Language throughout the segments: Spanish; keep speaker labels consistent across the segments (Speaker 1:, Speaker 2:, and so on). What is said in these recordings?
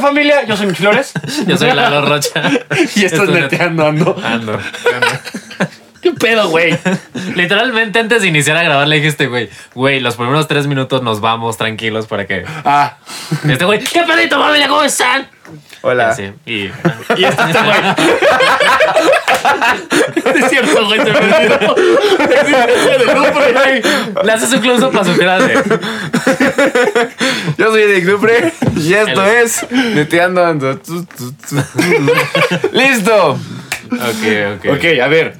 Speaker 1: familia, yo soy Mitch Flores.
Speaker 2: Yo soy Lalo Rocha.
Speaker 1: y esto es neteando ando.
Speaker 2: Ando.
Speaker 1: ¿Qué pedo, güey?
Speaker 2: Literalmente antes de iniciar a grabar le dije a este güey, güey, los primeros tres minutos nos vamos tranquilos para que...
Speaker 1: Ah,
Speaker 2: Y Este güey, ¿qué pedito, familia? ¿Cómo están?
Speaker 3: Hola.
Speaker 2: Sí, y...
Speaker 1: y este este güey.
Speaker 2: Es cierto, güey, se me olvidó. Le haces un close-up a su cara de...
Speaker 3: Yo soy Eric Dupre y esto
Speaker 2: El-
Speaker 3: es Neteando Ando. Tu, tu, tu. ¡Listo!
Speaker 2: Ok, ok.
Speaker 1: Ok, a ver.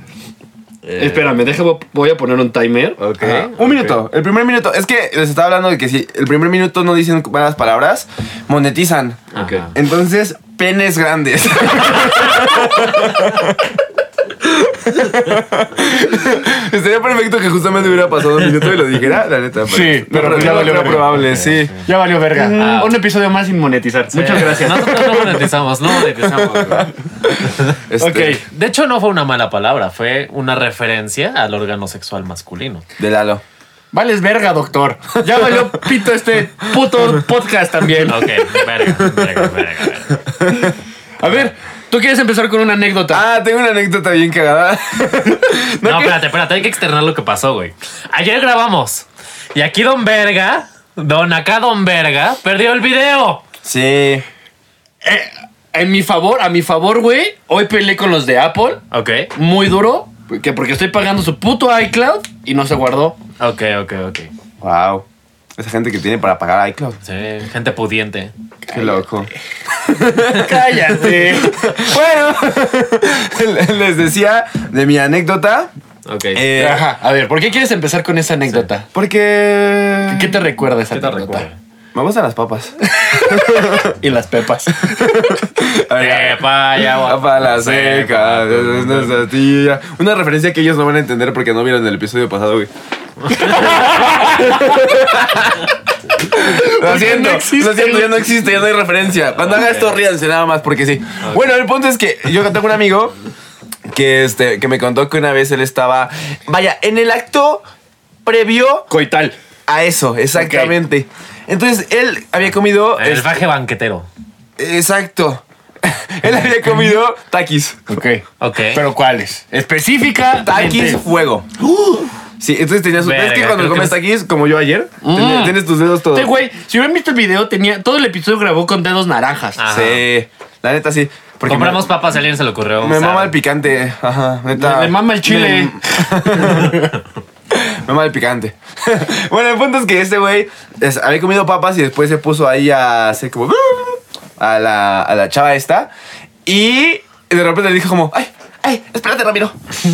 Speaker 1: Espérame, déjame, voy a poner un timer.
Speaker 3: Ok.
Speaker 2: Ajá,
Speaker 3: Un minuto. El primer minuto. Es que les estaba hablando de que si el primer minuto no dicen malas palabras, monetizan.
Speaker 1: Ok.
Speaker 2: Ajá.
Speaker 3: Entonces, penes grandes. Estaría perfecto que justamente hubiera pasado un minuto y lo dijera, la neta.
Speaker 1: Sí, pero
Speaker 3: no,
Speaker 1: ya
Speaker 3: no
Speaker 1: valió
Speaker 3: creo
Speaker 1: verga.
Speaker 3: probable, sí.
Speaker 1: Ya valió verga.
Speaker 2: Ah.
Speaker 1: Mm, Un episodio más sin monetizar. Muchas gracias.
Speaker 2: Eh, Nosotros no monetizamos, no monetizamos. güey.
Speaker 3: Este,
Speaker 1: Ok.
Speaker 2: De hecho, no fue una mala palabra, fue una referencia al órgano sexual masculino.
Speaker 3: De Lalo.
Speaker 1: Vales verga, doctor. Ya valió pito este puto podcast también.
Speaker 2: Ok, verga, verga, verga. verga.
Speaker 1: A ver, tú quieres empezar con una anécdota.
Speaker 3: Ah, tengo una anécdota bien cagada.
Speaker 2: No,
Speaker 3: que-
Speaker 2: espérate, espérate, hay que externar lo que pasó, güey. Ayer grabamos y aquí Don Verga, Don acá Don Verga, perdió el video.
Speaker 3: Sí.
Speaker 1: Eh, en mi favor, a mi favor, güey. Hoy peleé con los de Apple.
Speaker 2: Ok,
Speaker 1: Muy duro. Que porque estoy pagando su puto iCloud y no se guardó.
Speaker 2: ok, ok, ok.
Speaker 3: Wow. Esa gente que tiene para pagar iCloud.
Speaker 2: Sí, gente pudiente.
Speaker 3: Qué loco.
Speaker 1: Cállate.
Speaker 3: Bueno, les decía de mi anécdota.
Speaker 2: Ok.
Speaker 3: eh,
Speaker 1: Ajá. A ver, ¿por qué quieres empezar con esa anécdota?
Speaker 3: Porque.
Speaker 1: ¿Qué te recuerda esa
Speaker 2: ¿Qué te
Speaker 1: anécdota?
Speaker 2: recuerda?
Speaker 3: Me gustan las papas.
Speaker 1: Y las pepas.
Speaker 3: A ver,
Speaker 2: Epa, ya va.
Speaker 3: Papa la seca, es nuestra tía. Una referencia que ellos no van a entender porque no vieron el episodio pasado, güey. Lo
Speaker 1: Porque
Speaker 3: siento,
Speaker 1: no existe,
Speaker 3: lo siento,
Speaker 1: güey.
Speaker 3: ya no existe, ya no hay referencia. Cuando haga esto, ríanse nada más porque sí.
Speaker 2: Ok.
Speaker 3: Bueno, el punto es que yo tengo un amigo que, este, que me contó que una vez él estaba, vaya, en el acto previo
Speaker 1: Coital.
Speaker 3: a eso, exactamente. Entonces él había comido.
Speaker 2: El
Speaker 3: este,
Speaker 2: faje banquetero.
Speaker 3: Exacto. Él había comido taquis.
Speaker 1: Ok.
Speaker 2: Ok.
Speaker 1: ¿Pero cuáles? Específica. Este
Speaker 3: Taquis fuego. Sí, entonces tenía su.
Speaker 2: Verga,
Speaker 3: es que cuando
Speaker 2: creo que
Speaker 3: comes
Speaker 2: no-
Speaker 3: taquis, como yo ayer, ten- tienes tus dedos todos.
Speaker 1: Este güey, si hubieran visto el video, tenía todo el episodio grabó con dedos naranjas.
Speaker 2: Ah. Ajá.
Speaker 3: Sí, la neta sí. Porque
Speaker 2: Compramos papas, a alguien se le ocurrió.
Speaker 3: Me, me
Speaker 2: usar.
Speaker 3: mama el picante. Ajá, neta.
Speaker 1: Me- me mama el chile.
Speaker 3: Me, me mama el picante. bueno, el punto es que este güey es- había comido papas y después se puso ahí a hacer como. A la, a la chava esta. Y de repente le dijo como. ¡Ay! ¡Ay! ¡Espérate, Ramiro!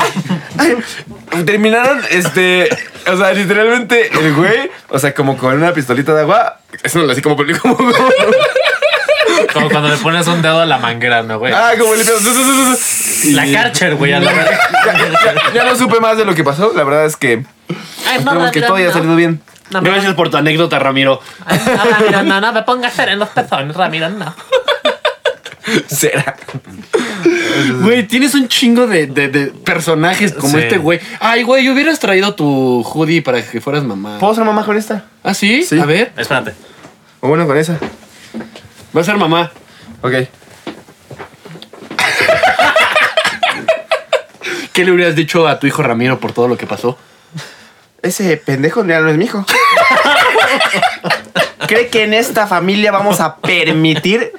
Speaker 3: ¡Ay! ay". Terminaron, este. O sea, literalmente el güey, o sea, como con una pistolita de agua. Eso no lo así como. como, como
Speaker 2: Como cuando le pones un dedo a la manguera, ¿no, güey?
Speaker 3: ah, como limpiando.
Speaker 2: La
Speaker 3: Y-
Speaker 2: Karcher, güey, a la verga.
Speaker 3: ya, ya- ya no supe más de lo que pasó. La verdad es que esperemos que todo haya salido bien.
Speaker 1: Gracias por tu anécdota, Ramiro.
Speaker 2: No, Ramiro, no, no me pongas cera en los pezones, Ramiro, no.
Speaker 3: Será.
Speaker 1: Güey, tienes un chingo de, de- de personajes como
Speaker 2: Sí.
Speaker 1: este güey. Ay, güey, hubieras traído tu hoodie para que fueras mamá.
Speaker 3: ¿Puedo ser mamá con esta?
Speaker 1: ¿Ah, sí?
Speaker 3: Sí.
Speaker 1: A ver,
Speaker 2: Espérate.
Speaker 3: O bueno, con esa.
Speaker 1: va a ser mamá.
Speaker 3: Ok.
Speaker 1: ¿Qué le hubieras dicho a tu hijo Ramiro por todo lo que pasó?
Speaker 3: Ese pendejo ya no es mi hijo. ¿Cree que en esta familia vamos a permitir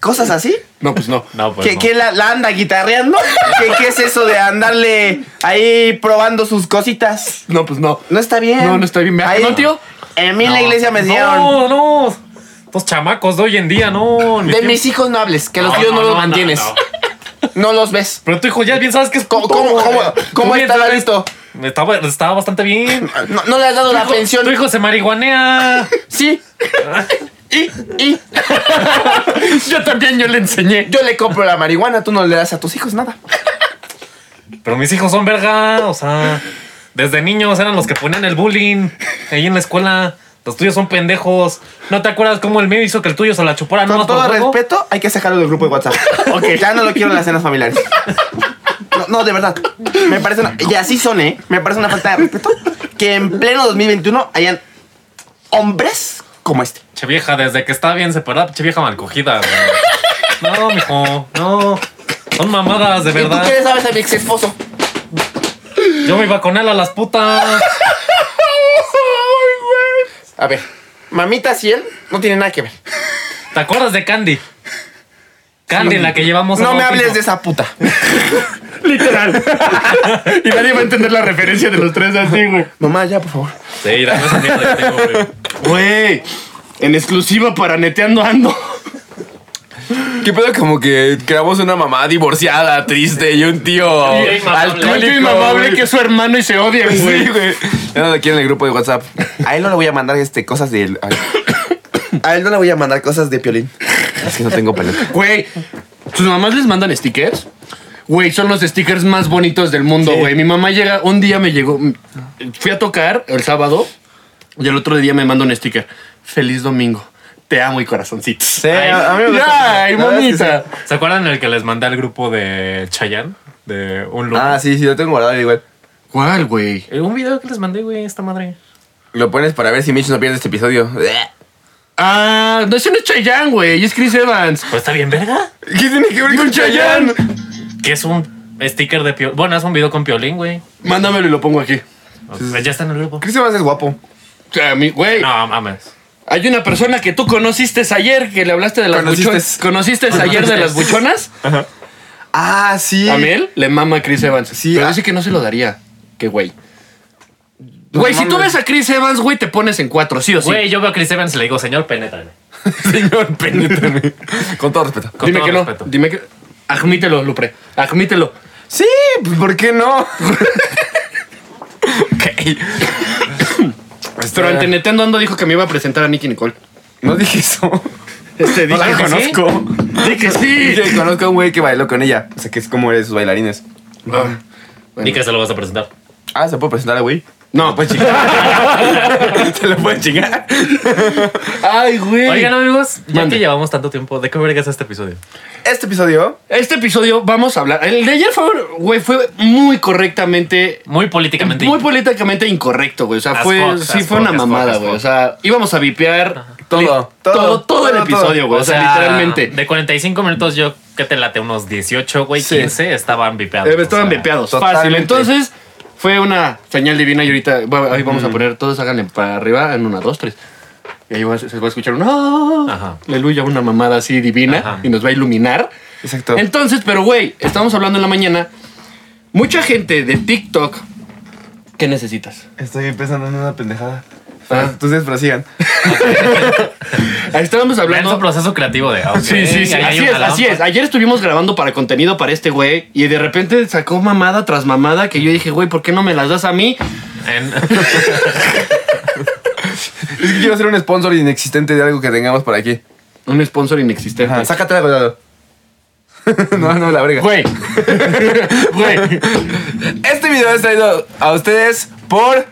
Speaker 3: cosas así?
Speaker 1: No, pues no.
Speaker 2: No, pues.
Speaker 3: ¿Que,
Speaker 2: no.
Speaker 3: que la, la anda guitarreando? ¿Qué, ¿Qué es eso de andarle ahí probando sus cositas?
Speaker 1: No, pues no.
Speaker 3: No está bien.
Speaker 1: No, no está bien.
Speaker 3: Ahí-
Speaker 1: ¿No, tío?
Speaker 3: En mí en la iglesia me enseñaron.
Speaker 2: No, no. Estos chamacos de hoy en día, no. en mi
Speaker 3: De
Speaker 2: tiempo-
Speaker 3: mis hijos no hables, que los
Speaker 2: No,
Speaker 3: tíos no,
Speaker 2: no,
Speaker 3: los
Speaker 2: no,
Speaker 3: mantienes.
Speaker 2: no,
Speaker 3: no los ves.
Speaker 2: Pero tu hijo ya bien sabes que es.
Speaker 3: ¿Cómo,
Speaker 2: puto,
Speaker 3: cómo,
Speaker 2: güey.
Speaker 3: cómo, cómo
Speaker 2: Tú bien
Speaker 3: está
Speaker 2: sabes-
Speaker 3: listo?
Speaker 2: Estaba, estaba bastante bien.
Speaker 3: No, no le has dado la pensión.
Speaker 2: Tu hijo se marihuanea.
Speaker 3: Sí. y, y
Speaker 1: Yo también, yo le enseñé.
Speaker 3: yo le compro la marihuana, tú no le das a tus hijos nada.
Speaker 2: Pero mis hijos son verga, o sea, desde niños eran los que ponían el bullying ahí en la escuela. Los tuyos son pendejos. ¿No te acuerdas cómo el mío hizo que el tuyo se la chupara
Speaker 3: Con
Speaker 2: nomás por
Speaker 3: todo
Speaker 2: juego?
Speaker 3: respeto, hay que sacarlo del grupo de WhatsApp. ok. Ya no lo quiero en las cenas familiares. No, no, de verdad. Me parece una. Y así son, ¿eh? Me parece una falta de respeto que en pleno 2021 hayan hombres como este.
Speaker 2: Che vieja, desde que está bien separada, che vieja mal cogida. güey. No, mijo, no. Son mamadas, de
Speaker 1: ¿Y tú
Speaker 2: verdad.
Speaker 1: qué le sabes a mi ex esposo?
Speaker 2: Yo me iba con él a las putas.
Speaker 1: A ver, mamitas y él no tienen nada que ver.
Speaker 2: ¿Te acuerdas de Candy? Candy, la que llevamos a
Speaker 3: No me
Speaker 2: bautismo.
Speaker 3: hables de esa puta.
Speaker 1: Literal. y nadie va a entender la referencia de los tres así, güey.
Speaker 3: Mamá, ya, por favor.
Speaker 2: Sí, dame esa mierda que tengo, güey.
Speaker 1: Güey, en exclusiva para Neteando Ando.
Speaker 3: ¿Qué pedo? Como que creamos una mamá divorciada, triste y un tío
Speaker 2: Sí, inmamable.
Speaker 1: Yo
Speaker 3: alcohólico.
Speaker 1: mi mamá ve
Speaker 3: güey.
Speaker 1: que es su hermano y se odian, güey.
Speaker 3: Sí, güey. Ya no aquí en el grupo de WhatsApp. A él no le voy a mandar este, cosas de él. A él no le voy a mandar cosas de piolín. Es que no tengo pelota.
Speaker 1: Güey, sus mamás les mandan stickers. Güey, son los stickers más bonitos del mundo, güey. Mi mamá llega, un día me llegó, fui a tocar el sábado y el otro día me manda un sticker. Feliz domingo. Te amo y corazoncitos.
Speaker 3: Sí, a, a mí me gusta.
Speaker 1: Ya, ay,
Speaker 3: La verdad es que
Speaker 1: mamita.
Speaker 2: ¿Se acuerdan el que les mandé al grupo de Chayanne? De un
Speaker 3: sí.
Speaker 2: loco.
Speaker 3: Ah, sí, sí, lo tengo guardado igual.
Speaker 1: ¿Cuál, güey?
Speaker 2: Eh, Un video que les mandé, güey, esta madre.
Speaker 3: Lo pones para ver si Mitch no pierde este episodio.
Speaker 1: Ah, no, ese no es Chayanne, güey. Es Chris Evans.
Speaker 2: Pues está bien, verga.
Speaker 3: ¿Qué tiene que ver
Speaker 1: con Chayanne?
Speaker 2: Que es un sticker de Piolín. Bueno, es un video con Piolín, güey.
Speaker 1: Mándamelo y lo pongo aquí.
Speaker 2: Pues ya está en el grupo.
Speaker 3: Chris Evans es guapo.
Speaker 1: O sea, mi- güey.
Speaker 2: No, mames.
Speaker 1: Hay una persona que tú conociste ayer, que le hablaste de las
Speaker 3: Conociste.
Speaker 1: buchonas. ¿Conociste ayer de las buchonas?
Speaker 3: Ah, sí.
Speaker 1: A Mel le mama a Chris Evans.
Speaker 3: Sí,
Speaker 1: pero
Speaker 3: ah.
Speaker 1: dice que no se lo daría. Qué güey. Güey, si tú
Speaker 3: mames.
Speaker 1: ves a Chris Evans, güey, te pones en cuatro, sí o sí.
Speaker 2: Güey, yo veo a Chris Evans y le digo, señor, penétrame.
Speaker 3: Señor, penétrame. Con todo respeto.
Speaker 2: Con
Speaker 1: Dime
Speaker 2: todo
Speaker 1: que no.
Speaker 2: respeto.
Speaker 1: Dime que. Admítelo, Lupre. Admítelo.
Speaker 3: Sí, pues, ¿por qué no? ok. Este-
Speaker 1: Pero ante Nintendo Ando dijo que me iba a presentar a Nicky Nicole.
Speaker 3: No dije eso.
Speaker 1: Este
Speaker 3: No
Speaker 1: dije
Speaker 3: la
Speaker 1: que sí.
Speaker 3: conozco.
Speaker 1: Dije que sí.
Speaker 3: Dije, conozco a un güey que bailó con ella. O sea, que es como eres sus bailarines.
Speaker 1: Ah,
Speaker 2: Y que se lo vas a presentar.
Speaker 3: Ah, ¿se puede presentar a güey?
Speaker 1: No,
Speaker 3: Pues chingar. Se lo pueden chingar.
Speaker 1: Ay, güey.
Speaker 2: Oigan, amigos, ya
Speaker 1: Mande.
Speaker 2: que llevamos tanto tiempo, ¿de qué vergas este episodio?
Speaker 3: Este episodio.
Speaker 1: Este episodio vamos a hablar. El de ayer fue, güey, fue muy correctamente
Speaker 2: Muy políticamente.
Speaker 1: Muy políticamente incorrecto, güey. O sea,
Speaker 2: As
Speaker 1: fue,
Speaker 2: fuck,
Speaker 1: sí
Speaker 2: as
Speaker 1: fue
Speaker 2: fuck,
Speaker 1: una
Speaker 2: as fuck,
Speaker 1: mamada,
Speaker 2: as
Speaker 1: güey.
Speaker 2: fuck.
Speaker 1: O sea, íbamos a vipear
Speaker 3: Todo,
Speaker 1: li-
Speaker 3: todo,
Speaker 1: todo, todo el
Speaker 3: todo,
Speaker 1: episodio,
Speaker 3: todo.
Speaker 1: güey. O, sea, literalmente.
Speaker 2: De 45 minutos, yo que te late unos 18, güey,
Speaker 3: Sí.
Speaker 2: 15, estaban vipeados.
Speaker 1: Eh, Estaban
Speaker 2: o sea,
Speaker 1: vipeados. Fácil.
Speaker 3: totalmente.
Speaker 1: Entonces, fue una señal divina y ahorita, bueno, ahí vamos a poner todos, háganle para arriba en una, dos, tres. Y ahí va- se va a escuchar un "Ah",
Speaker 2: Ajá.
Speaker 1: aleluya, una mamada así divina
Speaker 2: Ajá.
Speaker 1: y nos va a iluminar.
Speaker 3: Exacto.
Speaker 1: Entonces, pero güey, estamos hablando en la mañana. Mucha gente de TikTok, ¿qué necesitas?
Speaker 3: Estoy empezando en una pendejada.
Speaker 1: Ah.
Speaker 3: Entonces, pero sigan.
Speaker 1: Estábamos hablando.
Speaker 2: Lento proceso creativo de. ok,
Speaker 1: Sí, sí, sí.
Speaker 2: ahí hay
Speaker 1: Así es,
Speaker 2: pues. una
Speaker 1: así
Speaker 2: lámpara.
Speaker 1: es. Ayer estuvimos grabando para contenido para este güey y de repente sacó mamada tras mamada que yo dije, güey, ¿por qué no me las das a mí?
Speaker 2: En-
Speaker 3: Es que quiero hacer un sponsor inexistente de algo que tengamos por aquí.
Speaker 1: Un sponsor inexistente.
Speaker 3: Ajá, sácate la verdad. no, no, la verga.
Speaker 1: Güey. güey.
Speaker 3: Este video es traído a ustedes por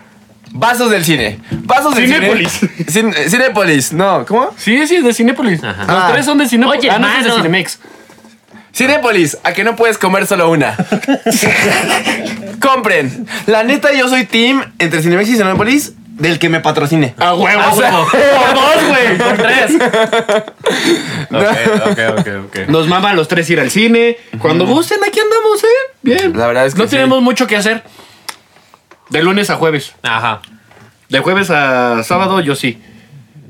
Speaker 3: Vasos del Cine. Vasos del
Speaker 1: Cinépolis.
Speaker 3: Cine. Cin- eh, Cinépolis. No, ¿cómo?
Speaker 1: Sí, sí, de Cinépolis.
Speaker 2: Ajá.
Speaker 1: Los
Speaker 3: Ah.
Speaker 1: tres son de Cinépolis.
Speaker 2: Oye,
Speaker 1: ah, no, ese es de
Speaker 2: hermano.
Speaker 1: Cinemex.
Speaker 3: Cinépolis, a que no puedes comer solo una. Compren. La neta, yo soy team entre Cinemex y Cinépolis del que me patrocine.
Speaker 1: A huevo.
Speaker 2: Ah,
Speaker 1: o sea,
Speaker 2: huevo.
Speaker 1: por dos, güey.
Speaker 2: Por tres. Ok, ok, ok, ok.
Speaker 1: Nos maman los tres ir al cine. Cuando gusten, aquí andamos, ¿eh? Bien.
Speaker 3: La verdad es que
Speaker 1: No
Speaker 3: sí.
Speaker 1: tenemos mucho que hacer. De lunes a jueves.
Speaker 2: Ajá.
Speaker 1: De jueves a sábado, yo sí.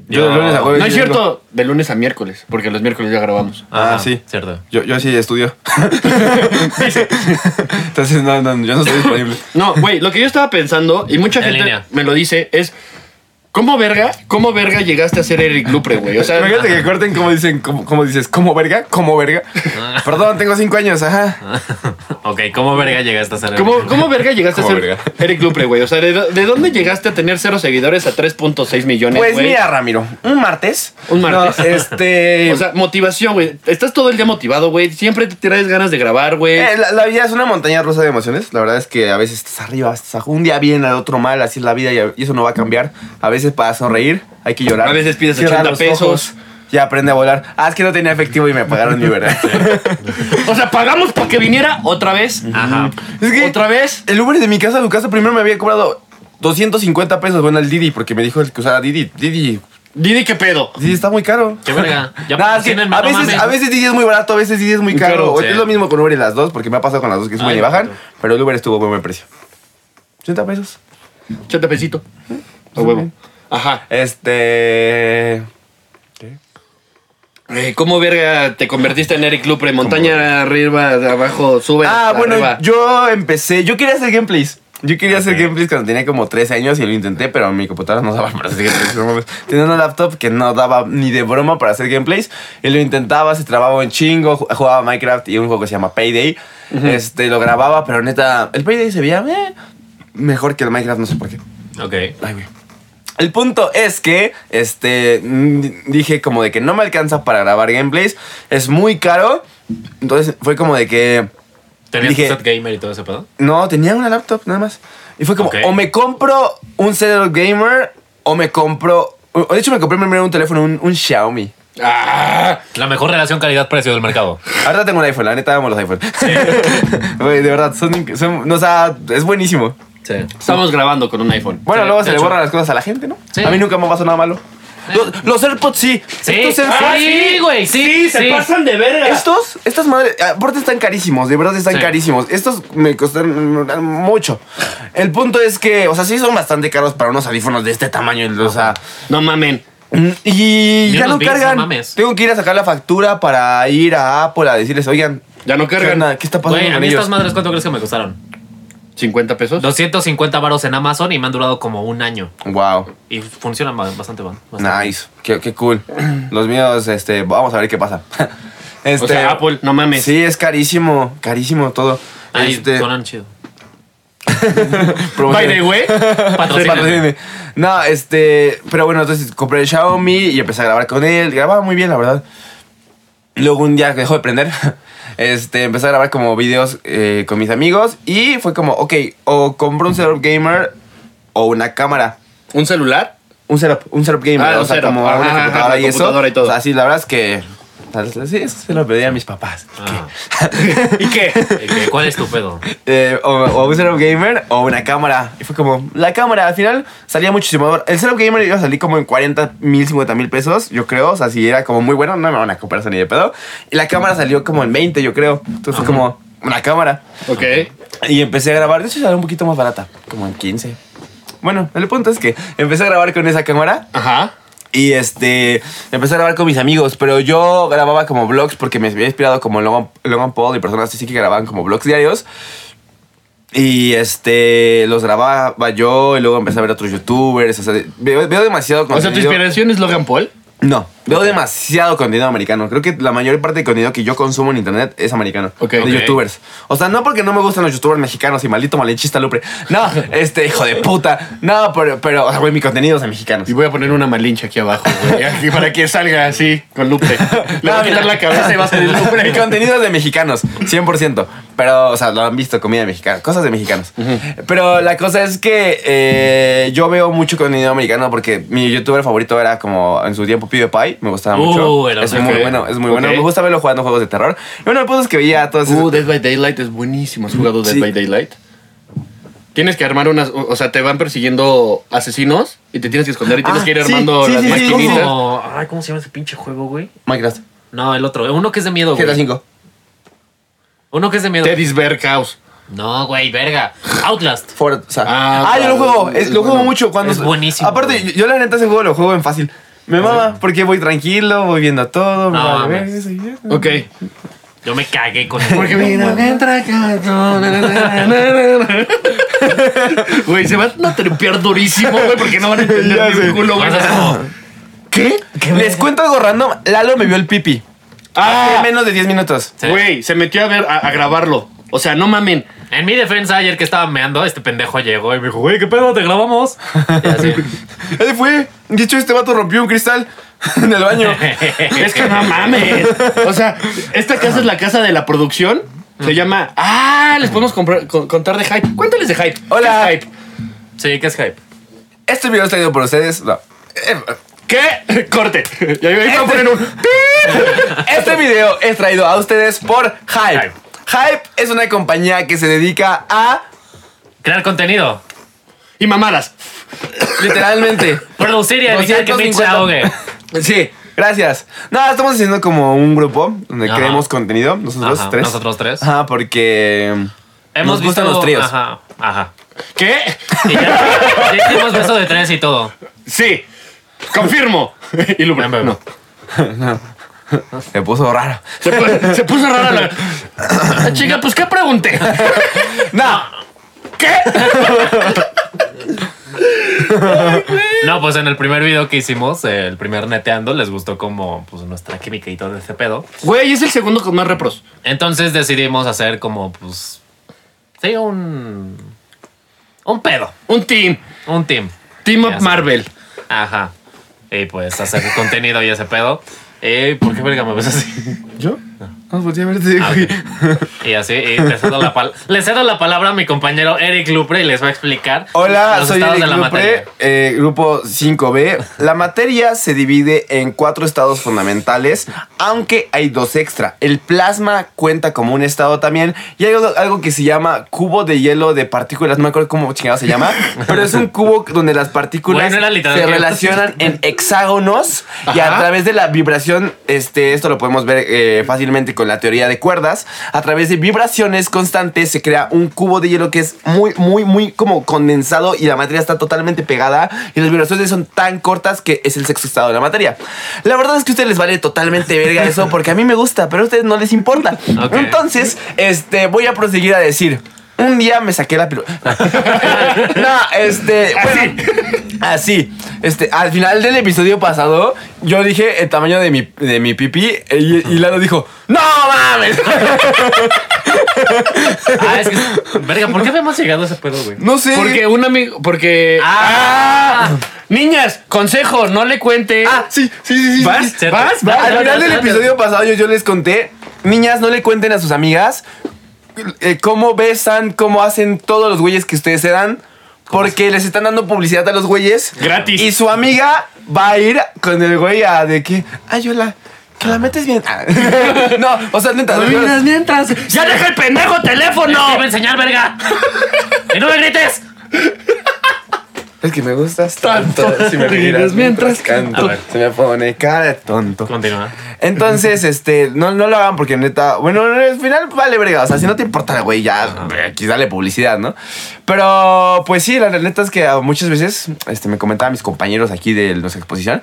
Speaker 3: Yo de lunes a jueves.
Speaker 1: No es
Speaker 3: yo no.
Speaker 1: cierto, de lunes a miércoles, porque los miércoles ya grabamos.
Speaker 2: Ajá,
Speaker 3: Ah, sí.
Speaker 2: Cierto.
Speaker 3: Yo, yo sí estudio. Entonces, no, no, yo no estoy disponible.
Speaker 1: No, güey, lo que yo estaba pensando, y mucha
Speaker 2: En
Speaker 1: gente
Speaker 2: línea.
Speaker 1: me lo dice, es. ¿Cómo verga? ¿Cómo verga llegaste a ser Eric Lupre, güey? O sea,
Speaker 3: Imagínate que corten como dicen, como, como dices, como verga, como verga.
Speaker 1: Ah.
Speaker 3: Perdón, tengo cinco años, ajá.
Speaker 2: Ok, ¿cómo verga llegaste a ser
Speaker 1: ¿cómo, cómo verga llegaste a
Speaker 3: ¿Cómo
Speaker 1: ser
Speaker 3: verga?
Speaker 1: Eric Lupre, güey? O sea, ¿de, do- de dónde llegaste a tener cero seguidores a 3.6 millones, güey?
Speaker 3: Pues mira, Ramiro, un martes.
Speaker 1: Un martes.
Speaker 3: No, este.
Speaker 1: O sea, motivación, güey. Estás todo el día motivado, güey. Siempre te traes ganas de grabar, güey.
Speaker 3: Eh, la, la vida es una montaña rusa de emociones. La verdad es que a veces estás arriba, estás abajo. un día bien, al otro mal, así es la vida y, a- y eso no va a cambiar. A veces para sonreír hay que llorar.
Speaker 1: A veces pides
Speaker 3: Cierra
Speaker 1: 80
Speaker 3: los
Speaker 1: pesos.
Speaker 3: ojos, Ya aprende a volar. Ah, es que no tenía efectivo y me pagaron mi verdad.
Speaker 1: O sea, pagamos para que viniera otra vez. Ah,
Speaker 2: Ajá.
Speaker 3: Es que-
Speaker 1: otra vez.
Speaker 3: El Uber de mi casa a su casa primero me había cobrado 250 pesos. Bueno, el Didi, porque me dijo el que usara Didi. Didi
Speaker 1: Didi, ¿qué pedo?
Speaker 3: Sí, está muy caro.
Speaker 2: Qué verga. Ya
Speaker 3: Nada, es que
Speaker 2: patrocínenme,
Speaker 3: a,
Speaker 2: no
Speaker 3: veces,
Speaker 2: mames.
Speaker 3: a veces Didi es muy barato, a veces Didi es muy caro.
Speaker 2: Claro,
Speaker 3: O-
Speaker 2: sí.
Speaker 3: Es lo mismo con Uber y las dos, porque me ha pasado con las dos que suben
Speaker 2: Ay,
Speaker 3: y bajan,
Speaker 2: exacto.
Speaker 3: pero el Uber estuvo a buen precio. 80 pesos.
Speaker 1: Chate pesito. A huevo. Ajá.
Speaker 3: Este.
Speaker 1: Eh, ¿Cómo verga te convertiste en Eric Lupre? Montaña arriba, de abajo, sube.
Speaker 3: Ah, bueno,
Speaker 1: arriba.
Speaker 3: yo empecé. Yo quería hacer gameplays. Yo quería hacer gameplays cuando tenía como 3 años y lo intenté, pero mi computadora no daba para hacer gameplays. no mames. Tenía una laptop que no daba ni de broma para hacer gameplays. Y lo intentaba, se trababa un chingo, ju- jugaba Minecraft y un juego que se llama Payday. Este, lo grababa, pero neta, el Payday se veía eh, mejor que el Minecraft, no sé por qué.
Speaker 2: Ok.
Speaker 3: Ay, güey. El punto es que, este, mm, dije como de que no me alcanza para grabar gameplays, es muy caro, entonces fue como de que,
Speaker 2: ¿Tenías
Speaker 3: Dije-
Speaker 2: tu set gamer y todo ese pedo?
Speaker 3: no, tenía una laptop nada más. Y fue como,
Speaker 2: Ok.
Speaker 3: o me compro un celular gamer, o me compro, o- de hecho me compré primero un teléfono, un, un Xiaomi.
Speaker 1: Ah,
Speaker 2: La mejor relación calidad-precio del mercado.
Speaker 3: Ahora tengo un iPhone, la neta amo los iPhone. Güey, de verdad, son, inc- son- o sea, es buenísimo.
Speaker 2: Sí.
Speaker 1: estamos grabando con un iPhone.
Speaker 3: Bueno,
Speaker 2: Sí,
Speaker 3: luego
Speaker 2: de
Speaker 3: se le
Speaker 2: hecho.
Speaker 3: borran las cosas a la gente, ¿no?
Speaker 2: Sí.
Speaker 3: A mí nunca me pasó nada malo. Los, los AirPods sí.
Speaker 2: Sí,
Speaker 3: Estos AirPods-
Speaker 2: Ah, sí, güey, sí, sí.
Speaker 1: de verga.
Speaker 3: Estos, estas madres, aparte están carísimos, de verdad están
Speaker 2: Sí.
Speaker 3: carísimos. Estos me costaron mm, mucho. El punto es que, o sea, sí son bastante caros para unos audífonos de este tamaño, o sea,
Speaker 1: No mamen.
Speaker 3: mm, y
Speaker 2: Y
Speaker 3: ya no
Speaker 2: unos Beats,
Speaker 3: cargan.
Speaker 2: no mames.
Speaker 3: Tengo que ir a sacar la factura para ir a Apple a decirles, oigan,
Speaker 1: Ya no
Speaker 3: ¿qué,
Speaker 1: cargan.
Speaker 3: onda? ¿Qué está pasando
Speaker 2: Güey, a
Speaker 3: con
Speaker 2: mí
Speaker 3: ellos? Pues-
Speaker 2: estas madres, ¿cuánto crees que me costaron?
Speaker 1: 50 pesos.
Speaker 2: 250 varos en Amazon y me han durado como un año.
Speaker 3: Wow,
Speaker 2: Y funcionan ba- bastante bien. bastante.
Speaker 3: nice, qué, qué cool. Los míos, este, vamos a ver qué pasa. Este,
Speaker 1: o sea, Apple, no mames.
Speaker 3: Sí, es carísimo, carísimo todo.
Speaker 2: Ay,
Speaker 3: Este,
Speaker 2: sonan chido.
Speaker 1: By the way,
Speaker 2: Patrocínenme.
Speaker 3: Patrocínenme. No, este. Pero bueno, entonces compré el Xiaomi y empecé a grabar con él. Grababa muy bien, la verdad. Luego un día que dejó de prender. Este, empecé a grabar como videos eh, con mis amigos. Y fue como, ok, o compro un setup gamer o una cámara.
Speaker 1: ¿un celular?
Speaker 3: Un setup, un setup gamer.
Speaker 1: Ah,
Speaker 3: o
Speaker 1: un
Speaker 3: sea,
Speaker 1: setup.
Speaker 3: como
Speaker 1: Ajá,
Speaker 3: una
Speaker 1: ajá,
Speaker 3: computadora,
Speaker 1: la
Speaker 3: y eso.
Speaker 1: computadora y todo.
Speaker 3: O sea, sí, la verdad es que. Sí, eso se lo pedí a mis papás.
Speaker 2: Ah,
Speaker 1: ¿Y qué?
Speaker 2: eh, que- ¿Cuál es tu pedo?
Speaker 3: Eh, o, o un setup gamer o una cámara. Y fue como, la cámara, al final salía muchísimo. El setup gamer iba a salir como en 40 mil, 50 mil pesos, yo creo. O sea, si era como muy bueno, no me van a comprarse ni de pedo. Y la cámara salió como en 20, yo creo. Entonces fue como, una cámara.
Speaker 1: Ok.
Speaker 3: Y empecé a grabar. De hecho, salió un poquito más barata, como en 15. Bueno, el punto es que empecé a grabar con esa cámara.
Speaker 1: Ajá.
Speaker 3: Y este, empecé a grabar con mis amigos, pero yo grababa como vlogs porque me había inspirado como Logan, Logan Paul y personas así que grababan como vlogs diarios. Y este, los grababa yo y luego empecé a ver otros youtubers. O sea, veo, veo demasiado
Speaker 1: O sea, ¿tu
Speaker 3: contenido.
Speaker 1: inspiración es Logan Paul?
Speaker 3: no, veo demasiado contenido americano. Creo que la mayor parte de contenido que yo consumo en internet es americano.
Speaker 1: Ok.
Speaker 3: de
Speaker 1: Ok.
Speaker 3: youtubers. O sea, no porque no me gustan los youtubers mexicanos y maldito malinchista Lupre. No, este, hijo de puta. No, pero, pero o sea, güey, mi contenido es de mexicanos.
Speaker 1: Y voy a poner una malincha aquí abajo, güey, aquí para que salga así, con Lupe. Le voy a
Speaker 3: No, mira.
Speaker 1: quitar la cabeza y va a salir
Speaker 3: Mi
Speaker 1: Lupe.
Speaker 3: contenido es de mexicanos, 100%. Pero, o sea, lo han visto, comida mexicana, cosas de mexicanos. Pero la cosa es que eh, yo veo mucho contenido americano porque mi youtuber favorito era como en su tiempo PewDiePie, me gustaba
Speaker 2: Uh,
Speaker 3: mucho.
Speaker 2: era
Speaker 3: Es
Speaker 2: un
Speaker 3: muy
Speaker 1: jefe.
Speaker 3: bueno, es muy
Speaker 1: Ok.
Speaker 3: bueno. Me gusta verlo jugando juegos de terror. Y bueno, el punto es que veía a todos...
Speaker 1: Uh,
Speaker 3: esos-
Speaker 1: Dead by Daylight es buenísimo. ¿Has jugado Dead
Speaker 3: Sí.
Speaker 1: by Daylight? Tienes que armar unas. O o sea, te van persiguiendo asesinos y te tienes que esconder y tienes
Speaker 3: Ah,
Speaker 1: que ir
Speaker 3: sí,
Speaker 1: armando
Speaker 3: sí,
Speaker 1: las
Speaker 3: sí, sí,
Speaker 1: maquinitas.
Speaker 2: Como- ay, ¿Cómo se llama ese pinche juego, güey?
Speaker 3: Minecraft,
Speaker 2: No, el otro. Uno que es de miedo,
Speaker 3: GTA
Speaker 2: güey.
Speaker 3: V.
Speaker 2: Uno que es de miedo.
Speaker 1: Teddy's Bear House.
Speaker 2: No, güey, verga. Outlast.
Speaker 3: Forza.
Speaker 1: Ah,
Speaker 3: Ah, yo
Speaker 1: claro,
Speaker 3: lo juego,
Speaker 1: es
Speaker 3: es- lo juego
Speaker 1: bueno.
Speaker 3: mucho cuando...
Speaker 2: Es buenísimo,
Speaker 3: Aparte,
Speaker 2: güey.
Speaker 3: yo, yo la neta ese juego lo juego en fácil. Me mama, porque voy tranquilo, voy viendo todo, me
Speaker 2: No,
Speaker 3: vale
Speaker 2: mames.
Speaker 3: ver eso y ya.
Speaker 1: Ok.
Speaker 2: Yo me cagué con él.
Speaker 1: Porque mira, me entra acá, no, na, na, na, na, na. Güey, se van a trepear durísimo, güey, porque no van a
Speaker 3: Ya
Speaker 1: entender ni
Speaker 3: sé.
Speaker 1: un culo, güey.
Speaker 2: Vas a hacer como-
Speaker 1: ¿Qué?
Speaker 3: Les cuento algo random. Lalo me vio el pipi. Hace
Speaker 1: Ah,
Speaker 3: menos de 10 minutos.
Speaker 2: Sí.
Speaker 1: güey, se metió a ver, a, a grabarlo. O sea, no mamen.
Speaker 2: En mi defensa, ayer que estaba meando, este pendejo llegó y me dijo, güey, ¿qué pedo? ¿Te grabamos? Y así.
Speaker 3: Él fue. De hecho, este vato rompió un cristal en el baño.
Speaker 1: Es que no mames. O sea, esta casa es la casa de la producción. Se llama. Ah, les podemos comprar- con- contar de hype. Cuéntales de hype.
Speaker 3: Hola.
Speaker 1: ¿Qué es hype?
Speaker 2: Sí, ¿qué es hype?
Speaker 3: Este video está traído por ustedes. No. Eh,
Speaker 1: ¿Qué? Corte. Y ahí van a poner un.
Speaker 3: Este video es traído a ustedes por Hype.
Speaker 2: Hype.
Speaker 3: Hype es una compañía que se dedica a
Speaker 2: Crear contenido.
Speaker 1: Y mamadas.
Speaker 3: Literalmente.
Speaker 2: Producir y evitar que Mitch se
Speaker 3: 250.
Speaker 2: ahogue.
Speaker 3: Sí, gracias. No, estamos haciendo como un grupo donde
Speaker 2: Ajá.
Speaker 3: creemos contenido, nosotros
Speaker 2: Ajá,
Speaker 3: tres.
Speaker 2: nosotros tres.
Speaker 3: Ajá, porque
Speaker 2: Hemos
Speaker 3: nos gustan
Speaker 2: visto-
Speaker 3: los tríos.
Speaker 2: Ajá, ajá.
Speaker 1: ¿Qué?
Speaker 2: Y ya, ya hicimos beso de tres y todo.
Speaker 1: Sí. Confirmo. Y Lupra, no.
Speaker 3: Se puso raro.
Speaker 1: Se puso, se puso rara la... Ah, Chica, pues ¿qué pregunté?
Speaker 3: No,
Speaker 1: ¿Qué?
Speaker 2: No, pues en el primer video que hicimos, eh, el primer neteando, les gustó como pues nuestra química y todo ese pedo.
Speaker 1: Güey, es el segundo con más repros.
Speaker 2: Entonces decidimos hacer como pues sí un un pedo,
Speaker 1: Un team.
Speaker 2: un team.
Speaker 1: Team
Speaker 2: Ya
Speaker 1: Up
Speaker 2: sé.
Speaker 1: Marvel.
Speaker 2: Ajá. Y pues hacer contenido y ese pedo. Eh, ¿Por qué verga me ves así?
Speaker 3: ¿Yo? No, pues ya verte, güey.
Speaker 2: Y así, y le cedo, la pal- le cedo la palabra a mi compañero Eric Lupre y les va a explicar.
Speaker 3: Hola,
Speaker 2: los
Speaker 3: soy
Speaker 2: estados
Speaker 3: Eric
Speaker 2: de la
Speaker 3: Lupre,
Speaker 2: materia.
Speaker 3: eh, grupo 5B. La materia se divide en cuatro estados fundamentales, aunque hay dos extra. El plasma cuenta como un estado también, y hay algo, algo que se llama cubo de hielo de partículas, no me acuerdo cómo chingado se llama, pero es un cubo donde las partículas
Speaker 2: Bueno, era literal.
Speaker 3: se relacionan en hexágonos y a
Speaker 1: Ajá.
Speaker 3: través de la vibración, este, esto lo podemos ver eh, fácilmente con la teoría de cuerdas, a través de vibraciones constantes se crea un cubo de hielo que es muy, muy, muy como condensado y la materia está totalmente pegada y las vibraciones son tan cortas que es el sexto estado de la materia. La verdad es que a ustedes les vale totalmente verga eso porque a mí me gusta, pero a ustedes no les importa.
Speaker 2: Ok.
Speaker 3: Entonces, este, voy a proseguir a decir... Un día me saqué la piru... no, este... bueno, Así, este, al final del episodio pasado, yo dije el tamaño de mi, de mi pipí eh, y, y Lalo dijo, ¡No mames!
Speaker 2: Ah, es que. Verga, ¿por qué habíamos llegado a ese pedo, güey?
Speaker 3: No sé.
Speaker 1: Porque un amigo. Porque.
Speaker 2: Ah.
Speaker 1: Niñas, consejo, no le cuente.
Speaker 3: Ah, sí, sí, sí, sí. sí,
Speaker 1: ¿Vas?
Speaker 3: sí.
Speaker 2: cierto.
Speaker 1: ¿Vas?
Speaker 2: Va,
Speaker 1: ¿Vas?
Speaker 3: Al
Speaker 2: va,
Speaker 3: final
Speaker 2: va,
Speaker 3: del
Speaker 2: va,
Speaker 3: episodio pasado yo, yo les conté, niñas, no le cuenten a sus amigas eh, cómo besan, cómo hacen todos los güeyes que ustedes se dan. Porque les están dando publicidad a los güeyes.
Speaker 1: Gratis.
Speaker 3: Y su amiga va a ir con el güey a de que, ay, yo la, que la metes bien. Ah. no, o sea, neta. no, no.
Speaker 1: Mientras, mientras. ¡Ya deja el pendejo
Speaker 2: ¡No!
Speaker 1: teléfono!
Speaker 2: ¡Te iba a enseñar, verga! ¡Y no me grites!
Speaker 3: Es que me gustas
Speaker 1: Tanto.
Speaker 3: tanto. Si me
Speaker 1: Te miras
Speaker 3: miras
Speaker 1: mientras
Speaker 3: mientras
Speaker 2: A
Speaker 3: canto,
Speaker 2: ver.
Speaker 3: se me pone cara de tonto.
Speaker 2: Continúa.
Speaker 3: Entonces, este, no, no lo hagan porque neta, bueno, al final vale verga, o sea, si no te importa, güey, ya, aquí dale publicidad, ¿no? Pero, pues sí, la neta es que ah, muchas veces, este, me comentaban mis compañeros aquí de nuestra exposición,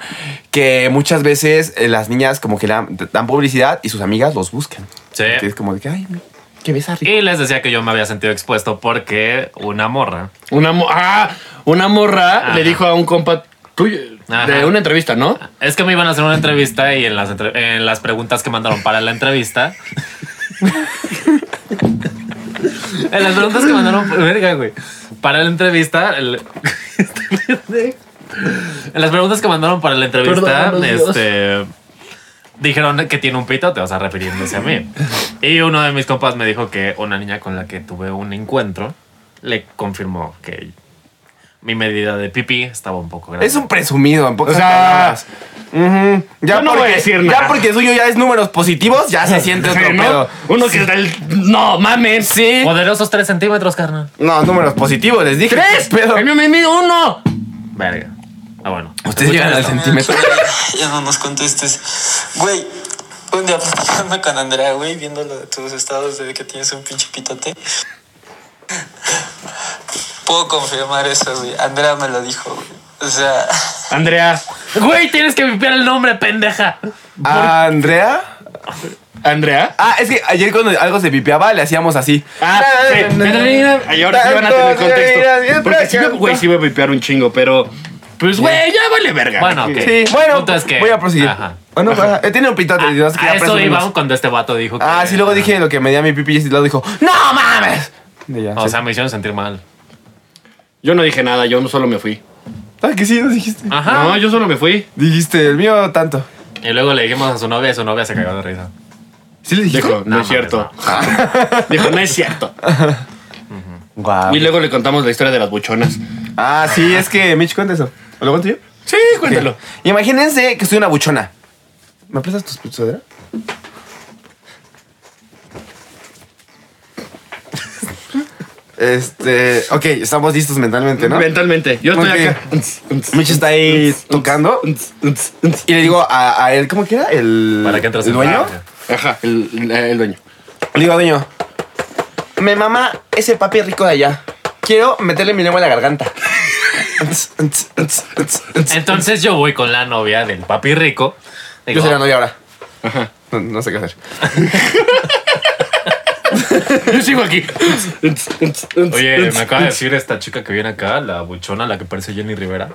Speaker 3: que muchas veces eh, las niñas como que le dan, dan publicidad y sus amigas los buscan.
Speaker 2: Sí.
Speaker 3: Que Es como de que, ay, qué besa rico.
Speaker 2: Y les decía que yo me había sentido expuesto porque una morra.
Speaker 1: Una, mo- ah, una morra
Speaker 2: Ajá.
Speaker 1: le dijo a un compa tuyo
Speaker 2: Ajá.
Speaker 1: de una entrevista, ¿no?
Speaker 2: Es que me iban a hacer una entrevista y en las, entre- en las preguntas que mandaron para la entrevista. en las preguntas que mandaron. Verga, güey. Para la entrevista. el- en las preguntas que mandaron para la entrevista,
Speaker 1: Perdónanos, Dios.
Speaker 2: este. Dijeron que tiene un pito, te vas a refiriéndose a mí. Y uno de mis compas me dijo que una niña con la que tuve un encuentro le confirmó que mi medida de pipí estaba un poco grande.
Speaker 3: Es un presumido, en pocas
Speaker 1: O sea,
Speaker 3: palabras. Ujú. ya
Speaker 1: yo no voy a decir
Speaker 3: Ya
Speaker 1: nada.
Speaker 3: porque suyo ya es números positivos, ya se siente otro
Speaker 1: Sí, ¿no?
Speaker 3: pedo.
Speaker 1: Uno que está el. No, mames. Sí.
Speaker 2: Poderosos 3 centímetros, carnal.
Speaker 3: No, números positivos, les dije.
Speaker 1: ¡Tres!
Speaker 3: Pero
Speaker 1: El mío me mide uno.
Speaker 2: Verga. Ah, bueno.
Speaker 3: ustedes llegan al centímetro.
Speaker 4: Ya no nos contestes. Güey, un día platicando con Andrea, güey, viendo lo de tus estados de que tienes un pinche pitote. Puedo confirmar eso, güey. Andrea me lo dijo, güey. O sea,
Speaker 1: Andrea.
Speaker 2: Güey, tienes que vipiar el nombre, pendeja.
Speaker 3: ¿Andrea?
Speaker 1: Andrea.
Speaker 3: Ah, es que ayer cuando algo se pipeaba le hacíamos así.
Speaker 1: Ah, sí. Y ahora sí van a tener contexto. Porque sí me, güey, sí me voy a pipear un chingo, pero. Pues, güey, ya vale verga.
Speaker 2: Bueno, ok.
Speaker 3: Sí, bueno,
Speaker 2: Punto es que-
Speaker 3: voy a proseguir.
Speaker 2: Ajá.
Speaker 3: Bueno, pues, ajá, tiene un pitote.
Speaker 2: A,
Speaker 1: Ah,
Speaker 3: no sé qué,
Speaker 2: Ah, a
Speaker 3: ya
Speaker 2: eso
Speaker 3: presumimos.
Speaker 2: iba cuando este vato dijo que.
Speaker 3: Ah, sí, luego dije lo que me di a mi pipi y ese lado dijo, ¡No mames! Y ya,
Speaker 2: O
Speaker 3: sí.
Speaker 2: sea, me hicieron sentir mal.
Speaker 1: Yo no dije nada, yo solo me fui.
Speaker 3: Ah, que sí, nos dijiste.
Speaker 2: Ajá.
Speaker 1: No, yo solo me fui.
Speaker 3: Dijiste, el mío tanto.
Speaker 2: Y luego le dijimos a su novia y su novia se cagó de risa.
Speaker 3: ¿Sí le dijiste?
Speaker 1: Dijo, no,
Speaker 2: mames,
Speaker 1: es cierto. Dijo, no Ah. es cierto.
Speaker 3: Guau.
Speaker 1: Y luego le contamos la historia de las buchonas.
Speaker 3: Ah, sí, es que Mitch cuenta eso. ¿O ¿Lo cuento yo?
Speaker 1: Sí, cuéntalo.
Speaker 3: Sí. Imagínense que soy una buchona. ¿Me prestas tu sudadera? Este, ok, estamos listos mentalmente, ¿no?
Speaker 1: Mentalmente. Yo estoy
Speaker 3: Ok.
Speaker 1: acá.
Speaker 3: Mitch está ahí tocando. Y le digo a, a él, ¿cómo que era? El,
Speaker 2: Para que entras
Speaker 3: el
Speaker 2: en
Speaker 3: dueño.
Speaker 2: pánico.
Speaker 1: Ajá, el, el dueño.
Speaker 3: Le digo, dueño, me mama ese papi rico de allá. Quiero meterle mi lengua en la garganta.
Speaker 2: Entonces yo voy con la novia del papi rico. Digo,
Speaker 3: Yo soy la novia ahora. No, no sé qué hacer.
Speaker 1: Yo sigo aquí.
Speaker 2: Oye, me acaba de decir esta chica que viene acá, la buchona, la que parece Jenny Rivera,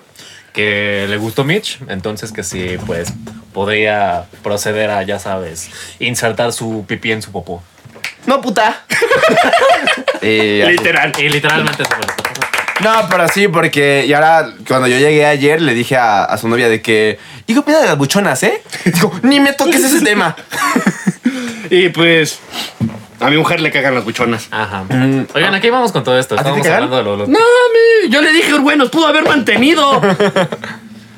Speaker 2: que le gustó Mitch, entonces que sí, pues podría proceder a, ya sabes, insertar su pipí en su popó.
Speaker 3: No, puta. Y así.
Speaker 1: Literal.
Speaker 2: Y literalmente se fue.
Speaker 3: Eh, No, pero sí, porque. Y ahora, cuando yo llegué ayer, le dije a, a su novia de que. ¿Y qué opinas de las buchonas, eh? Digo, ni me toques ese tema.
Speaker 1: Y pues. A mi mujer le cagan las buchonas.
Speaker 2: Ajá. Oigan, aquí vamos con todo esto.
Speaker 3: Mm, ¿A ti te
Speaker 2: Estamos
Speaker 3: cagan?
Speaker 2: hablando de lo, lo-
Speaker 1: No, mami, yo le dije, bueno, nos pudo haber mantenido.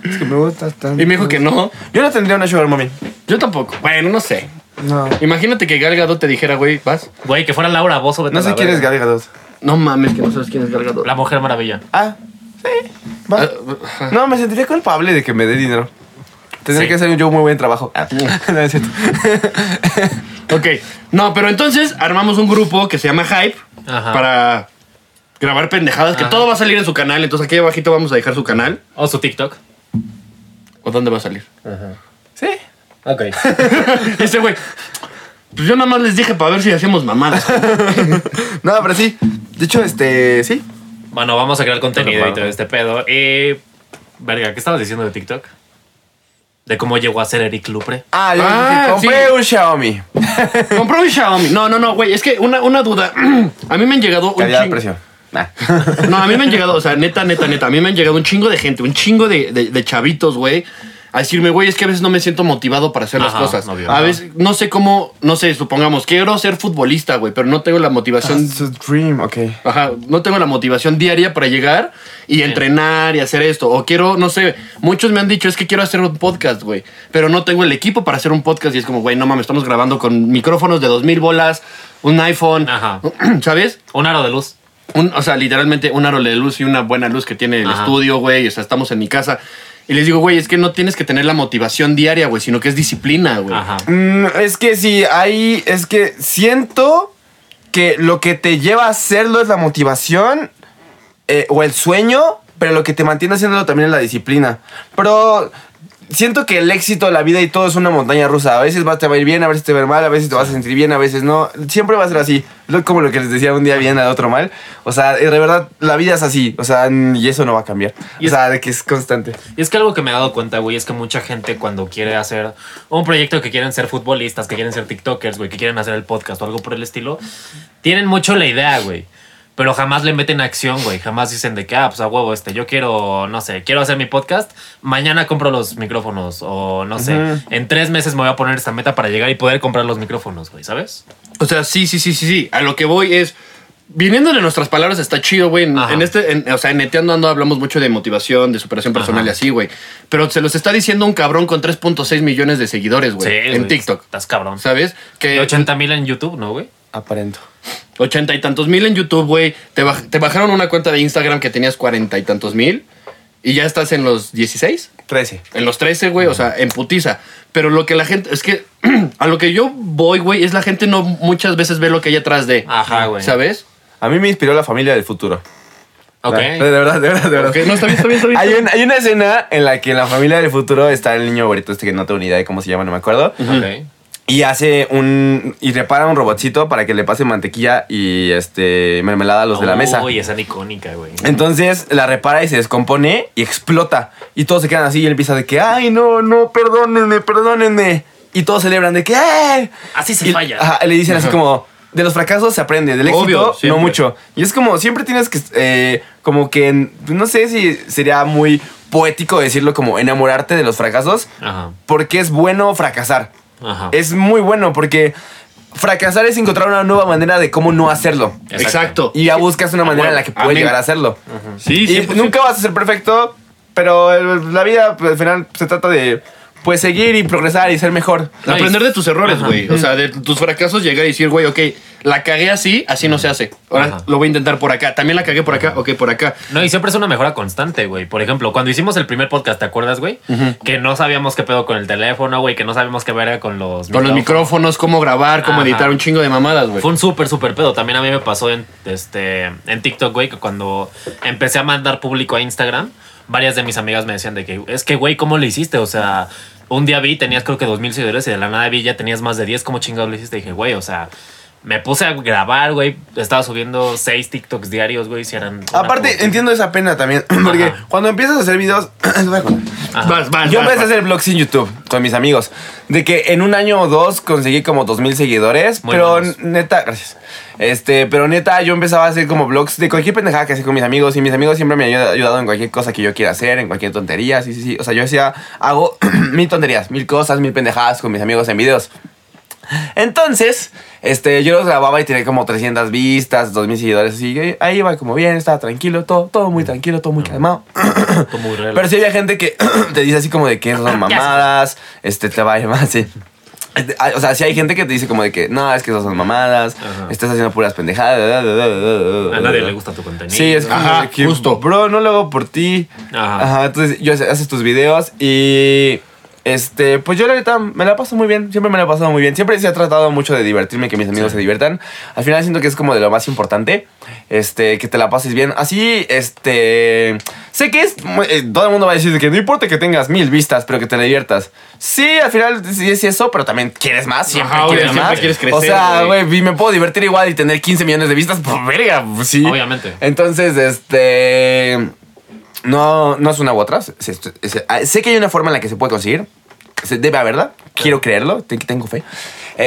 Speaker 3: Es que me gusta tanto.
Speaker 1: Y me dijo que no.
Speaker 3: Yo no tendría una Sugar Mommy.
Speaker 1: Yo tampoco. Bueno, no sé.
Speaker 3: No.
Speaker 1: Imagínate que Galgado te dijera, güey, vas.
Speaker 2: Güey, que fuera Laura, vos sobre
Speaker 3: No sé quién es Gal Gadot.
Speaker 1: No mames, que no sabes quién es Galgado.
Speaker 2: La Mujer Maravilla.
Speaker 3: Ah, sí. va. No, me sentiría culpable de que me dé dinero. Tendría
Speaker 2: Sí.
Speaker 3: que hacer yo un muy buen trabajo. Ah, no es cierto.
Speaker 1: Ok. No, pero entonces armamos un grupo que se llama Hype
Speaker 2: Ajá.
Speaker 1: para grabar pendejadas, que
Speaker 2: Ajá.
Speaker 1: todo va a salir en su canal. Entonces aquí abajito vamos a dejar su canal.
Speaker 2: O su TikTok.
Speaker 1: ¿O dónde va a salir?
Speaker 3: Sí.
Speaker 2: Ok.
Speaker 1: Y Ese güey. Pues yo nada más les dije para ver si hacíamos mamadas.
Speaker 3: No, pero sí. De hecho, este, sí.
Speaker 2: bueno, vamos a crear contenido y
Speaker 3: Claro.
Speaker 2: todo este pedo. Y. Verga, ¿qué estabas diciendo de TikTok? De cómo llegó a ser Eric Lupre.
Speaker 3: Ah, yo
Speaker 1: Ah,
Speaker 3: dije, compré
Speaker 1: sí.
Speaker 3: un Xiaomi.
Speaker 1: Compró un Xiaomi. No, no, no, güey. Es que una, una duda. A mí me han llegado un
Speaker 3: Calidad de
Speaker 1: chingo-
Speaker 3: precio. Ah. Nah.
Speaker 1: No, a mí me han llegado, o sea, neta, neta, neta. A mí me han llegado un chingo de gente, un chingo de, de- de chavitos, güey. A decirme, güey, es que a veces no me siento motivado para hacer
Speaker 2: Ajá,
Speaker 1: las cosas.
Speaker 2: obvio.
Speaker 1: a
Speaker 2: Ajá.
Speaker 1: veces, no sé cómo, no sé, supongamos, quiero ser futbolista, güey, pero no tengo la motivación.
Speaker 3: It's a dream, ok.
Speaker 1: Ajá, no tengo la motivación diaria para llegar y entrenar y hacer esto. O quiero, no sé, muchos me han dicho, es que quiero hacer un podcast, güey. Pero no tengo el equipo para hacer un podcast y es como, güey, no mames, estamos grabando con micrófonos de 2000 bolas, un iPhone,
Speaker 2: Ajá.
Speaker 1: ¿sabes?
Speaker 2: Un aro de luz.
Speaker 1: Un- o sea, literalmente un árbol de luz y una buena luz que tiene el
Speaker 2: Ajá.
Speaker 1: estudio, güey. O sea, estamos en mi casa. Y les digo, güey, es que no tienes que tener la motivación diaria, güey, sino que es disciplina, güey.
Speaker 2: Ajá.
Speaker 3: Mm, es que sí, ahí es que siento que lo que te lleva a hacerlo es la motivación eh, o el sueño, pero lo que te mantiene haciéndolo también es la disciplina. Pero siento que el éxito, la vida y todo es una montaña rusa. A veces va- te va a ir bien, a veces te va a ir mal, a veces te vas a sentir bien, a veces no. Siempre va a ser así. Lo- Como lo que les decía un día bien, al otro mal. O sea, eh, de verdad, la vida es así. O sea, n- y eso no va a cambiar.
Speaker 2: Y
Speaker 3: o sea, de que es constante.
Speaker 2: Y es que algo que me he dado cuenta, güey, es que mucha gente cuando quiere hacer un proyecto que quieren ser futbolistas, que quieren ser TikTokers, güey, que quieren hacer el podcast o algo por el estilo, tienen mucho la idea, güey. Pero jamás le meten acción, güey. Jamás dicen de que, ah, pues a huevo este, yo quiero, no sé, quiero hacer mi podcast, mañana compro los micrófonos o no sé,
Speaker 3: Ujú.
Speaker 2: en tres meses me voy a poner esta meta para llegar y poder comprar los micrófonos, güey, ¿sabes?
Speaker 1: O sea, sí, sí, sí, sí, sí. A lo que voy es. Viniendo de nuestras palabras está chido, güey. En,
Speaker 2: Ajá.
Speaker 1: en este, en- o sea, en Neteando Ando hablamos mucho de motivación, de superación personal y
Speaker 2: Ajá.
Speaker 1: así, güey. Pero se los está diciendo un cabrón con 3.6 millones de seguidores, güey. en
Speaker 2: güey,
Speaker 1: TikTok.
Speaker 2: Estás cabrón.
Speaker 1: ¿Sabes?
Speaker 2: Y
Speaker 1: Que
Speaker 2: 80 mil en YouTube, ¿no, güey?
Speaker 3: Aparento.
Speaker 1: ochenta y tantos mil en YouTube, güey. Te, baj- te bajaron una cuenta de Instagram que tenías cuarenta y tantos mil y ya estás en los 16,
Speaker 3: 13.
Speaker 1: en los 13, güey, o sea, en putiza. Pero lo que la gente, es que a lo que yo voy, güey, es la gente no muchas veces ve lo que hay atrás de.
Speaker 2: Ajá, güey.
Speaker 1: ¿Sabes?
Speaker 3: A mí me inspiró la familia del futuro.
Speaker 2: Ok.
Speaker 3: De de verdad, de verdad, de verdad.
Speaker 1: Ok, no, está bien, está bien, está bien.
Speaker 3: Hay, un- hay una escena en la que en la familia del futuro está el niño bonito este que no tengo ni idea de cómo se llama, no me acuerdo.
Speaker 2: Ok.
Speaker 3: Y hace un... Y repara un robotcito para que le pase mantequilla y este mermelada a los de
Speaker 1: Oh,
Speaker 3: la mesa.
Speaker 2: Uy, esa era icónica, güey.
Speaker 3: Entonces la repara y se descompone y explota. Y todos se quedan así y él empieza de que, ay, no, no, perdónenme, perdónenme. Y todos celebran de que, ¡ay!
Speaker 2: Así se
Speaker 3: Y-
Speaker 2: falla.
Speaker 3: ajá, le dicen así como, de los fracasos se aprende, del éxito
Speaker 1: Obvio,
Speaker 3: no
Speaker 1: siempre.
Speaker 3: mucho. Y es como, siempre tienes que, eh, como que, en- no sé si sería muy poético decirlo como enamorarte de los fracasos,
Speaker 2: Ajá.
Speaker 3: porque es bueno fracasar.
Speaker 2: Ajá.
Speaker 3: Es muy bueno porque fracasar es encontrar una nueva manera de cómo no hacerlo.
Speaker 1: Exacto.
Speaker 3: Y ya buscas una manera en la que
Speaker 1: Amén.
Speaker 3: puedes llegar a hacerlo.
Speaker 1: Sí,
Speaker 3: Y
Speaker 1: sí.
Speaker 3: nunca vas a ser perfecto, pero el- la vida pues, al final se trata de pues seguir y progresar y ser mejor.
Speaker 1: Nice. Aprender de tus errores, güey. O sea, de tus fracasos, llegar y decir, güey, ok, la cagué así, así no se hace. Ahora
Speaker 2: Ajá.
Speaker 1: lo voy a intentar por acá. También la cagué por acá, ok, por acá.
Speaker 2: No, y siempre es una mejora constante, güey. Por ejemplo, cuando hicimos el primer podcast, ¿te acuerdas, güey? Que no sabíamos qué pedo con el teléfono, güey, que no sabíamos qué verga con los
Speaker 1: Con los micrófonos, cómo grabar, cómo
Speaker 2: Ajá.
Speaker 1: editar un chingo de mamadas, güey.
Speaker 2: Fue un súper, súper pedo. También a mí me pasó en, este, en TikTok, güey, que cuando empecé a mandar público a Instagram, varias de mis amigas me decían de que, es que, güey, ¿cómo lo hiciste? O sea, un día vi, tenías creo que dos mil seguidores y de la nada vi, ya tenías más de 10, ¿cómo chingados lo hiciste? Y dije, güey, o sea... Me puse a grabar, güey. Estaba subiendo seis TikToks diarios, güey. Si eran. una
Speaker 3: Aparte,
Speaker 2: puta-
Speaker 3: entiendo esa pena también, porque
Speaker 2: Ajá.
Speaker 3: cuando empiezas a hacer videos, les voy a contar.
Speaker 2: Ajá.
Speaker 1: Vas, vas,
Speaker 3: Yo
Speaker 1: vas,
Speaker 3: empecé a
Speaker 1: vas.
Speaker 3: hacer vlogs en YouTube con mis amigos. De que en un año o dos conseguí como 2000 seguidores.
Speaker 2: Muy
Speaker 3: pero
Speaker 2: buenos.
Speaker 3: neta, gracias. Este, pero neta, yo empezaba a hacer como vlogs de cualquier pendejada que hacía con mis amigos. Y mis amigos siempre me han ayuda- ayudado en cualquier cosa que yo quiera hacer, en cualquier tontería. Sí, sí, sí. O sea, yo hacía, hago mil tonterías, mil cosas, mil pendejadas con mis amigos en videos. Entonces, este, yo los grababa y tenía como 300 vistas, 2000 seguidores. Así que ahí iba como bien, estaba tranquilo, todo, todo
Speaker 1: Mm.
Speaker 3: muy tranquilo, todo muy calmado.
Speaker 2: Como relax.
Speaker 3: Pero sí había gente que te dice así como de que son mamadas, este, te va a ir mal, sí. Este, ah, O sea, sí hay gente que te dice como de que no, es que esas son mamadas,
Speaker 2: Ajá.
Speaker 3: estás haciendo puras pendejadas. da, da, da, da, da,
Speaker 2: A nadie
Speaker 3: da.
Speaker 2: le gusta tu contenido.
Speaker 3: Sí, es como
Speaker 1: Ajá,
Speaker 3: de que,
Speaker 1: justo.
Speaker 3: Bro, no lo hago por ti.
Speaker 2: Ajá.
Speaker 3: Ajá. entonces yo hace- haces tus videos y este, pues yo la neta me la paso muy bien, siempre me la he pasado muy bien, siempre se ha tratado mucho de divertirme, que mis amigos se diviertan. Al final siento que es como de lo más importante, este, que te la pases bien. Así, este, sé que es muy- eh, todo el mundo va a decir que no importa que tengas mil vistas, pero que te la diviertas. Sí, al final sí es eso, pero también quieres más, siempre
Speaker 1: Ajá,
Speaker 3: quieres
Speaker 1: obvio,
Speaker 3: más.
Speaker 1: siempre quieres
Speaker 3: o
Speaker 1: crecer,
Speaker 3: sea,
Speaker 1: güey.
Speaker 3: güey, y me puedo divertir igual y tener 15 millones de vistas, pues verga, pues, sí.
Speaker 2: Obviamente.
Speaker 3: Entonces, este. No, no es una u otra. Se- se- se- ah, sé que hay una forma en la que se puede conseguir. Se debe haberla. Quiero creerlo. te- Tengo fe.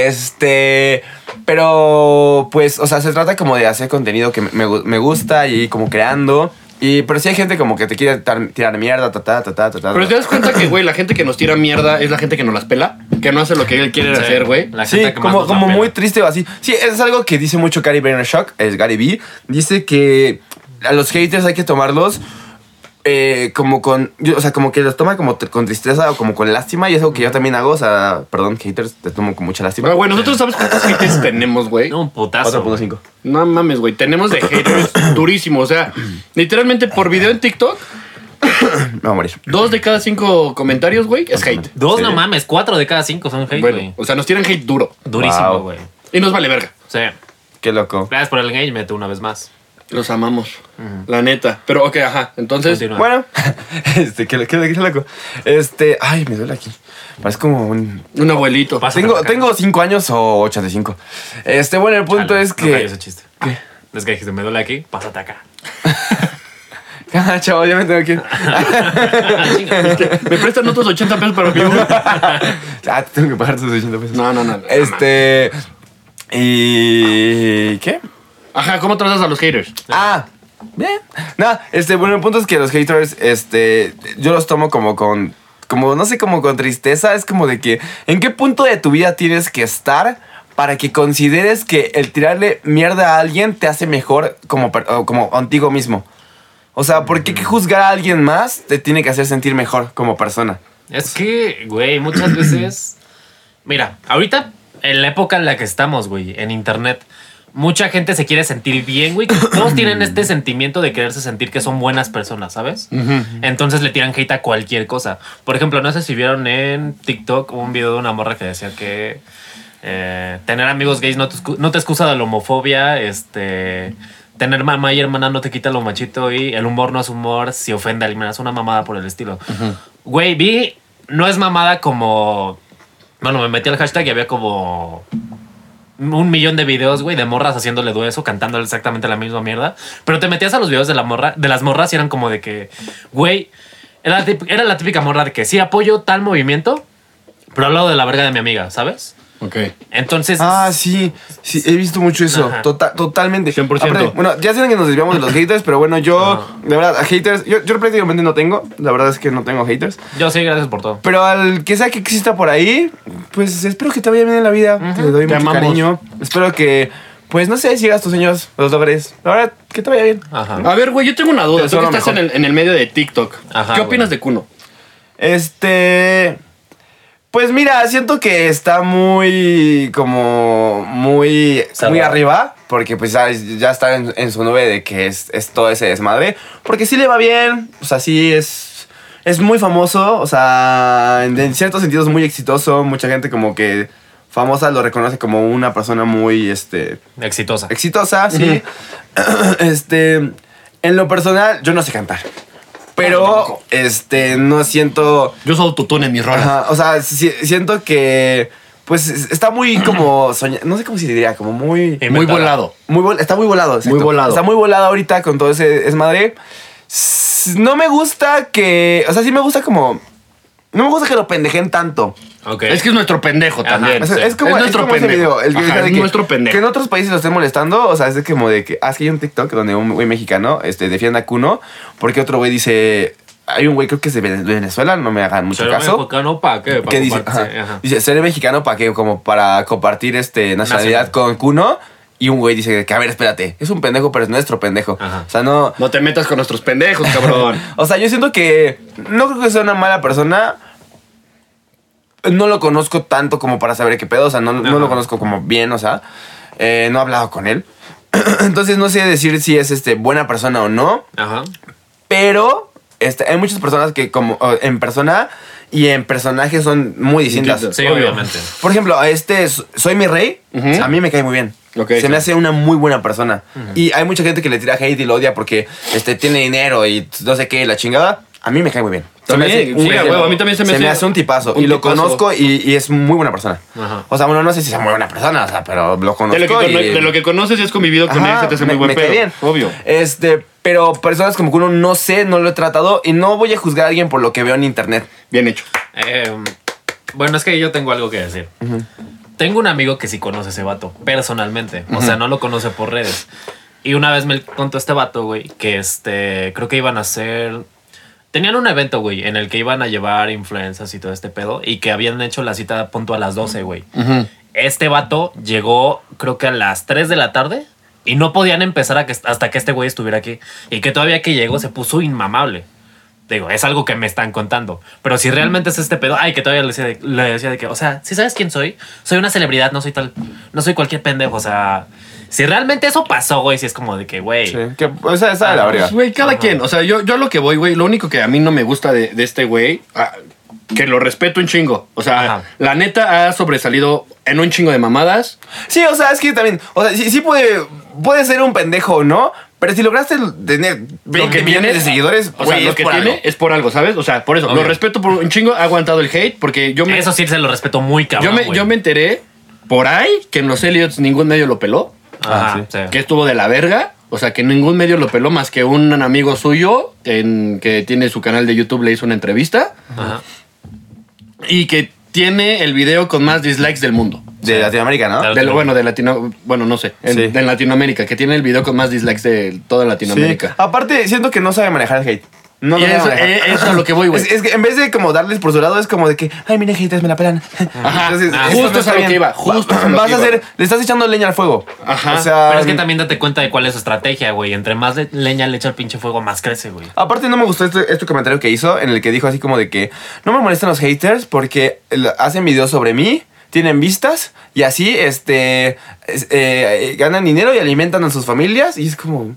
Speaker 3: Este. Pero, pues, o sea, se trata como de hacer contenido que me, me gu- me gusta y como creando. Y, pero sí hay gente como que te quiere tar- tirar mierda, ta, ta, ta, ta, ta, ta.
Speaker 1: Pero te das cuenta que, güey, la gente que nos tira mierda es la gente que nos las pela, que no hace lo que él quiere
Speaker 2: Sí.
Speaker 1: hacer, güey.
Speaker 2: La
Speaker 3: Sí,
Speaker 2: gente que más
Speaker 3: como,
Speaker 2: nos la
Speaker 3: como
Speaker 2: pela.
Speaker 3: muy triste o así. Sí, eso es algo que dice mucho Gary Vaynerchuk, es Gary B. Dice que a los haters hay que tomarlos eh, como con... yo- o sea, como que los toma como tr- con tristeza o como con lástima y es algo que yo también hago. O sea, perdón, haters, te tomo con mucha lástima.
Speaker 1: Pero, güey, nosotros sabes cuántos haters tenemos, güey.
Speaker 2: No, un putazo. güey.
Speaker 3: 4.5.
Speaker 1: No mames, güey. Tenemos de haters durísimo. O sea, literalmente por video en TikTok,
Speaker 3: Me voy a morir.
Speaker 1: dos de cada cinco comentarios, güey, es hate.
Speaker 2: Dos,
Speaker 3: Sí.
Speaker 2: no mames, cuatro de cada cinco son hate, güey.
Speaker 1: Bueno, o sea, nos tiran hate duro.
Speaker 2: Durísimo,
Speaker 3: Wow.
Speaker 2: güey.
Speaker 1: Y nos vale verga.
Speaker 2: Sí.
Speaker 3: Qué loco.
Speaker 2: Gracias por el engagement una vez más.
Speaker 1: Los amamos. La neta. Pero, ok, ajá. Entonces,
Speaker 2: Continúa.
Speaker 3: Pues, Bueno, este, qué, lo- qué, lo- qué loco. Este, ay, me duele aquí. Parece como un...
Speaker 1: un abuelito.
Speaker 2: Pasa. Pásame
Speaker 3: Tengo,
Speaker 2: acá.
Speaker 3: tengo 5 años o 85. Este, bueno, el punto
Speaker 2: Chale,
Speaker 3: es
Speaker 2: no
Speaker 3: que...
Speaker 2: cayó ese chiste. Es que dijiste, me duele aquí, pásate acá.
Speaker 3: Ah, Chavo, ya me tengo que ir.
Speaker 1: Me prestan otros 80 pesos para mi Uber?
Speaker 3: Ah, te tengo que pagar tus 80 pesos.
Speaker 1: No, no, no. no,
Speaker 3: Este. ¿Y qué?
Speaker 1: Ajá, ¿cómo tratas a los haters?
Speaker 3: Ah, bien. No, este, bueno, el punto es que los haters, este, yo los tomo como con, como, no sé, como con tristeza. Es como de que, ¿en qué punto de tu vida tienes que estar para que consideres que el tirarle mierda a alguien te hace mejor como, per- o como contigo mismo? O sea, ¿por qué que juzgar a alguien más te tiene que hacer sentir mejor como persona?
Speaker 2: Es que, güey, muchas veces. Mira, ahorita, en la época en la que estamos, güey, en internet, mucha gente se quiere sentir bien, güey. Todos tienen este sentimiento de quererse sentir que son buenas personas, ¿sabes? Entonces le tiran hate a cualquier cosa. Por ejemplo, no sé si vieron en TikTok un video de una morra que decía que. eh, tener amigos gays no te, excu- no te excusa de la homofobia, este. Tener mamá y hermana no te quita lo machito y el humor no es humor, si ofende eliminas una mamada por el estilo. Güey, vi, no es mamada como. Bueno, me metí al hashtag y había como un millón de videos, güey, de morras haciéndole dueso, cantando exactamente la misma mierda. Pero te metías a los videos de, la morra, de las morras y eran como de que, güey, era, la típ- era la típica morra de que sí apoyo tal movimiento, pero al lado de la verga de mi amiga, ¿sabes?
Speaker 1: Ok.
Speaker 2: Entonces,
Speaker 3: Ah, sí, sí, he visto mucho eso.
Speaker 2: Ajá.
Speaker 3: Tota- totalmente.
Speaker 1: 100%.
Speaker 3: Aparte, bueno, ya saben que nos desviamos de los haters, pero bueno, yo,
Speaker 2: Ajá.
Speaker 3: de verdad, haters, yo, yo prácticamente no tengo. La verdad es que no tengo haters.
Speaker 2: yo sí, gracias por todo.
Speaker 3: Pero al que sea que exista por ahí, pues espero que te vaya bien en la vida. Te doy
Speaker 1: Te
Speaker 3: mucho
Speaker 1: amamos.
Speaker 3: cariño. Espero que, pues no sé, sigas tus sueños, los logres. La verdad, que te vaya bien.
Speaker 2: Ajá.
Speaker 1: A ver, güey, yo tengo una duda.
Speaker 3: Te
Speaker 1: Tú que
Speaker 3: suena
Speaker 1: estás en
Speaker 3: mejor.
Speaker 1: el, en el medio de TikTok.
Speaker 2: Ajá,
Speaker 1: ¿Qué opinas
Speaker 2: güey.
Speaker 1: de Kuno?
Speaker 3: Este. Pues mira, siento que está muy, como, muy, muy
Speaker 5: Salvado.
Speaker 3: arriba, porque pues ya, ya está en, en su nube de que es, es todo ese desmadre, porque sí le va bien, o sea, sí es, es muy famoso, o sea, en, en ciertos sentidos muy exitoso, mucha gente como que famosa lo reconoce como una persona muy, este,
Speaker 2: Exitosa.
Speaker 3: exitosa, sí. este, en lo personal, yo no sé cantar, pero, este, no siento...
Speaker 1: Yo uso autotune en mis rolas.
Speaker 3: Ajá, o sea, si- siento que pues es- está muy como soña- no sé cómo se diría, como muy
Speaker 2: Em-
Speaker 1: Muy
Speaker 2: Inventada.
Speaker 1: volado.
Speaker 3: muy vol- está muy volado,
Speaker 1: Muy volado.
Speaker 3: Está muy volado ahorita con todo ese es madre. No me gusta que, o sea, sí me gusta como no me gusta que lo pendejen tanto.
Speaker 2: Ok.
Speaker 1: Es que es nuestro pendejo
Speaker 2: Ajá.
Speaker 1: también.
Speaker 3: O sea,
Speaker 2: Sí.
Speaker 3: es como,
Speaker 1: Es
Speaker 3: es
Speaker 1: nuestro
Speaker 3: como ese
Speaker 1: pendejo.
Speaker 3: video, el que
Speaker 1: Ajá,
Speaker 3: dice de
Speaker 1: es
Speaker 3: que-
Speaker 1: nuestro pendejo.
Speaker 3: Que en otros países lo estén molestando, o sea, es de como de que, ah, es que hay un TikTok donde un güey mexicano este, defiende a Kuno porque otro güey dice, hay un güey creo que es de Vene- de Venezuela, no me hagan mucho
Speaker 2: Pero
Speaker 3: caso.
Speaker 2: mexicano para qué? Pa'
Speaker 3: ¿Qué dice?
Speaker 2: compartir,
Speaker 3: Ajá.
Speaker 2: ajá.
Speaker 3: Dice, ser mexicano para que como para compartir este nacionalidad
Speaker 2: Nacional.
Speaker 3: con Kuno. Y un güey dice que, a ver, espérate, es un pendejo, pero es nuestro pendejo.
Speaker 2: Ajá.
Speaker 3: O sea, no.
Speaker 1: No te metas con nuestros pendejos, cabrón.
Speaker 3: O sea, yo siento que. No creo que sea una mala persona. No lo conozco tanto como para saber qué pedo. O sea, no, no
Speaker 2: Ajá.
Speaker 3: lo conozco como bien, o sea. eh, no he hablado con él. Entonces no sé decir si es este buena persona o no.
Speaker 2: Ajá.
Speaker 3: Pero este, hay muchas personas que como o, en persona y en personaje son muy distintas.
Speaker 1: Distintas.
Speaker 2: Sí,
Speaker 1: Obvio.
Speaker 2: obviamente.
Speaker 3: Por ejemplo, a este S- Soy mi rey,
Speaker 1: Ujú.
Speaker 3: a mí me cae muy bien.
Speaker 1: Ok,
Speaker 3: se me
Speaker 1: sí.
Speaker 3: hace una muy buena persona. Y hay mucha gente que le tira hate y lo odia porque este, tiene dinero y no sé qué, la chingada. A mí me cae muy bien. Se me
Speaker 1: También,
Speaker 3: hace
Speaker 1: sí, a huevo, a mí también se me hace
Speaker 3: un tipazo.
Speaker 1: un
Speaker 3: y lo
Speaker 1: tipazo.
Speaker 3: conozco y, y es muy buena persona.
Speaker 2: Ajá.
Speaker 3: O sea, bueno, no sé si sea muy buena persona, o sea, pero lo conozco.
Speaker 1: De lo, que,
Speaker 3: y-
Speaker 1: cono- de lo que conoces y has convivido con
Speaker 3: Ajá,
Speaker 1: él, se te hace
Speaker 3: me-
Speaker 1: muy buen
Speaker 3: me cae
Speaker 1: pedo.
Speaker 3: bien.
Speaker 1: Obvio.
Speaker 3: Este, pero personas como que uno no sé, no lo he tratado y no voy a juzgar a alguien por lo que veo en internet.
Speaker 1: Bien hecho.
Speaker 2: Eh, bueno, es que yo tengo algo que decir. Tengo un amigo que sí conoce a ese vato, personalmente. O sea, no lo conoce por redes. Y una vez me contó este vato, güey, que este, creo que iban a hacer... Tenían un evento, güey, en el que iban a llevar influencers y todo este pedo. Y que habían hecho la cita punto a las 12, güey. Este vato llegó, creo que a las 3 de la tarde. Y no podían empezar a que, hasta que este güey estuviera aquí. Y que todavía que llegó se puso inmamable. Digo, es algo que me están contando. Pero si realmente es este pedo, ay, que todavía le decía de, le decía de que, o sea, si sabes quién soy, soy una celebridad, no soy tal, no soy cualquier pendejo. O sea, si realmente eso pasó, güey, si es como de que, güey,
Speaker 3: Que, o sea, esa es la
Speaker 2: Ah,
Speaker 3: verga.
Speaker 1: Pues, güey, cada quien. O sea, yo, yo a lo que voy, güey, lo único que a mí no me gusta de, de este güey, ah, que lo respeto un chingo. O sea,
Speaker 2: Ajá.
Speaker 1: la neta ha sobresalido en un chingo de mamadas.
Speaker 3: Sí, o sea, es que también, o sea, sí, sí puede, puede ser un pendejo o no, pero si lograste tener 20 millones de seguidores,
Speaker 1: o sea,
Speaker 3: güey,
Speaker 1: lo
Speaker 3: es
Speaker 1: que
Speaker 3: por
Speaker 1: tiene
Speaker 3: algo.
Speaker 1: es por algo, ¿sabes? O sea, por eso,
Speaker 2: Obvio.
Speaker 1: lo respeto por un chingo, ha aguantado el hate, porque yo me,
Speaker 2: eso sí se lo respeto muy
Speaker 1: yo
Speaker 2: cabrón.
Speaker 1: me,
Speaker 2: güey.
Speaker 1: yo me enteré por ahí que en los Elliots ningún medio lo peló,
Speaker 2: Ajá,
Speaker 3: Ah,
Speaker 2: sí.
Speaker 1: que estuvo de la verga. O sea, que ningún medio lo peló más que un amigo suyo en, que tiene su canal de YouTube, le hizo una entrevista
Speaker 2: Ajá.
Speaker 1: y que tiene el video con más dislikes del mundo.
Speaker 3: De Latinoamérica, ¿no?
Speaker 2: Claro.
Speaker 1: De lo- bueno, de Latino. Bueno, no sé. En,
Speaker 3: Sí.
Speaker 1: de Latinoamérica, que tiene el video con más dislikes de toda
Speaker 3: Sí.
Speaker 1: Latinoamérica.
Speaker 3: Aparte, siento que no sabe manejar el hate. No,
Speaker 1: Y
Speaker 3: lo sabe
Speaker 1: eso,
Speaker 3: manejar.
Speaker 1: eh, eso es a lo que voy, güey.
Speaker 3: Es, es que en vez de como darles por su lado, es como de que, ay, miren, haters, me la pelan.
Speaker 1: Ajá. Ah,
Speaker 3: eso
Speaker 1: justo
Speaker 3: no
Speaker 1: es
Speaker 3: está
Speaker 1: a lo
Speaker 3: bien.
Speaker 1: que iba, justo es a lo
Speaker 3: Vas
Speaker 1: que
Speaker 3: a
Speaker 1: iba.
Speaker 3: hacer, le estás echando leña al fuego.
Speaker 1: Ajá.
Speaker 3: O sea,
Speaker 2: Pero es que también date cuenta de cuál es su estrategia, güey. Entre más le- leña le echa el pinche fuego, más crece, güey.
Speaker 3: Aparte no me gustó este, este comentario que hizo en el que dijo así como de que no me molestan los haters porque el- hacen videos sobre mí, tienen vistas y así este es- eh, eh, ganan dinero y alimentan a sus familias y es como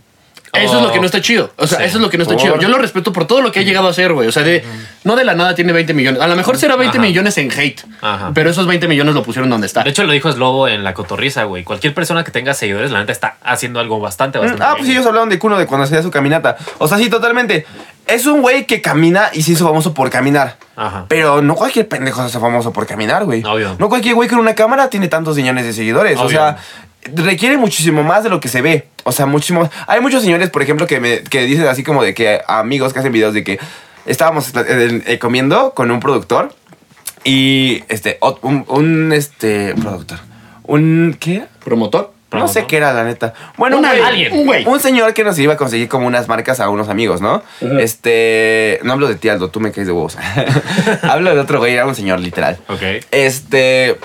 Speaker 1: Eso es lo que
Speaker 2: Oh.
Speaker 1: no está chido. O sea,
Speaker 2: Sí.
Speaker 1: eso es lo que no está
Speaker 3: Por-
Speaker 1: chido. Yo lo respeto por todo lo que ha llegado a ser, güey. O sea, de, no de la nada tiene 20 millones. A lo mejor será 20
Speaker 2: Ajá.
Speaker 1: millones en hate.
Speaker 2: Ajá.
Speaker 1: Pero esos 20 millones lo pusieron donde está.
Speaker 2: De hecho, lo dijo Slobo en la cotorriza, güey. Cualquier persona que tenga seguidores, la neta está haciendo algo bastante,
Speaker 3: "Mm,
Speaker 2: bastante.
Speaker 3: ah
Speaker 2: bien,
Speaker 3: pues
Speaker 2: güey".
Speaker 3: ellos hablaron de Kuno de cuando hacía su caminata. O sea, sí totalmente. Es un güey que camina y se hizo famoso por caminar.
Speaker 2: Ajá.
Speaker 3: Pero no cualquier pendejo se hace famoso por caminar, güey.
Speaker 2: Obvio.
Speaker 3: No cualquier güey con una cámara tiene tantos millones de seguidores. O
Speaker 2: Obvio.
Speaker 3: sea, requiere muchísimo más de lo que se ve. O sea, muchísimo. Hay muchos señores, por ejemplo, que, me, que dicen así como de que amigos que hacen videos de que estábamos eh, eh, comiendo con un productor y este, ot- un, un, este, productor. Un, ¿qué?
Speaker 1: Promotor.
Speaker 3: No sé
Speaker 2: Promotor.
Speaker 3: qué era, la neta. Bueno,
Speaker 1: Un
Speaker 3: un güey-
Speaker 1: alguien, un güey.
Speaker 3: Un señor que nos iba a conseguir como unas marcas a unos amigos, ¿no? Este. No hablo de ti, Aldo, tú me caes de huevos. hablo de otro güey, era un señor, literal.
Speaker 2: Ok.
Speaker 3: Este.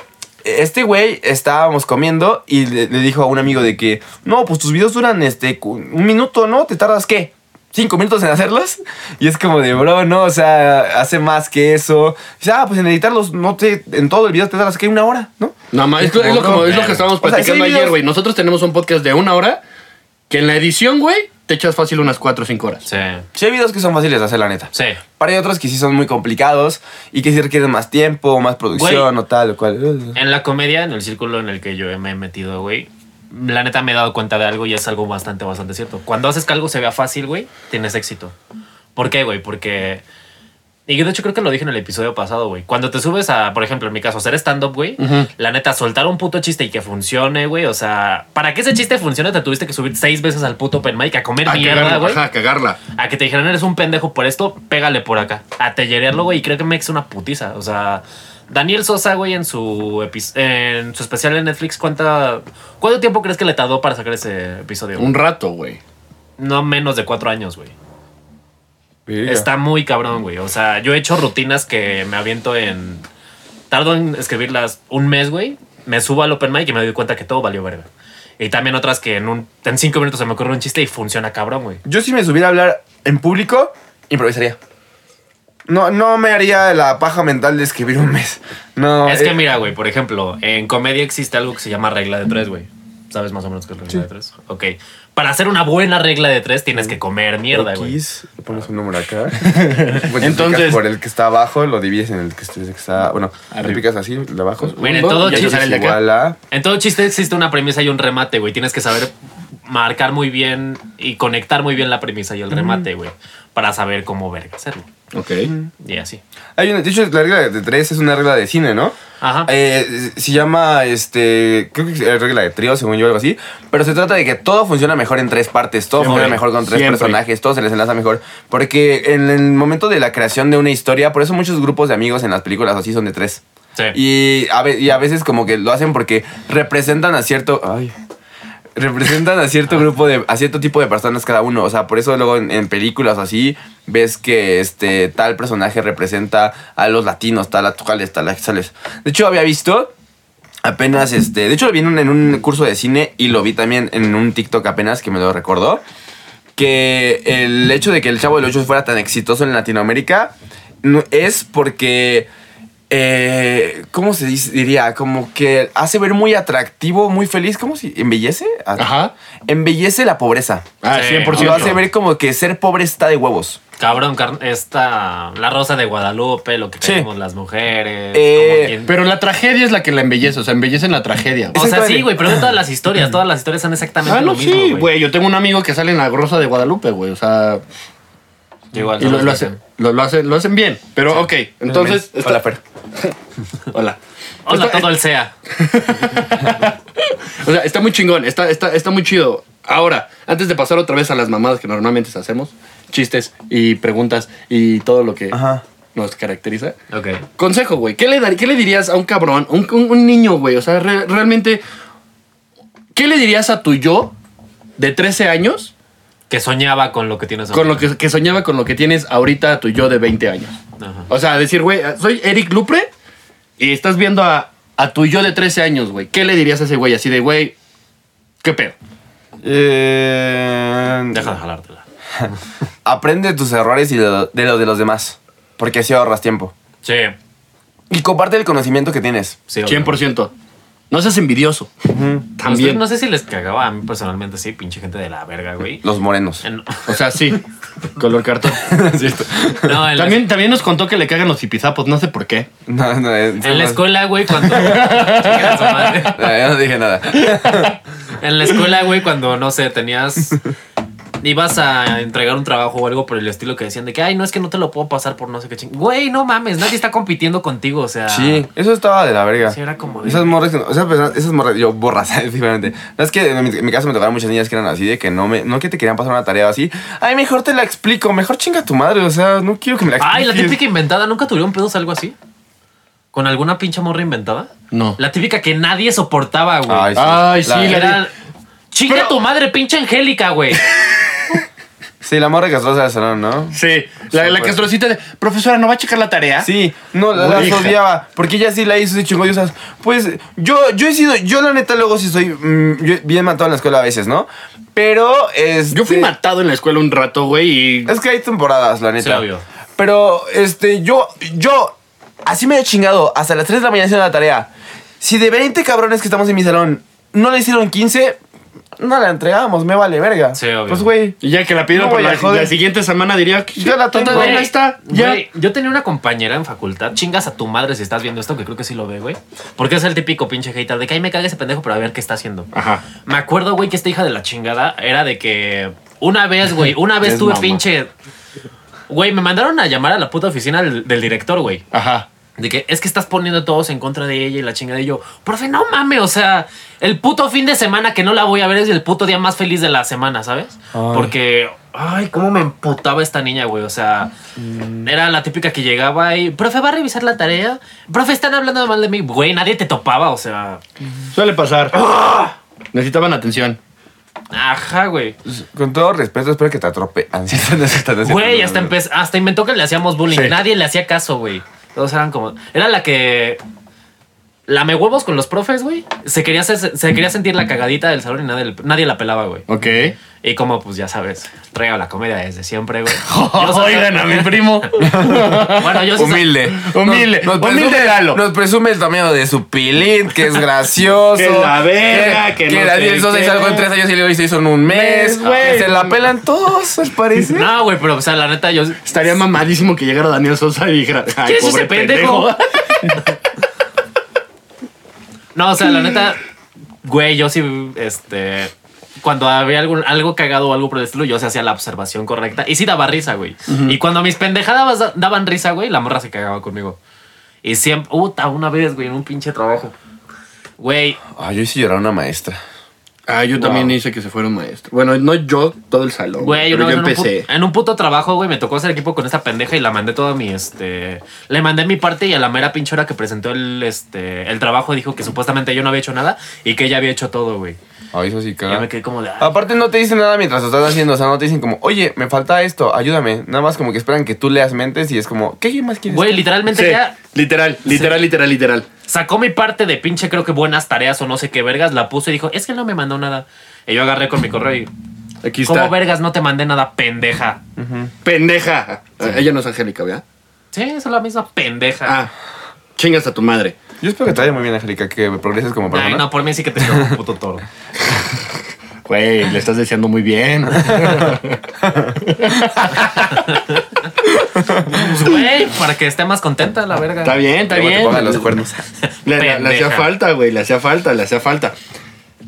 Speaker 3: Este güey estábamos comiendo y le, le dijo a un amigo de que, no, pues tus videos duran este cu- un minuto, ¿no? ¿Te tardas qué? cinco minutos en hacerlos. Y es como de, bro, no, o sea, hace más que eso. Dice, ah, pues en editarlos, no te, en todo el video te tardas que una hora, ¿no?
Speaker 1: Nada más, es, lo- es lo, como, es lo que estábamos
Speaker 3: O sea, sí hay
Speaker 1: platicando ayer,
Speaker 3: videos-
Speaker 1: güey. Nosotros tenemos un podcast de una hora que en la edición, güey, te echas fácil unas 4 o 5 horas.
Speaker 2: Sí.
Speaker 3: Sí, hay videos que son fáciles de hacer, la neta.
Speaker 2: Sí.
Speaker 3: Pero hay otros que sí son muy complicados y que sí requieren más tiempo, más producción o tal o cual.
Speaker 2: En la comedia, en el círculo en el que yo me he metido, güey, la neta me he dado cuenta de algo y es algo bastante, bastante cierto. Cuando haces que algo se vea fácil, güey, tienes éxito. ¿Por qué, güey? Porque... Y de hecho creo que lo dije en el episodio pasado, güey. Cuando te subes a, por ejemplo, en mi caso, hacer stand-up, güey, la neta, soltar un puto chiste y que funcione, güey. O sea, para que ese chiste funcione te tuviste que subir seis veces al puto open mic a comer
Speaker 1: A
Speaker 2: mierda,
Speaker 1: cagarla,
Speaker 2: güey.
Speaker 1: ajá, a cagarla.
Speaker 2: A que te dijeran, eres un pendejo por esto, pégale por acá. A tellerearlo, güey, y creo que me es una putiza. O sea, Daniel Sosa, güey, en su, epi- en su especial en Netflix, ¿cuánta, ¿cuánto tiempo crees que le tardó para sacar ese episodio?
Speaker 1: Un rato, güey.
Speaker 2: No menos de cuatro años, güey. Está muy cabrón, güey. O sea, yo he hecho rutinas que me aviento en... Tardo en escribirlas un mes, güey. Me subo al open mic y me doy cuenta que todo valió verga. Y también otras que en, un, en cinco minutos se me ocurre un chiste y funciona cabrón, güey.
Speaker 3: Yo si me subiera a hablar en público, improvisaría. No, no me haría la paja mental de escribir un mes. No.
Speaker 2: Es que
Speaker 3: eh,
Speaker 2: mira, güey, por ejemplo, en comedia existe algo que se llama regla de tres, güey. ¿Sabes más o menos qué es regla de tres? Ok. Para hacer una buena regla de tres tienes que comer mierda, güey.
Speaker 3: X, le pones un número acá. multiplicas
Speaker 1: Entonces-
Speaker 3: Por el que está abajo, lo divides en el que está- que está. Bueno,
Speaker 1: Arriba.
Speaker 3: le picas así, de abajo.
Speaker 2: Bueno, Pues, en
Speaker 1: Uno,
Speaker 2: todo
Speaker 1: y ahí
Speaker 2: chiste
Speaker 1: sale el de acá.
Speaker 3: igual a.
Speaker 2: En todo chiste existe una premisa y un remate, güey. Tienes que saber marcar muy bien y conectar muy bien la premisa y el remate, güey. Para saber cómo verga hacerlo.
Speaker 1: Ok.
Speaker 2: Y así.
Speaker 3: Hay una, de hecho, la regla de tres es una regla de cine, ¿no?
Speaker 2: Ajá.
Speaker 3: Eh, se llama, este, creo que es regla de trío, según yo, algo así. Pero se trata de que todo funciona mejor en tres partes, todo
Speaker 1: Siempre,
Speaker 3: funciona mejor con tres
Speaker 1: siempre.
Speaker 3: personajes, todo se les enlaza mejor. Porque en el momento de la creación de una historia, por eso muchos grupos de amigos en las películas así son de tres.
Speaker 2: Sí.
Speaker 3: Y a, ve- y a veces como que lo hacen porque representan a cierto... Ay, representan a cierto grupo de... a cierto tipo de personas cada uno. O sea, por eso luego en, en películas así ves que este tal personaje representa a los latinos, tal, a tales, tal, a tales. De hecho, había visto apenas este... De hecho, lo vi en un, en un curso de cine y lo vi también en un TikTok apenas que me lo recordó que el hecho de que el Chavo del 8 fuera tan exitoso en Latinoamérica no- es porque, eh, ¿cómo se dice- diría? Como que hace ver muy atractivo, muy feliz, ¿cómo si embellece? A-
Speaker 1: Ajá.
Speaker 3: Embellece la pobreza.
Speaker 1: Ah,
Speaker 2: Sí,
Speaker 3: Porque
Speaker 1: 100%.
Speaker 3: lo hace ver como que ser pobre está de huevos.
Speaker 2: Cabrón, car- esta. La rosa de Guadalupe, lo que
Speaker 3: Sí.
Speaker 2: tenemos las mujeres.
Speaker 3: Eh,
Speaker 2: cómo quien-
Speaker 1: Pero la tragedia es la que la embellece, o sea, embellece en la tragedia. güey.
Speaker 2: O sea,
Speaker 3: Exactamente.
Speaker 2: sí, güey, pero no todas las historias, todas las historias son exactamente
Speaker 1: Ah,
Speaker 2: lo
Speaker 1: no,
Speaker 2: mismo,
Speaker 1: sí, güey. Yo tengo un amigo que sale en la grosa de Guadalupe, güey. O sea,
Speaker 2: Igual,
Speaker 1: y lo,
Speaker 2: todos
Speaker 1: lo
Speaker 2: dicen.
Speaker 1: hacen, lo, lo hacen, lo hacen bien. Pero, ok, entonces. está-
Speaker 3: Hola, Fer.
Speaker 1: Hola.
Speaker 2: Hola,
Speaker 1: Está-
Speaker 2: todo el sea.
Speaker 1: O sea, está muy chingón, está, está, está muy chido. Ahora, antes de pasar otra vez a las mamadas que normalmente hacemos, chistes y preguntas y todo lo que
Speaker 3: Ajá.
Speaker 1: nos caracteriza.
Speaker 2: Ok.
Speaker 1: Consejo, güey. ¿Qué le, dar- ¿Qué le dirías a un cabrón, un, un- un niño, güey? O sea, re- realmente, ¿qué le dirías a tu yo de 13 años
Speaker 2: Que soñaba con lo que tienes
Speaker 1: con lo
Speaker 2: ahorita.
Speaker 1: que, que soñaba con lo que tienes ahorita a tu yo de 20 años?
Speaker 2: Ajá.
Speaker 1: O sea, decir, güey, soy Eric Lupre y estás viendo a, a tu yo de 13 años, güey. ¿Qué le dirías a ese güey? Así de, güey, ¿qué pedo?
Speaker 3: Eh,
Speaker 2: Deja de jalártela.
Speaker 3: aprende tus errores y de lo- de los de los demás. Porque así ahorras tiempo.
Speaker 2: Sí.
Speaker 3: Y comparte el conocimiento que tienes.
Speaker 2: sí obvio.
Speaker 1: 100%. No seas envidioso.
Speaker 2: También.
Speaker 1: También.
Speaker 2: No sé si les cagaba a mí personalmente, sí, pinche gente de la verga, güey.
Speaker 3: Los morenos.
Speaker 2: En-
Speaker 1: O sea, sí. Color cartón.
Speaker 2: No, en la-
Speaker 1: También, también nos contó que le cagan los hipizapos, no sé por qué.
Speaker 3: No, no, eh,
Speaker 2: En la
Speaker 3: no-
Speaker 2: escuela, güey, cuando. Chinga su madre.
Speaker 3: No, yo no dije nada.
Speaker 2: En la escuela, güey, cuando, no sé, tenías... Ibas a entregar un trabajo o algo por el estilo que decían de que, ay, no, es que no te lo puedo pasar por no sé qué ching... Güey, no mames, nadie está compitiendo contigo, o sea...
Speaker 3: Sí, eso estaba de la verga.
Speaker 2: Ah. Sí, era como de-
Speaker 3: Esas morras, que no- o sea, pues, esas morras, yo borras, diferente. No, es que en mi, en mi caso me tocaron muchas niñas que eran así, de que no me, no que te querían pasar una tarea o así. Ay, mejor te la explico, mejor chinga tu madre, o sea, no quiero que me la expliques.
Speaker 2: Ay, la típica inventada, ¿nunca tuvieron pedos algo así? ¿Con alguna pinche morra inventada?
Speaker 1: No.
Speaker 2: La típica que nadie soportaba, güey.
Speaker 3: Ay, sí.
Speaker 1: Ay, sí,
Speaker 3: La-
Speaker 1: la-
Speaker 2: Era... Chinga
Speaker 1: Pero-
Speaker 2: tu madre, pinche Angélica, güey.
Speaker 3: Sí, la morra castrosa del salón, ¿no?
Speaker 1: Sí, la, la
Speaker 3: Súper.
Speaker 1: castrocita de, profesora, ¿no va a checar la tarea?
Speaker 3: Sí, no, la, las
Speaker 1: Hija.
Speaker 3: odiaba. Porque ella sí la hizo ese chingón. y, o sea, pues yo, yo he sido, yo la neta luego sí soy mm, yo bien matado en la escuela a veces, ¿no? Pero es.
Speaker 1: Yo fui matado en la escuela un rato, güey, y...
Speaker 3: Es que hay temporadas, la neta.
Speaker 2: Sí, obvio.
Speaker 3: Pero, este, yo, yo, así me he chingado, hasta las 3 de la mañana haciendo la tarea. Si de 20 cabrones que estamos en mi salón no le hicieron 15, no la entregamos, me vale verga.
Speaker 2: Sí, obvio.
Speaker 3: Pues, güey,
Speaker 1: y ya que la pidieron
Speaker 3: No,
Speaker 1: para
Speaker 3: güey,
Speaker 1: la,
Speaker 3: joder.
Speaker 1: la siguiente semana diría... "Aquí,
Speaker 3: Ya la
Speaker 1: tanta
Speaker 3: tengo,
Speaker 1: vaina
Speaker 2: Güey,
Speaker 1: está, ya.
Speaker 2: güey, yo tenía una compañera en facultad. Chingas a tu madre si estás viendo esto, que creo que sí lo ve, güey. Porque es el típico pinche hater de que ahí me caga ese pendejo, pero a ver qué está haciendo.
Speaker 1: Ajá.
Speaker 2: Me acuerdo, güey, que esta hija de la chingada era de que una vez, güey, una vez
Speaker 3: Es
Speaker 2: tuve
Speaker 3: mamá.
Speaker 2: pinche. Güey, me mandaron a llamar a la puta oficina del, del director, güey.
Speaker 1: Ajá.
Speaker 2: De que es que estás poniendo todos en contra de ella y la chingada. Y yo, profe, no mames, o sea, el puto fin de semana que no la voy a ver es el puto día más feliz de la semana, ¿sabes?
Speaker 3: Ay.
Speaker 2: Porque, ay, cómo me emputaba esta niña, güey. O sea, era la típica que llegaba y, profe, ¿va a revisar la tarea? Profe, están hablando mal de mí. Güey, nadie te topaba, o sea,
Speaker 1: Suele pasar. ¡Ah! Necesitaban atención.
Speaker 2: ajá, güey.
Speaker 3: pues, con todo respeto, espero que te atropellan. si están- si están haciendo-
Speaker 2: Güey, hasta, empe- hasta inventó que le hacíamos bullying.
Speaker 1: Sí.
Speaker 2: Nadie le hacía caso, güey. Todos eran como. Era la que. Lame huevos con los profes, güey. Se quería, hacer- se quería sentir la cagadita del salón y nadie, nadie la pelaba, güey.
Speaker 1: Ok.
Speaker 2: Y como, pues ya sabes, traigo la comedia desde siempre, güey. Yo soy-
Speaker 1: Oigan a mi primo.
Speaker 2: Bueno, yo sí soy-
Speaker 3: Humilde.
Speaker 1: Humilde, humilde
Speaker 3: presume,
Speaker 1: Lalo.
Speaker 3: Nos presume el tamaño de su pilín, que es gracioso.
Speaker 1: Que la verga, que no sé
Speaker 3: Daniel Sosa
Speaker 1: qué.
Speaker 3: hizo algo en tres años y le hizo en un mes. Ah,
Speaker 1: Mes, güey.
Speaker 3: se la pelan todos, al parecer.
Speaker 2: No, güey, pero, o sea, la neta, yo.
Speaker 1: Estaría mamadísimo que llegara Daniel Sosa y dijera, ay,
Speaker 2: ¿Qué es
Speaker 1: pobre
Speaker 2: ese pendejo? No, o sea, la neta,
Speaker 1: Mm.
Speaker 2: güey, yo sí, este. Cuando había algún, algo cagado o algo por el estilo, yo se hacía la observación correcta. Y sí daba risa, güey. Y cuando mis pendejadas da- daban risa, güey, la morra se cagaba conmigo. Y siempre. Puta, una vez, güey, en un pinche trabajo. Güey,
Speaker 3: Ay, yo hice llorar a una maestra.
Speaker 1: Ah, yo también hice que se fuera un maestro. Bueno, no yo, todo el salón.
Speaker 2: Güey,
Speaker 1: pero
Speaker 2: una
Speaker 1: yo
Speaker 2: vez en un pu-
Speaker 1: empecé.
Speaker 2: En un, puto trabajo, güey, me tocó hacer equipo con esta pendeja y la mandé todo mi, este... Le mandé mi parte y a la mera pinchora que presentó el, este, el trabajo dijo que supuestamente yo no había hecho nada y que ella había hecho todo, güey.
Speaker 3: Ay, eso
Speaker 2: Y
Speaker 3: sí
Speaker 2: Ya me
Speaker 3: caga.
Speaker 2: quedé como de... ah,
Speaker 3: Aparte no te dicen nada mientras lo estás haciendo, o sea, no te dicen como, oye, me falta esto, ayúdame. Nada más como que esperan que tú leas mentes y es como, ¿qué más quieres?
Speaker 2: Güey, literalmente
Speaker 1: Sí,
Speaker 2: ya
Speaker 1: literal, literal, literal, literal.
Speaker 2: sacó mi parte de pinche creo que buenas tareas o no sé qué vergas, la puso y dijo, es que no me mandó nada. Y yo agarré con mi correo y...
Speaker 1: Aquí está.
Speaker 2: ¿Cómo vergas no te mandé nada, pendeja?
Speaker 1: Pendeja. Eh, Ella no es Angélica, ¿verdad?
Speaker 2: Sí, es la misma pendeja.
Speaker 1: Ah, chingas a tu madre.
Speaker 3: Yo espero que te vaya muy bien, Angélica, que progreses como persona.
Speaker 2: Ay, no, por mí sí que te quedó un puto toro.
Speaker 1: Güey, le estás deseando muy bien.
Speaker 2: Pues, Güey, para que esté más contenta la verga.
Speaker 1: Está bien, está
Speaker 3: Luego te
Speaker 1: bien.
Speaker 3: pongan los cuernos.
Speaker 1: Le, le- le
Speaker 2: Pendeja.
Speaker 1: hacía falta, güey, le hacía falta, le hacía falta.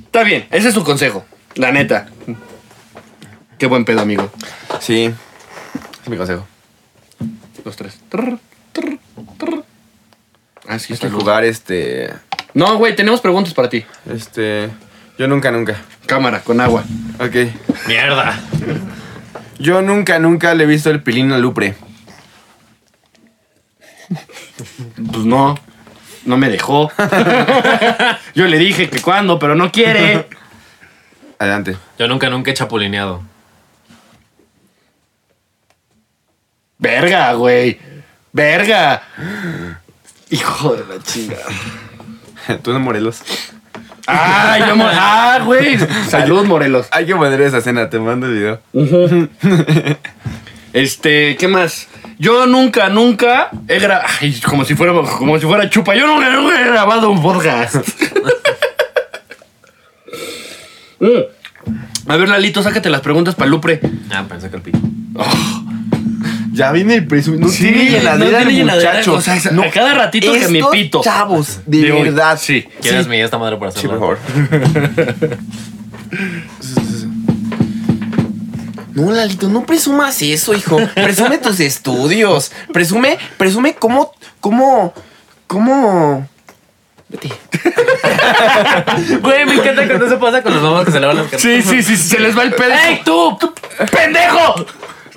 Speaker 1: Está bien, ese es su consejo, la neta. Qué buen pedo, amigo.
Speaker 3: Sí, es mi consejo.
Speaker 1: Los tres. Trrr, trrr, trrr. Así
Speaker 3: Hay
Speaker 1: está.
Speaker 3: que
Speaker 1: Lugar.
Speaker 3: jugar este,
Speaker 1: No, güey, tenemos preguntas para ti.
Speaker 3: este, yo nunca, nunca.
Speaker 1: Cámara, con agua.
Speaker 3: Ok.
Speaker 2: Mierda.
Speaker 3: Yo nunca, nunca le he visto el pilín a Lupre.
Speaker 1: Pues no, no me dejó. Yo le dije que cuándo, pero no quiere.
Speaker 3: Adelante.
Speaker 2: Yo nunca, nunca he chapulineado.
Speaker 1: Verga, güey. Verga. Hijo de la chingada.
Speaker 3: Tú no, Morelos.
Speaker 1: Ay, yo mo- ah, güey. Salud, Morelos.
Speaker 3: Hay que poner esa escena, te mando el video.
Speaker 1: Este, ¿qué más? Yo nunca, nunca he grabado. Ay, como si fuera, como si fuera chupa. Yo nunca, nunca he grabado un podcast. Mm. A ver, Lalito, sácate las preguntas para Lupre.
Speaker 2: Ah, pensé que el pito.
Speaker 3: Ya viene el presumido. No
Speaker 1: Sí,
Speaker 3: tiene llenadera
Speaker 1: no tiene
Speaker 3: el
Speaker 1: llenadera,
Speaker 3: muchacho.
Speaker 1: o sea, es- a cada ratito que me
Speaker 3: estos
Speaker 1: pito.
Speaker 3: chavos, de,
Speaker 1: De hoy,
Speaker 3: verdad.
Speaker 1: sí.
Speaker 2: ¿Quieres mi esta madre por
Speaker 3: Sí,
Speaker 2: hacerlo?
Speaker 3: por favor. No, Lalito, no presumas eso, hijo. Presume tus estudios. Presume, presume cómo, cómo, cómo. Vete.
Speaker 2: Güey, me encanta cuando eso pasa con los mamás que se le van las caras.
Speaker 1: Sí, sí, sí, se les va el pedo. ¡Ey, tú! tú ¡Pendejo!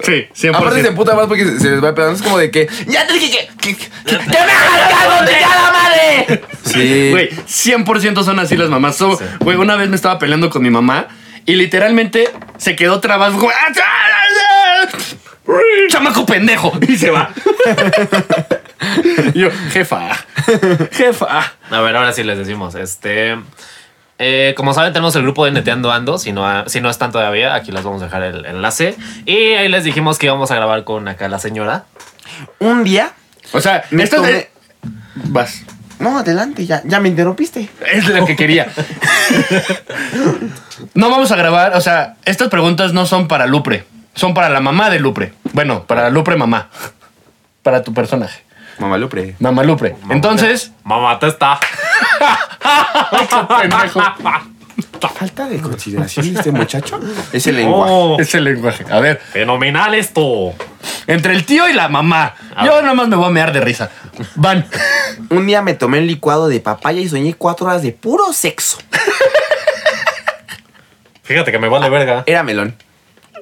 Speaker 1: Sí, 100%.
Speaker 3: Aparte se puta más porque se, se les va pedando. Es como de que. ¡Ya te dije que! que, que-
Speaker 1: ¡Te me jalgas donde ya la madre!
Speaker 3: sí.
Speaker 1: Güey, 100% son así las mamás. So, Güey, "Ah, una vez me estaba peleando con mi mamá y literalmente se quedó trabado. güey. chamaco pendejo. Y se va. Y yo, jefa, jefa.
Speaker 2: A ver, ahora sí les decimos. Este. eh, como saben, tenemos el grupo de Neteando Ando. Si no, ha- si no están todavía, aquí les vamos a dejar el enlace. Y ahí les dijimos que íbamos a grabar con acá la señora.
Speaker 3: Un día.
Speaker 1: O sea,
Speaker 3: Me
Speaker 1: esto
Speaker 3: tomé-
Speaker 1: de- Vas.
Speaker 3: No, adelante, ya, ya me interrumpiste.
Speaker 1: Es la que quería. No vamos a grabar, o sea, estas preguntas no son para Lupre, son para la mamá de Lupre. Bueno, para Lupre mamá. Para tu personaje.
Speaker 3: Mamá Lupre.
Speaker 1: Mamá Lupre. Entonces,
Speaker 2: Mamá, te está.
Speaker 1: pendejo.
Speaker 3: Falta de consideración de este muchacho. Es el lenguaje.
Speaker 2: Oh,
Speaker 1: Ese lenguaje. A ver,
Speaker 2: fenomenal esto.
Speaker 1: entre el tío y la mamá.
Speaker 2: A
Speaker 1: Yo
Speaker 2: ver.
Speaker 1: nada más me voy a mear de risa. Van.
Speaker 3: Un día me tomé un licuado de papaya y soñé cuatro horas de puro sexo.
Speaker 2: Fíjate que me vale verga.
Speaker 3: Era melón.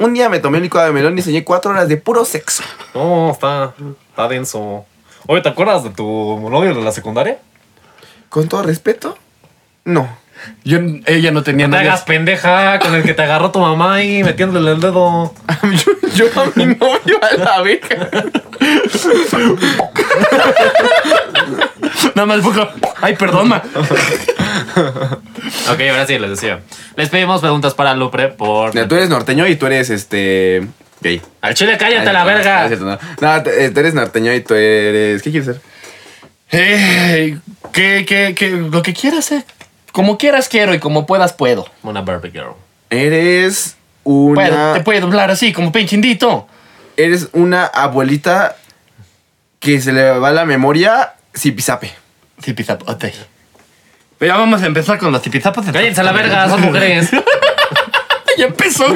Speaker 3: Un día me tomé un licuado de melón y soñé cuatro horas de puro sexo.
Speaker 2: No, está, está denso. Oye, ¿te acuerdas de tu novio de la secundaria?
Speaker 3: Con todo respeto, no.
Speaker 1: Yo, ella no tenía
Speaker 2: No te
Speaker 1: nada.
Speaker 2: hagas pendeja con el que te agarró tu mamá ahí metiéndole el dedo.
Speaker 3: Yo, yo a mi novio a la beca.
Speaker 1: Nada más poco. Ay, perdón, ma.
Speaker 2: Ok, ahora sí, les decía. Les pedimos preguntas para Lupre por...
Speaker 3: Mira, tú eres norteño y tú eres este. gay.
Speaker 2: Al chile, cállate
Speaker 3: Ah,
Speaker 2: la
Speaker 3: no, No,
Speaker 2: verga.
Speaker 3: es cierto, no. No, te- eh, tú eres norteño y tú eres. ¿Qué quieres ser?
Speaker 1: Eh, que, que, que, lo que quieras, eh. Como quieras quiero y como puedas puedo.
Speaker 2: Una Barbie Girl.
Speaker 3: Eres
Speaker 1: Puedo-
Speaker 3: una.
Speaker 1: te puedo hablar así, como pinchindito.
Speaker 3: Eres una abuelita que se le va la memoria si pisape.
Speaker 1: Zipizapote. Pero ya vamos a empezar con los zipizapotes.
Speaker 2: Cállense a la verga, son mujeres.
Speaker 1: Ya empezó.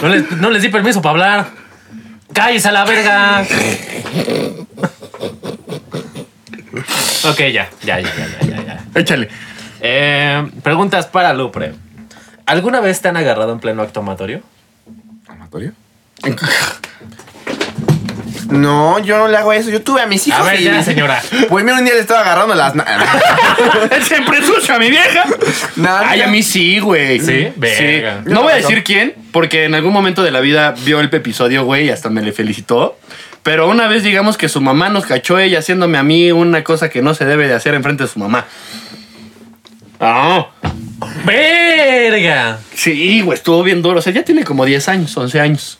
Speaker 2: No les, no les di permiso para hablar. Cállense a la verga. Ok, ya, ya, ya, ya, ya, ya, ya.
Speaker 1: Échale.
Speaker 2: Eh, preguntas para Lupre. ¿Alguna vez te han agarrado en pleno acto amatorio?
Speaker 3: ¿Amatorio? No, yo no le hago eso. Yo tuve a mis hijos.
Speaker 2: A ver,
Speaker 3: y-
Speaker 2: ya, señora.
Speaker 3: Pues mira, un día le estaba agarrando las. na-
Speaker 1: Siempre sucia, mi vieja.
Speaker 3: Nah,
Speaker 1: Ay, a mí sí, güey.
Speaker 2: ¿Sí? Verga.
Speaker 1: No voy a decir quién, porque en algún momento de la vida vio el episodio, güey, y hasta me le felicitó. Pero una vez digamos que su mamá nos cachó ella haciéndome a mí una cosa que no se debe de hacer enfrente de su mamá. Ah.
Speaker 2: ¡Verga!
Speaker 1: Sí, güey, estuvo bien duro. O sea, ya tiene como 10 años, 11 años.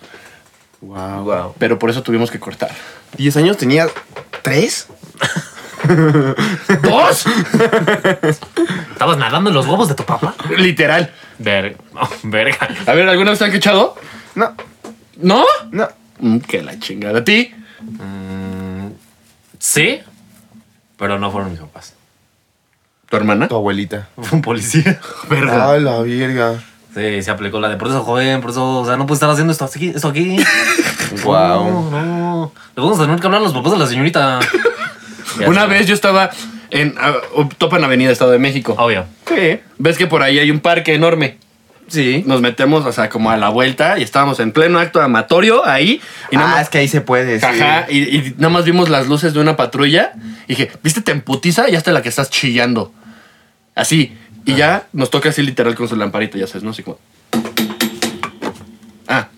Speaker 3: Wow.
Speaker 2: Wow.
Speaker 1: Pero por eso tuvimos que cortar.
Speaker 3: ¿10 años tenía? ¿Tres?
Speaker 1: ¿Dos?
Speaker 2: ¿Estabas nadando en los huevos de tu papá?
Speaker 1: Literal.
Speaker 2: Verga. verga.
Speaker 1: A ver, ¿alguna vez te han cachado?
Speaker 3: No,
Speaker 1: ¿No?
Speaker 3: no.
Speaker 1: Mm, que la chingada. ¿A ti?
Speaker 2: Sí, pero no fueron mis papás.
Speaker 1: ¿Tu hermana?
Speaker 3: Tu abuelita.
Speaker 2: Fue un policía.
Speaker 1: Verga.
Speaker 3: Ay, la verga.
Speaker 2: Sí, se aplicó la de por eso, joven, por eso, o sea, no puede estar haciendo esto aquí. Esto aquí.
Speaker 3: Wow.
Speaker 2: No, no. Le vamos a tener que hablar a los papás de la señorita. Ya
Speaker 1: Una
Speaker 2: sé.
Speaker 1: vez yo estaba en ah, Topan Avenida, Estado de México.
Speaker 2: Obvio.
Speaker 3: Ah, Sí.
Speaker 1: ¿Ves que por ahí hay un parque enorme?
Speaker 3: Sí.
Speaker 1: Nos metemos, o sea, como a la vuelta y estábamos en pleno acto amatorio ahí. Y nada
Speaker 3: ah,
Speaker 1: más,
Speaker 3: es que ahí se puede. sí.
Speaker 1: Ajá, y, y nada más vimos las luces de una patrulla. Y dije, ¿viste? Te emputiza y hasta la que estás chillando. Así. Y
Speaker 3: Ah.
Speaker 1: ya nos toca así literal con su lamparita, ya sabes, ¿no? Así como. Ah.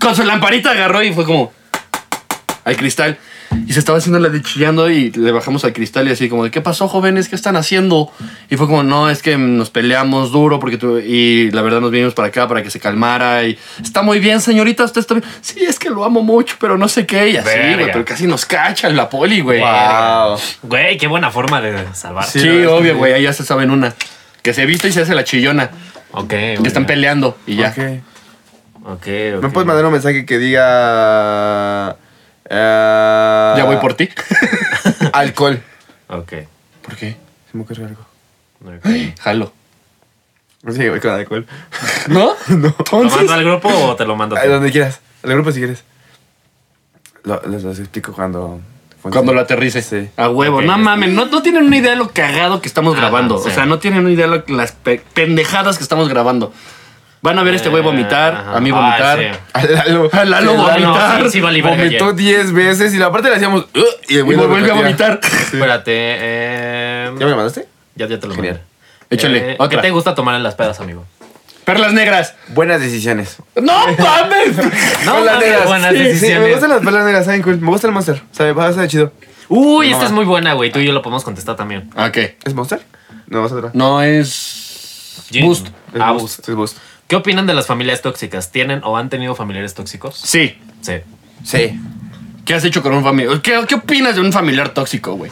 Speaker 1: Con su lamparita agarró y fue como. Al cristal. Y se estaba haciendo la de chillando y le bajamos al cristal y así como, de, ¿qué pasó, jóvenes? ¿Qué están haciendo? Y fue como, no, es que nos peleamos duro porque tú... Y la verdad nos vinimos para acá para que se calmara y... Está muy bien, señorita, usted está bien. Sí, es que lo amo mucho, pero no sé qué. Y así,
Speaker 2: Verga.
Speaker 1: güey, pero casi nos cachan la poli, güey.
Speaker 3: Wow.
Speaker 2: Güey, qué buena forma de salvar.
Speaker 1: Sí,
Speaker 3: la verdad es que
Speaker 1: obvio,
Speaker 3: sí.
Speaker 1: güey, ahí ya se saben una. Que se viste y se hace la chillona.
Speaker 2: Ok.
Speaker 1: Que están peleando y ya.
Speaker 3: Ok. ¿Me
Speaker 2: Okay,
Speaker 3: puedes mandar un mensaje que diga. ah,
Speaker 1: Ya voy por ti.
Speaker 3: Alcohol.
Speaker 2: Ok.
Speaker 1: ¿Por qué?
Speaker 3: Se me ocurre algo.
Speaker 2: ok.
Speaker 1: Jalo.
Speaker 3: Sí, voy con alcohol.
Speaker 1: ¿No?
Speaker 3: No.
Speaker 2: ¿Lo mando al grupo o te lo mando a ti?
Speaker 3: A donde quieras. Al grupo si quieres. Lo- les, los explico cuando.
Speaker 1: Cuando lo aterrice.
Speaker 3: Sí.
Speaker 1: A huevo.
Speaker 2: Ok,
Speaker 1: no
Speaker 2: ya
Speaker 1: mames, no, no tienen una idea de lo cagado que estamos
Speaker 2: Ah,
Speaker 1: grabando.
Speaker 2: sí.
Speaker 1: O sea, no tienen una idea de lo que- las pe- pendejadas que estamos grabando. Van a ver a este güey vomitar,
Speaker 2: Eh, ajá.
Speaker 1: a mí
Speaker 2: Ay,
Speaker 1: vomitar.
Speaker 2: sí.
Speaker 3: A Ah, Lalo.
Speaker 1: A Lalo
Speaker 2: Sí, Lalo,
Speaker 1: vomitar.
Speaker 2: sí, sí, vale, verga,
Speaker 3: Vomitó
Speaker 2: ya.
Speaker 3: 10 veces y la parte le hacíamos. "Ugh", y el
Speaker 1: Y
Speaker 3: güey
Speaker 1: me
Speaker 3: lo
Speaker 1: Este vuelve a
Speaker 3: repetía.
Speaker 1: vomitar.
Speaker 2: Espérate, eh.
Speaker 3: ¿Ya me lo mandaste?
Speaker 2: Ya, ya te lo
Speaker 3: Genial.
Speaker 2: mandé.
Speaker 1: Échale,
Speaker 2: Eh, ¿Qué
Speaker 1: otra.
Speaker 2: te gusta tomar en las pedas, amigo?
Speaker 1: Perlas negras.
Speaker 3: Buenas decisiones.
Speaker 1: ¡No mames!
Speaker 2: No,
Speaker 3: Perlas
Speaker 2: mames,
Speaker 3: negras.
Speaker 2: Ah, buenas
Speaker 3: Sí, sí, me
Speaker 2: decisiones.
Speaker 3: gustan las perlas negras, saben cool. Me gusta el Monster. Sabe, va a estar chido.
Speaker 2: Uy,
Speaker 3: No,
Speaker 2: esta es
Speaker 3: va.
Speaker 2: muy buena, güey. Tú y yo lo podemos contestar también.
Speaker 1: ¿A qué?
Speaker 3: ¿Es Monster? No, vas atrás.
Speaker 1: No es.
Speaker 2: Gin.
Speaker 1: Boost.
Speaker 3: Es
Speaker 2: Ah,
Speaker 3: Boost, Es Boost.
Speaker 2: ¿Qué opinan de las familias tóxicas? ¿Tienen o han tenido familiares tóxicos?
Speaker 1: Sí.
Speaker 2: Sí.
Speaker 3: Sí.
Speaker 1: ¿Qué has hecho con un familiar? ¿Qué, qué opinas de un familiar tóxico, güey?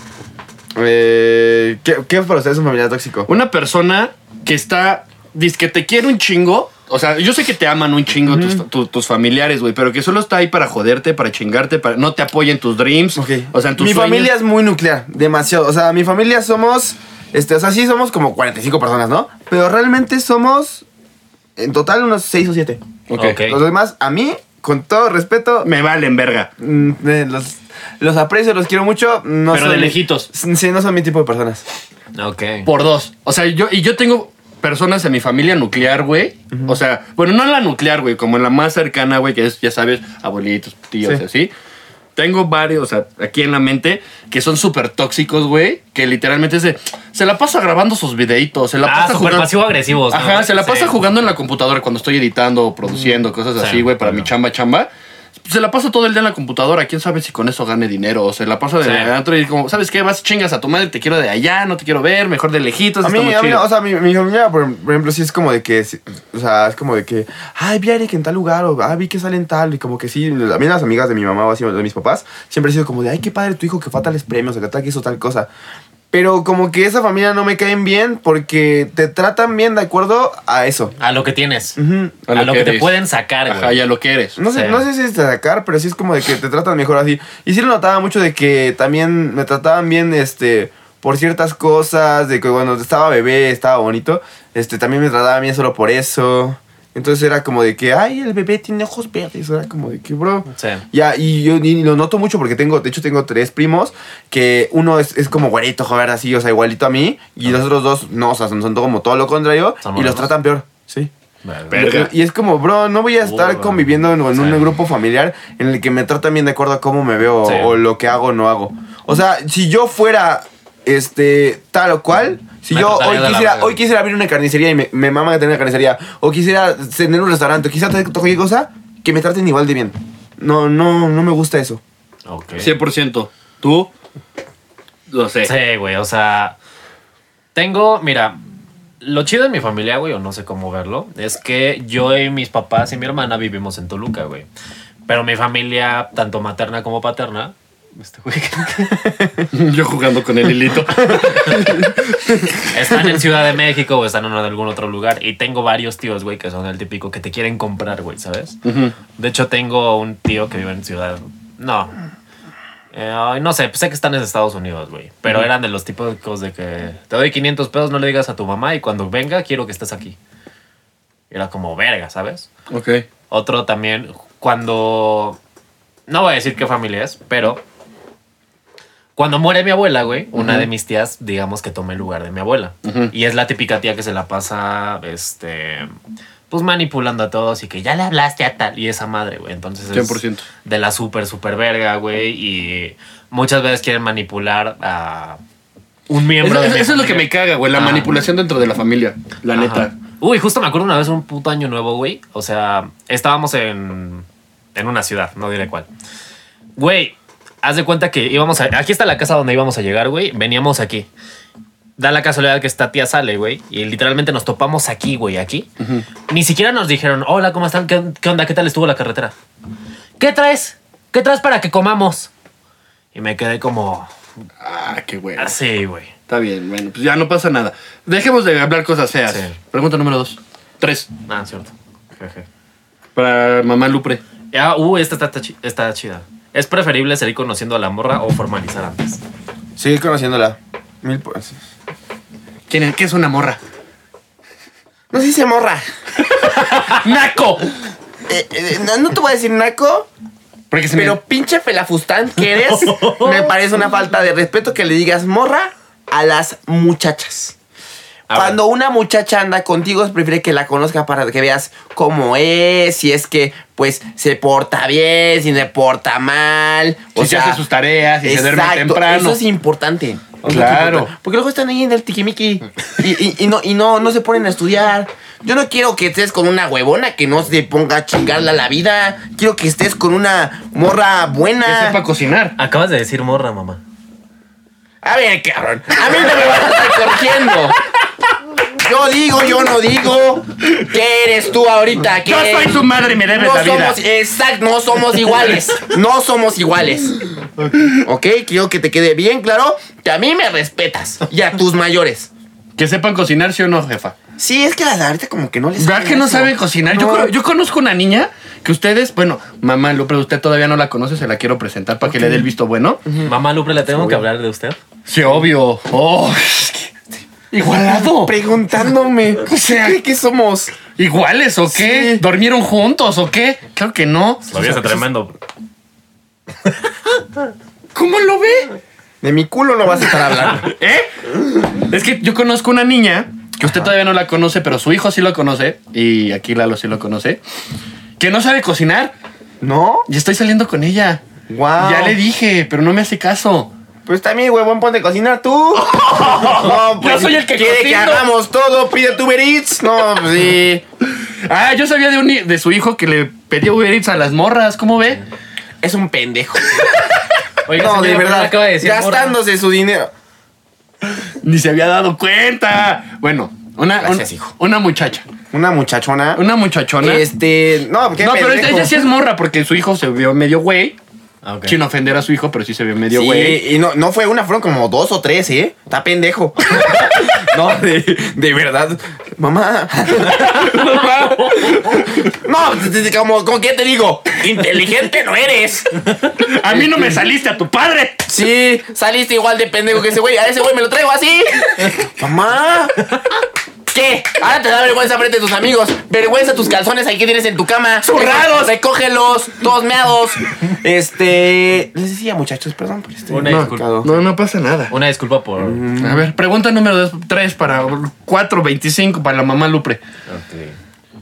Speaker 3: Eh, ¿qué, ¿Qué para ustedes es un familiar tóxico?
Speaker 1: Una persona que está. Dice que te quiere un chingo. O sea, yo sé que te aman un chingo tus, tu- tus familiares, güey, pero que solo está ahí para joderte, para chingarte, para no te apoya en tus dreams.
Speaker 3: Ok.
Speaker 1: O sea, en tus
Speaker 3: mi
Speaker 1: sueños.
Speaker 3: familia es muy nuclear, demasiado. O sea, mi familia somos. Este, o sea, sí somos como 45 personas, ¿no? Pero realmente somos. En total, unos 6 o 7.
Speaker 1: Ok.
Speaker 2: Ok.
Speaker 3: Los demás, a mí, con todo respeto,
Speaker 1: Me valen verga.
Speaker 3: mm, eh, los, los aprecio, los quiero mucho. No
Speaker 1: Pero
Speaker 3: son
Speaker 1: de
Speaker 3: mi-
Speaker 1: lejitos.
Speaker 3: Sí, no son mi tipo de personas.
Speaker 2: Ok.
Speaker 1: por dos. O sea, yo, y yo tengo personas en mi familia nuclear, güey. O sea, bueno, no en la nuclear, güey, como en la más cercana, güey, que es, ya sabes, abuelitos, tíos,
Speaker 3: Sí.
Speaker 1: así. Tengo varios, o sea, aquí en la mente, que son súper tóxicos, güey, que literalmente se, se la pasa grabando sus videitos, se la
Speaker 2: Ah,
Speaker 1: pasa
Speaker 2: súper
Speaker 1: jugando.
Speaker 2: pasivo-agresivos, ¿no?
Speaker 1: Ajá, se la pasa
Speaker 2: Sí. Mm.
Speaker 1: jugando en la computadora cuando estoy editando o produciendo, cosas
Speaker 2: Sí,
Speaker 1: así, güey, para mi
Speaker 2: claro.
Speaker 1: chamba, chamba. Se la pasa todo el día en la computadora, quién sabe si con eso gane dinero, o se la pasa de
Speaker 2: Sí.
Speaker 1: adentro y como, ¿sabes qué? Vas chingas a tu madre, te quiero de allá, no te quiero ver, mejor de lejitos.
Speaker 3: A
Speaker 1: está
Speaker 3: mí,
Speaker 1: muy
Speaker 3: a mí
Speaker 1: chido.
Speaker 3: no, o sea, mi, mi familia, por, por ejemplo, sí es como de que, sí, o sea, es como de que, ay, vi a Eric en tal lugar, o ah, vi que sale en tal, y como que sí, a mí las amigas de mi mamá o así, o de mis papás, siempre ha sido como de, ay, qué padre tu hijo que fue a tales premios, o que tal que hizo tal cosa. Pero como que esa familia no me caen bien porque te tratan bien de acuerdo a eso.
Speaker 2: A lo que tienes.
Speaker 3: Ujú.
Speaker 2: A, lo que, te
Speaker 1: eres.
Speaker 2: pueden sacar,
Speaker 1: Ajá,
Speaker 2: güey.
Speaker 1: ya lo que eres.
Speaker 3: No
Speaker 2: Sí.
Speaker 3: sé, no sé si es de sacar, pero sí es como de que te tratan mejor así. Y sí lo notaba mucho de que también me trataban bien, este, por ciertas cosas, de que cuando estaba bebé, estaba bonito, este, también me trataban bien solo por eso. Entonces era como de que, ay, el bebé tiene ojos verdes, era como de que, bro.
Speaker 2: Sí.
Speaker 3: Ya, y yo y lo noto mucho porque tengo, de hecho tengo tres primos, que uno es, es como güerito, joder, así, o sea, igualito a mí, y los otros dos, no, o sea, son, son como todo lo contrario,
Speaker 2: Son
Speaker 3: y los
Speaker 2: morenos.
Speaker 3: tratan peor, sí.
Speaker 2: Verga.
Speaker 1: Verga.
Speaker 3: Y es como, bro, no voy a estar
Speaker 2: Burra.
Speaker 3: conviviendo en, en
Speaker 2: Sí.
Speaker 3: un grupo familiar en el que me tratan bien de acuerdo a cómo me veo
Speaker 2: Sí.
Speaker 3: o lo que hago o no hago. O sea, si yo fuera este tal o cual, si
Speaker 2: Me
Speaker 3: yo
Speaker 2: trataría
Speaker 3: hoy
Speaker 2: de la
Speaker 3: quisiera,
Speaker 2: verga.
Speaker 3: hoy quisiera abrir una carnicería y me, me mama tener una carnicería, o quisiera tener un restaurante, o quisiera tener cualquier cosa, que me traten igual de bien. No, no, no me gusta eso.
Speaker 2: Ok.
Speaker 1: 100%. ¿Tú? Lo sé.
Speaker 2: Sí, güey, o sea. Tengo, mira, lo chido en mi familia, güey, o no sé cómo verlo, es que yo y mis papás y mi hermana vivimos en Toluca, güey. Pero mi familia, tanto materna como paterna. Este güey.
Speaker 1: Yo jugando con el hilito.
Speaker 2: Están en Ciudad de México o están en algún otro lugar. Y tengo varios tíos, güey, que son el típico que te quieren comprar, güey, ¿sabes? De hecho, tengo un tío que vive en Ciudad. No. Eh, ay, no sé, sé que están en Estados Unidos, güey. Pero eran de los típicos de que te doy 500 pesos, no le digas a tu mamá y cuando venga quiero que estés aquí. Era como verga, ¿sabes?
Speaker 1: ok.
Speaker 2: Otro también, cuando. No voy a decir qué familia es, pero. Cuando muere mi abuela, güey, una de mis tías, digamos que toma el lugar de mi abuela. Y es la típica tía que se la pasa, este. Pues manipulando a todos y que ya le hablaste a tal. Y esa madre, güey. Entonces es
Speaker 1: 100%.
Speaker 2: de la súper, súper verga, güey. Y muchas veces quieren manipular a un
Speaker 1: Eso,
Speaker 2: miembro de
Speaker 1: eso-
Speaker 2: mi
Speaker 1: eso es lo que me
Speaker 2: familia.
Speaker 1: caga, güey. La
Speaker 2: Ah.
Speaker 1: manipulación dentro de la familia. La
Speaker 2: Ajá.
Speaker 1: neta.
Speaker 2: Uy, justo me acuerdo una vez un puto año nuevo, güey. O sea, estábamos en, en una ciudad, no diré cuál. Güey, haz de cuenta que íbamos a... Aquí está la casa donde íbamos a llegar, güey. Veníamos aquí. Da la casualidad que esta tía sale, güey. Y literalmente nos topamos aquí, güey, aquí. Ni siquiera nos dijeron, hola, ¿cómo están? ¿Qué, qué onda? ¿Qué tal estuvo la carretera? ¿Qué traes? ¿Qué traes para que comamos? Y me quedé como...
Speaker 1: Ah, qué güey.
Speaker 2: Así, güey.
Speaker 1: Está bien, bueno. Pues ya no pasa nada. Dejemos de hablar cosas feas.
Speaker 2: Sí.
Speaker 1: Pregunta número dos. Tres.
Speaker 2: Ah, cierto. Jeje.
Speaker 1: Para mamá Lupre.
Speaker 2: Ya, uh, esta está, chi- está chida. ¿Es preferible seguir conociendo a la morra o formalizar antes?
Speaker 3: Seguir conociéndola. Mil por-
Speaker 1: ¿Quién es, ¿Qué es una morra?
Speaker 3: No sé si se morra.
Speaker 2: ¡Ah,
Speaker 1: ¡Naco!
Speaker 3: Eh, eh, no, no te voy a decir naco,
Speaker 1: Porque se
Speaker 3: Pero pinche felafustán que eres, me parece una falta de respeto que le digas morra a las muchachas.
Speaker 2: A ver.
Speaker 3: Cuando una muchacha anda contigo, prefiere que la conozca para que veas cómo es, si es que pues se porta bien, si se porta mal.
Speaker 1: me...
Speaker 3: o
Speaker 1: si se
Speaker 3: sea,
Speaker 1: hace sus tareas, Ah, si se duerme
Speaker 3: exacto,
Speaker 1: temprano.
Speaker 3: Eso es importante. Eso es
Speaker 1: Claro.
Speaker 3: importante. Porque luego están ahí en el tiquimiqui y, y- y no, y no, no se ponen a estudiar.
Speaker 5: Yo no quiero que estés con una huevona que no se ponga a chingarla la vida. Quiero que estés con una morra buena.
Speaker 1: Que sepa cocinar.
Speaker 2: Acabas de decir morra, mamá.
Speaker 5: A ver, cabrón. A mí no me vas a estar corriendo. Yo digo, yo no digo. ¿Qué eres tú ahorita? ¿Qué
Speaker 1: Yo soy su madre y me debes
Speaker 5: no
Speaker 1: la vida.
Speaker 5: somos, exacto, no somos iguales. No somos iguales. Ok, quiero que te quede bien claro que a mí me respetas y a tus mayores.
Speaker 1: Que sepan cocinar, sí o no, jefa.
Speaker 5: Sí, es que las de ahorita como que no les.
Speaker 1: ¿Verdad que no
Speaker 5: eso.
Speaker 1: sabe cocinar? Yo,
Speaker 5: No.
Speaker 1: cono- yo conozco una niña que ustedes, bueno, mamá Lupre, usted todavía no la conoce, se la quiero presentar para que le dé el visto bueno.
Speaker 2: Mamá Lupre, ¿le tengo que hablar de usted?
Speaker 1: Sí, obvio. Oh, es que- Igualado.
Speaker 3: Preguntándome. O sea, ¿qué, qué somos?
Speaker 1: ¿Iguales o qué?
Speaker 3: Sí.
Speaker 1: ¿Dormieron juntos o qué? Claro que no.
Speaker 2: Lo vi ese tremendo.
Speaker 1: ¿Cómo lo ve?
Speaker 3: De mi culo no vas a estar hablando.
Speaker 1: ¿Eh? Es que yo conozco una niña que usted todavía no la conoce, pero su hijo sí lo conoce. Y aquí Lalo sí lo conoce. Que no sabe cocinar.
Speaker 3: ¿No?
Speaker 1: Y estoy saliendo con ella.
Speaker 3: Wow.
Speaker 1: Ya le dije, pero no me hace caso.
Speaker 3: Pues también, huevón, ponte a cocinar tú. No, pues,
Speaker 1: Yo soy el que
Speaker 3: quiere que
Speaker 1: cocino.
Speaker 3: hagamos todo, pide tu Uber Eats. No, pues sí.
Speaker 1: Ah, yo sabía de, un, hi- de su hijo que le pedía Uber Eats a las morras. ¿Cómo ve?
Speaker 5: Es un pendejo.
Speaker 2: Oiga,
Speaker 3: No,
Speaker 2: señora,
Speaker 3: de
Speaker 2: pero
Speaker 3: verdad.
Speaker 2: acaba de decir morra.
Speaker 3: gastándose su dinero.
Speaker 1: Ni se había dado cuenta. Bueno, una,
Speaker 5: Gracias,
Speaker 1: un-
Speaker 5: hijo.
Speaker 1: una muchacha.
Speaker 3: Una muchachona.
Speaker 1: Una muchachona.
Speaker 3: Este. No, qué
Speaker 1: no, pero ella,
Speaker 3: pendejo.
Speaker 1: ella sí es morra porque su hijo se vio medio güey.
Speaker 2: Ah, ok.
Speaker 1: Sin ofender a su hijo, pero sí se vio medio
Speaker 3: Sí,
Speaker 1: güey.
Speaker 3: y no, no fue una, fueron como dos o tres, ¿eh? Está pendejo. no, de, de verdad. Mamá. Mamá. no, de- de- como, ¿con qué te digo?
Speaker 5: Inteligente no eres.
Speaker 1: A mí no me saliste a tu padre.
Speaker 5: Sí, saliste igual de pendejo que ese güey. A ese güey me lo traigo así.
Speaker 3: Mamá.
Speaker 5: ¿Qué? Ahora te da vergüenza frente a tus amigos. Vergüenza tus calzones ahí que tienes en tu cama.
Speaker 1: Zurrados.
Speaker 5: Recógelos, todos meados.
Speaker 3: Este. Les decía, muchachos, perdón por este.
Speaker 2: Una
Speaker 3: no,
Speaker 2: disculpa.
Speaker 3: pecado.
Speaker 1: No, no pasa nada.
Speaker 2: Una disculpa por.
Speaker 1: Mm. A ver, pregunta número 3 para 425 para la mamá Lupre.
Speaker 2: Ok.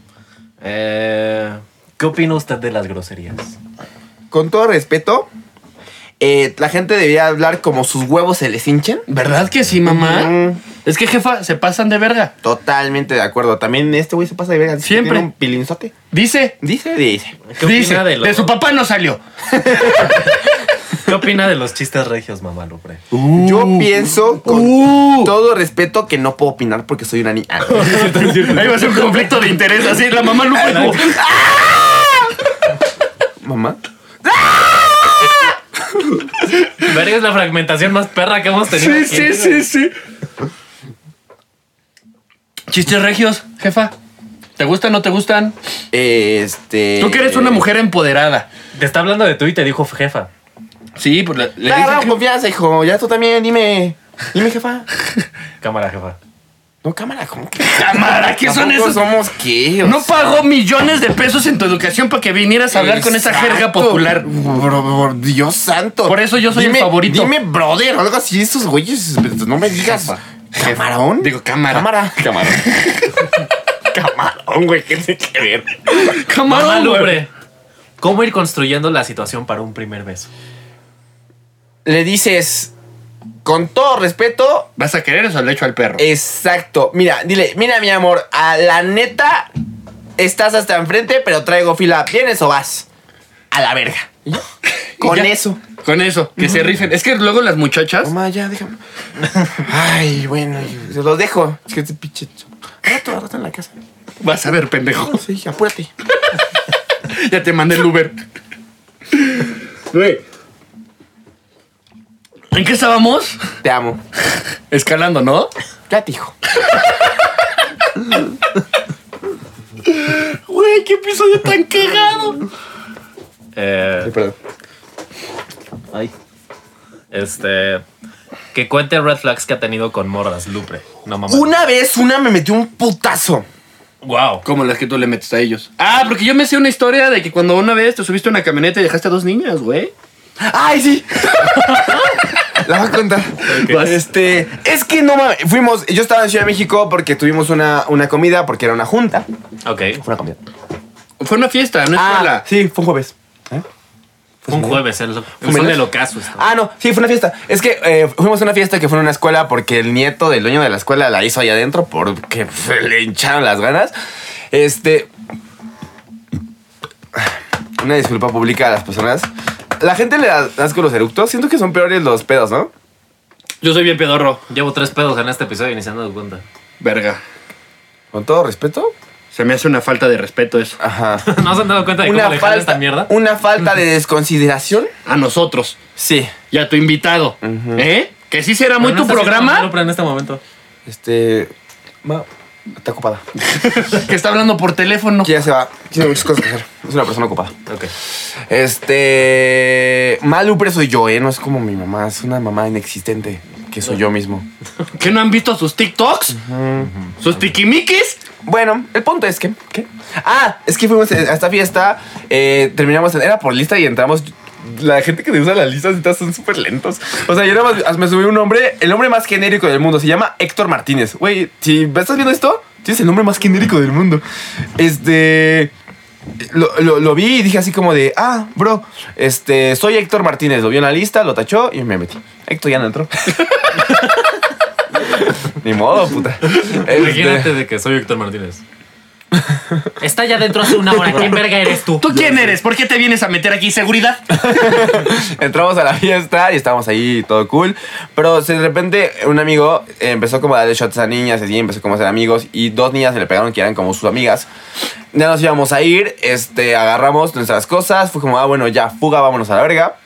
Speaker 2: Eh, ¿Qué opina usted de las groserías?
Speaker 3: Con todo respeto, eh, la gente debería hablar como sus huevos se les hinchen.
Speaker 1: ¿Verdad que sí, mamá?
Speaker 3: Mm.
Speaker 1: Es que, jefa, se pasan de verga.
Speaker 3: Totalmente de acuerdo. También este güey se pasa de verga. dice que
Speaker 1: Siempre.
Speaker 3: tiene un pilinzote.
Speaker 1: Dice,
Speaker 3: Dice, dice.
Speaker 2: ¿Qué
Speaker 1: dice,
Speaker 2: opina de,
Speaker 1: de,
Speaker 2: los,
Speaker 1: su papá no salió.
Speaker 2: ¿Qué opina de los chistes regios, mamá Lupre?
Speaker 3: Yo pienso con
Speaker 1: Uh.
Speaker 3: todo respeto que no puedo opinar porque soy una Ah, niña.
Speaker 1: Ahí va a ser un conflicto de interés, así, la mamá
Speaker 2: Ah,
Speaker 1: Lupre. como,
Speaker 3: Mamá.
Speaker 2: Verga es la fragmentación más perra que hemos tenido.
Speaker 1: sí, sí,
Speaker 2: aquí.
Speaker 1: sí, sí. Chistes regios, jefa. ¿Te gustan o no te gustan?
Speaker 3: Este.
Speaker 1: Tú que eres una mujer empoderada.
Speaker 2: Te está hablando de tú y te dijo jefa.
Speaker 1: Sí, pues le, le
Speaker 3: Te agarraron
Speaker 1: dice-
Speaker 3: confianza, hijo. Ya tú también, dime. Dime, jefa.
Speaker 2: Cámara, jefa.
Speaker 3: No, cámara, ¿cómo que?
Speaker 1: Cámara, ¿qué son
Speaker 3: ¿Tampoco
Speaker 1: esos?
Speaker 3: somos qué? O
Speaker 1: No
Speaker 3: sea,
Speaker 1: pagó millones de pesos en tu educación para que vinieras a hablar con esa
Speaker 3: exacto.
Speaker 1: jerga popular.
Speaker 3: Bro, bro, Dios santo.
Speaker 1: Por eso yo soy el
Speaker 3: Dime-
Speaker 1: favorito.
Speaker 3: Dime, brother, o algo así, esos güeyes. No me digas. ¿Camarón?
Speaker 1: Digo, cámara.
Speaker 3: cámara. Camarón. Camarón, güey, ¿qué tiene que ver?
Speaker 1: Camarón,
Speaker 2: Mamá
Speaker 1: güey.
Speaker 2: Lupre. ¿Cómo ir construyendo la situación para un primer beso?
Speaker 3: Le dices, con todo respeto,
Speaker 1: ¿Vas a querer eso le echo al perro?
Speaker 3: Exacto. Mira, dile, mira, mi amor, a la neta estás hasta enfrente, pero traigo fila. ¿Vienes o vas? A la verga. Con
Speaker 1: Ya.
Speaker 3: eso.
Speaker 1: Con eso, que se rifen. Es que luego las muchachas.
Speaker 3: Mamá, ya, déjame. Ay, bueno, se los dejo. Es que este pinche. Rato, rato en la casa.
Speaker 1: Vas a ver, pendejo.
Speaker 3: Sí, apúrate.
Speaker 1: Ya te mandé el Uber. Güey. ¿En qué estábamos?
Speaker 3: Te amo.
Speaker 1: Escalando, ¿no?
Speaker 3: Ya te dijo.
Speaker 1: Güey, qué episodio tan cagado.
Speaker 2: Eh,
Speaker 3: Perdón.
Speaker 2: este. Que cuente red flags que ha tenido con morras, Lupre. No mamá.
Speaker 3: Una vez una me metió un putazo.
Speaker 2: Wow.
Speaker 1: Como las que tú le metes a ellos. Ah, porque yo me sé una historia de que cuando una vez te subiste a una camioneta y dejaste a dos niñas, güey.
Speaker 3: ¡Ay, sí! La voy a contar.
Speaker 1: Vas.
Speaker 3: Este, es que no mames. Fuimos, yo estaba en Ciudad de México porque tuvimos una, una comida, porque era una junta.
Speaker 2: Ok.
Speaker 3: ¿Pues Fue una comida.
Speaker 1: Ah, Fue una fiesta, una escuela.
Speaker 3: sí, fue un jueves.
Speaker 2: Fue un jueves, el, el sol
Speaker 3: menos.
Speaker 2: del ocaso. estaba.
Speaker 3: Ah, no, sí, fue una fiesta. Es que eh, fuimos a una fiesta que fue en una escuela porque el nieto del dueño de la escuela la hizo allá adentro porque se le hincharon las ganas. Este. Una disculpa pública a las personas. La gente le da asco los eructos. Siento que son peores los pedos, ¿no?
Speaker 1: Yo soy bien pedorro.
Speaker 2: Llevo tres pedos en este episodio y ni se han dado cuenta.
Speaker 1: Verga.
Speaker 3: Con todo respeto.
Speaker 1: Se me hace una falta de respeto eso.
Speaker 3: Ajá.
Speaker 2: ¿No se han dado cuenta de cómo le jala esta mierda?
Speaker 3: una falta de desconsideración.
Speaker 1: A nosotros
Speaker 3: Sí.
Speaker 1: y a tu invitado. ¿Eh? Que sí será muy
Speaker 2: Pero no
Speaker 1: tu
Speaker 2: está haciendo
Speaker 1: programa.
Speaker 2: malo, pero en este momento.
Speaker 3: Este. Ma, está ocupada.
Speaker 1: Que está hablando por teléfono.
Speaker 3: Que ya se va. Tiene muchas cosas que hacer. Es una persona ocupada.
Speaker 2: Ok.
Speaker 3: Este. Malupre soy yo, ¿eh? No es como mi mamá, es una mamá inexistente, que soy yo mismo.
Speaker 1: ¿Que no han visto sus TikToks? ¿Sus tiquimiquis?
Speaker 3: Bueno, el punto es que. ¿Qué? Ah, es que fuimos a esta fiesta, eh, terminamos, en- era por lista y entramos. La gente que usa las listas ahorita son súper lentos. O sea, yo nada más me subí un nombre, el nombre más genérico del mundo, se llama Héctor Martínez. Güey, si me estás viendo esto, tienes el nombre más genérico del mundo. Este. Lo, lo- lo vi y dije así como de, ah, bro, este, soy Héctor Martínez. Lo vio en la lista, lo tachó y me metí. Héctor ya no entró. Ni modo, puta.
Speaker 2: Imagínate de que soy Víctor Martínez. Está ya dentro hace una hora. ¿Quién verga eres
Speaker 1: ¿Tú quién eres? ¿Por qué te vienes a meter aquí? ¿Seguridad?
Speaker 3: Entramos a la fiesta y estábamos ahí, todo cool. Pero de repente un amigo empezó como a darle shots a niñas, así empezó como a ser amigos. Y dos niñas se le pegaron que eran como sus amigas. Ya nos íbamos a ir, este, agarramos nuestras cosas. Fue como, ah, bueno, ya fuga, vámonos a la verga.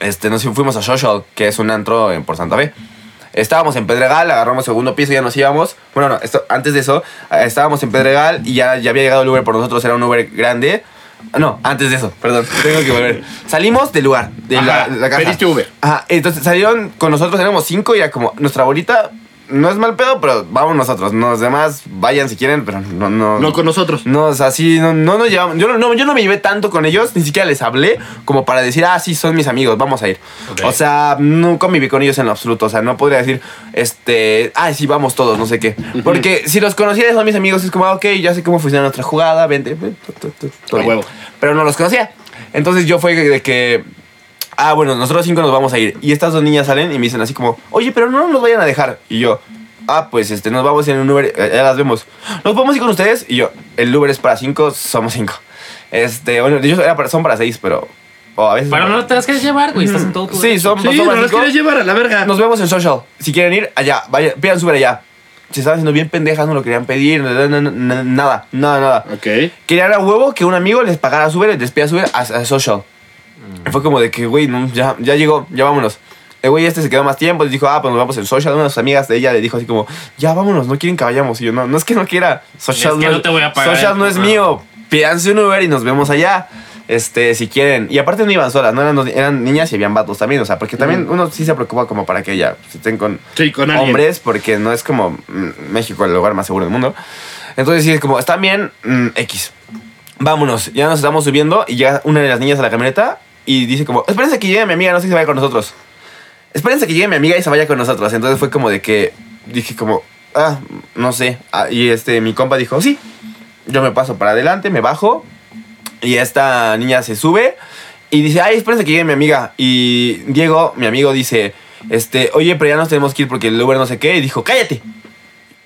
Speaker 3: Este, nos fuimos a Social, que es un antro en- por Santa Fe. Estábamos en Pedregal, agarramos segundo piso, ya nos íbamos. Bueno, no, esto- antes de eso, eh, estábamos en Pedregal y ya, ya había llegado el Uber por nosotros, era un Uber grande. No, antes de eso, perdón, tengo que volver. Salimos del lugar, de la,
Speaker 1: Ajá,
Speaker 3: la casa.
Speaker 1: pediste Uber.
Speaker 3: Ajá, entonces salieron con nosotros, éramos cinco y era como, nuestra bolita no es mal pedo, pero vamos nosotros. Los demás vayan si quieren, pero no. No,
Speaker 1: No con nosotros.
Speaker 3: no, o sea, sí, no, no nos llevamos. Yo no, no, yo no me llevé tanto con ellos, ni siquiera les hablé como para decir, ah, sí, son mis amigos, vamos a ir.
Speaker 2: Ok.
Speaker 3: O sea, no conviví con ellos en lo absoluto. O sea, no podría decir, este, ah, sí, vamos todos, no sé qué. Porque si los conociera, son mis amigos, es como, ah, ok, ya sé cómo funciona nuestra jugada, vente. ven, tu, tu, tu, todo
Speaker 1: A
Speaker 3: bien.
Speaker 1: huevo.
Speaker 3: Pero no los conocía. Entonces yo fue de que. Ah, bueno, nosotros cinco nos vamos a ir. Y estas dos niñas salen y me dicen así como, oye, pero no nos vayan a dejar. Y yo, ah, pues este, nos vamos en un Uber, eh, ya las vemos. ¿Nos podemos ir con ustedes? Y yo, el Uber es para cinco, somos cinco. Este, bueno, ellos era para- son para seis, pero. o a veces.
Speaker 2: Pero no te las quieres llevar, güey. Estás en todo tu
Speaker 3: Sí, son,
Speaker 1: Sí,
Speaker 3: son
Speaker 1: no
Speaker 3: para
Speaker 1: los
Speaker 3: cinco.
Speaker 1: quieres llevar a la verga.
Speaker 3: Nos vemos en social. Si quieren ir, allá, vaya, pidan Uber allá. Se estaban haciendo bien pendejas, no lo querían pedir, na- na- na- na- nada, nada, nada.
Speaker 1: Ok.
Speaker 3: Querían a huevo que un amigo les pagara su Uber, les pida su Uber a, a Social.
Speaker 2: Mm.
Speaker 3: Fue como de que, güey, no, ya, ya llegó, ya vámonos. El güey este se quedó más tiempo, les dijo, ah, pues nos vamos en Social. Una de sus amigas de ella le dijo así como, ya vámonos, no quieren que vayamos. Y yo, no, no es que no quiera. Social
Speaker 2: Es que no te voy a pagar
Speaker 3: Social
Speaker 2: el-
Speaker 3: no es
Speaker 2: no.
Speaker 3: mío. Pídanse un Uber y nos vemos allá. Este, si quieren. Y aparte no iban solas, no eran, dos- eran niñas y habían vatos también. O sea, porque también
Speaker 2: Mm.
Speaker 3: uno sí se preocupa como para que ya estén con,
Speaker 1: Sí, con alguien.
Speaker 3: hombres, porque no es como mm, México el lugar más seguro del mundo. Entonces, sí, es como, están bien, mm, X. Vámonos, ya nos estamos subiendo y llega una de las niñas a la camioneta y dice como, espérense que llegue mi amiga, no sé si se vaya con nosotros. Espérense que llegue mi amiga y se vaya con nosotros. Entonces fue como de que dije como, ah, no sé. Ah, y este, mi compa dijo, sí, yo me paso para adelante, me bajo y esta niña se sube y dice, ay, espérense que llegue mi amiga. Y Diego, mi amigo, dice, este, oye, pero ya nos tenemos que ir porque el Uber no sé qué. Y dijo, cállate.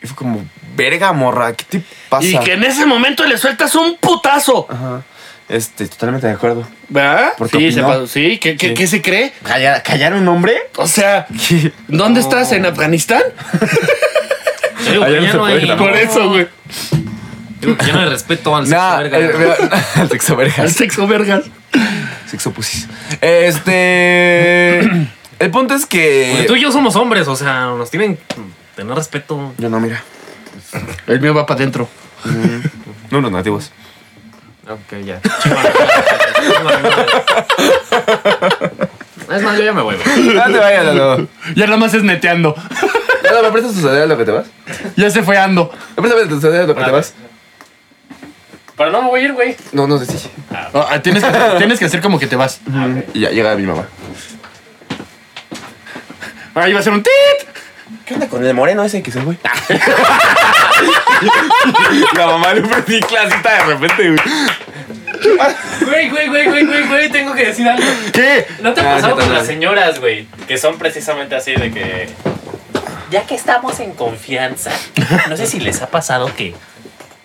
Speaker 3: Y fue como, verga, morra, ¿qué te pasa?
Speaker 1: Y que en ese momento le sueltas un putazo.
Speaker 3: Ajá. Este, totalmente de acuerdo.
Speaker 1: ¿Verdad?
Speaker 3: Porque
Speaker 1: Sí, se
Speaker 3: opinó.
Speaker 1: pasó. Sí, ¿qué, qué,
Speaker 3: Sí.
Speaker 1: qué se cree?
Speaker 3: ¿Callar, callar un hombre?
Speaker 1: O sea, ¿dónde estás? ¿En Afganistán?
Speaker 2: Yo digo,
Speaker 3: Allá
Speaker 2: ya
Speaker 3: no se
Speaker 2: no
Speaker 3: puede
Speaker 2: hay-
Speaker 3: grabar.
Speaker 1: Por eso, güey.
Speaker 2: Digo, ya no hay respeto al sexo,
Speaker 3: Nah,
Speaker 2: verga.
Speaker 3: eh, vea- el sexo verga.
Speaker 1: Al sexo, vergas.
Speaker 3: Sexo pusis. Este. el punto es que.
Speaker 2: Porque Pues tú y yo somos hombres, o sea, nos tienen que tener respeto.
Speaker 3: Yo no, mira.
Speaker 1: El mío va para adentro.
Speaker 3: No, los nativos.
Speaker 2: Ok, ya. es más, yo ya me voy. güey.
Speaker 3: No te vayas, Lalo.
Speaker 1: Ya nada más es neteando.
Speaker 3: Lalo, ¿me prestas tu sudadera lo que te vas?
Speaker 1: Ya se fue ando.
Speaker 3: ¿Me prestas tu sudadera lo que te vas?
Speaker 2: Pero no me voy a ir, güey.
Speaker 3: No, no sé si.
Speaker 1: Ah, tienes, que, tienes que hacer como que te vas.
Speaker 3: Y ya llega mi mamá.
Speaker 1: Ahí va a ser un tit.
Speaker 3: ¿Qué onda con el moreno ese que se fue? La mamá le perdí clasita de repente, güey.
Speaker 2: Güey, güey, güey, güey, güey, güey, tengo que decir algo.
Speaker 3: ¿Qué?
Speaker 2: ¿No te ha
Speaker 3: Ah,
Speaker 2: pasado
Speaker 3: cierto,
Speaker 2: con
Speaker 3: no.
Speaker 2: las señoras, güey? Que son precisamente así de que. Ya que estamos en confianza, no sé si les ha pasado que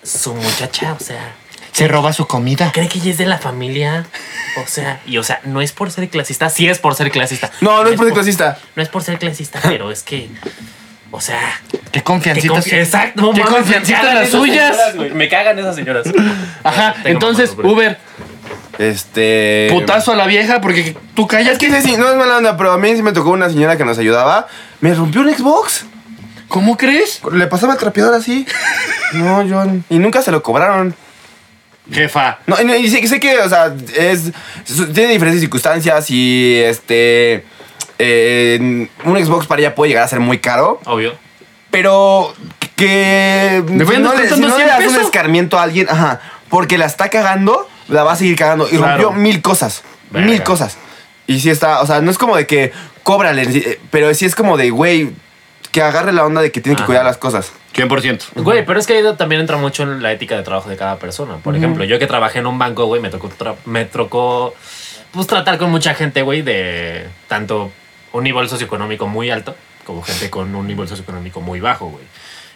Speaker 2: su muchacha, o sea,
Speaker 1: Se roba su comida.
Speaker 2: cree que ella es de la familia. O sea, y o sea, no es por ser clasista, sí es por ser clasista.
Speaker 3: No, no es por ser clasista.
Speaker 2: No es por ser clasista, pero es que. O sea,
Speaker 1: Qué
Speaker 2: que
Speaker 1: confiancita.
Speaker 2: confi- exacto, no
Speaker 1: qué
Speaker 2: mames, me
Speaker 1: confiancita
Speaker 2: cagan
Speaker 1: las
Speaker 2: esas
Speaker 1: suyas.
Speaker 2: señoras, güey, me cagan esas señoras.
Speaker 1: Ajá,
Speaker 2: Tengo
Speaker 1: entonces,
Speaker 2: mamá, güey.
Speaker 1: Uber,
Speaker 3: Este.
Speaker 1: putazo a la vieja porque tú
Speaker 3: Es que
Speaker 1: cállate.
Speaker 3: sí, sí, no es mala onda, pero a mí sí me tocó una señora que nos ayudaba. Me rompió un Xbox.
Speaker 1: ¿Cómo crees?
Speaker 3: Le pasaba el trapeador así. No, John. Y nunca se lo cobraron.
Speaker 1: Jefa.
Speaker 3: No, y, y sé, sé que, o sea, es, su- tiene diferentes circunstancias y este. eh, un Xbox para ella puede llegar a ser muy caro,
Speaker 2: Obvio.
Speaker 3: pero que.
Speaker 1: Me voy a
Speaker 3: si no
Speaker 1: andar
Speaker 3: le, si
Speaker 1: contando
Speaker 3: no le
Speaker 1: 100
Speaker 3: das un
Speaker 1: pesos.
Speaker 3: escarmiento a alguien, ajá, porque la está cagando, la va a seguir cagando. Y
Speaker 1: Claro.
Speaker 3: rompió mil cosas.
Speaker 2: Verga.
Speaker 3: Mil cosas. Y sí está, o sea, no es como de que cóbrale, eh, pero sí es como de, güey, que agarre la onda de que tiene que
Speaker 2: Ajá.
Speaker 3: cuidar las cosas.
Speaker 1: 100%.
Speaker 2: Güey, pero es que ahí también entra mucho en la ética de trabajo de cada persona. Por ejemplo, yo que trabajé en un banco, güey, me tocó, tra- me tocó pues, tratar con mucha gente, güey, de tanto un nivel socioeconómico muy alto como gente con un nivel socioeconómico muy bajo, güey.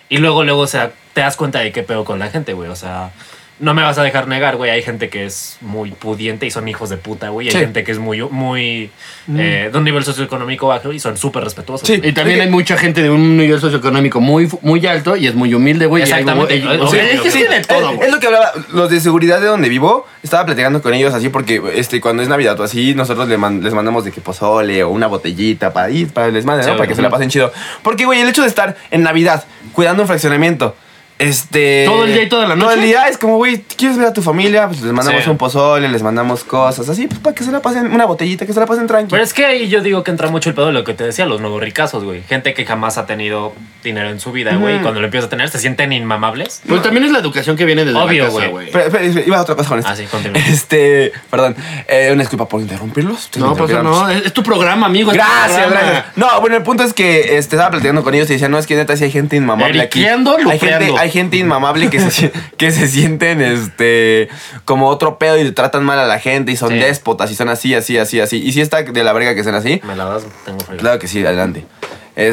Speaker 2: Y luego, luego, o sea, te das cuenta de qué pedo con la gente, güey. O sea, no me vas a dejar negar, güey. Hay gente que es muy pudiente y son hijos de puta, güey. Hay
Speaker 3: Sí.
Speaker 2: gente que es muy, muy, eh, de un nivel socioeconómico bajo y son súper respetuosos.
Speaker 3: Sí,
Speaker 2: güey.
Speaker 1: Y también hay mucha gente de un nivel socioeconómico muy, muy alto y es muy humilde, güey. y hay como-
Speaker 2: Exactamente.
Speaker 1: y- o sea,
Speaker 2: Obvio,
Speaker 1: es que
Speaker 2: obvio.
Speaker 1: sí, de todo,
Speaker 3: Es-
Speaker 1: güey.
Speaker 3: Es lo que hablaba, los de seguridad de donde vivo, estaba platicando con ellos así porque este, cuando es Navidad o así, nosotros le man- les mandamos de que pozole o una botellita para ir, para les manden, ¿no?
Speaker 2: Sí,
Speaker 3: Para que
Speaker 2: ujú.
Speaker 3: se la pasen chido. Porque, güey, el hecho de estar en Navidad cuidando un fraccionamiento, este...
Speaker 1: ¿Todo el día y toda la
Speaker 3: Todo el
Speaker 1: noche?
Speaker 3: día es como, güey, ¿quieres ver a tu familia? Pues les mandamos
Speaker 2: Sí.
Speaker 3: un pozole, les mandamos cosas así, pues para que se la pasen, una botellita, que se la pasen tranquila.
Speaker 2: Pero es que ahí yo digo que entra mucho el pedo de lo que te decía, los nuevos ricazos, güey. Gente que jamás ha tenido dinero en su vida, güey. y Cuando lo empiezas a tener, se sienten inmamables.
Speaker 1: Pues también es la educación que viene desde
Speaker 2: Obvio,
Speaker 1: la casa,
Speaker 2: güey.
Speaker 1: güey.
Speaker 3: Pero, pero, espera, iba a otra cosa con esto.
Speaker 2: Ah, sí, continúa.
Speaker 3: Este, perdón. Eh, una disculpa por interrumpirlos. Ustedes
Speaker 1: No,
Speaker 3: me
Speaker 1: pues
Speaker 3: interrumpieron.
Speaker 1: no, es, es tu programa, amigo. es tu
Speaker 3: Gracias,
Speaker 1: programa.
Speaker 3: gracias. No, bueno, el punto es que este, estaba platicando con ellos y decían, no, es que neta sí hay gente inmamable aquí.
Speaker 1: Eriqueando,
Speaker 3: Hay gente,
Speaker 1: lupeando.
Speaker 3: hay gente inmamable que se, si- que se sienten este como otro pedo y tratan mal a la gente y son
Speaker 2: Sí.
Speaker 3: déspotas y son así, así, así, así. Y sí está de la verga que sean así.
Speaker 2: Me la das, tengo frío.
Speaker 3: Claro que sí, adelante.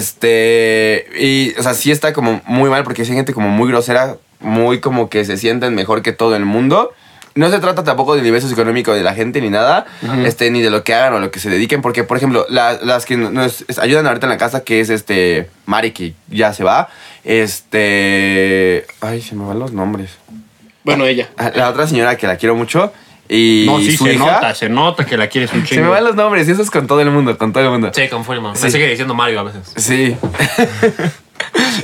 Speaker 3: Este, y, o sea, sí está como muy mal porque sí hay gente como muy grosera, muy como que se sienten mejor que todo el mundo. No se trata tampoco del nivel socioeconómico de la gente ni nada, este, ni de lo que hagan o lo que se dediquen, porque, por ejemplo, la- las que nos ayudan ahorita en la casa, que es este, Mari, que ya se va, este, ay, se me van los nombres.
Speaker 1: Bueno, ella.
Speaker 3: Ah, La otra señora que la quiero mucho y
Speaker 1: No, sí,
Speaker 3: su
Speaker 1: se
Speaker 3: hija,
Speaker 1: nota, se nota que la quieres un
Speaker 3: se
Speaker 1: chingo.
Speaker 3: me van los nombres, y eso es con todo el mundo, con todo el mundo.
Speaker 2: Sí, confirmo.
Speaker 3: Sí.
Speaker 2: Me sigue diciendo Mario a veces.
Speaker 3: Sí.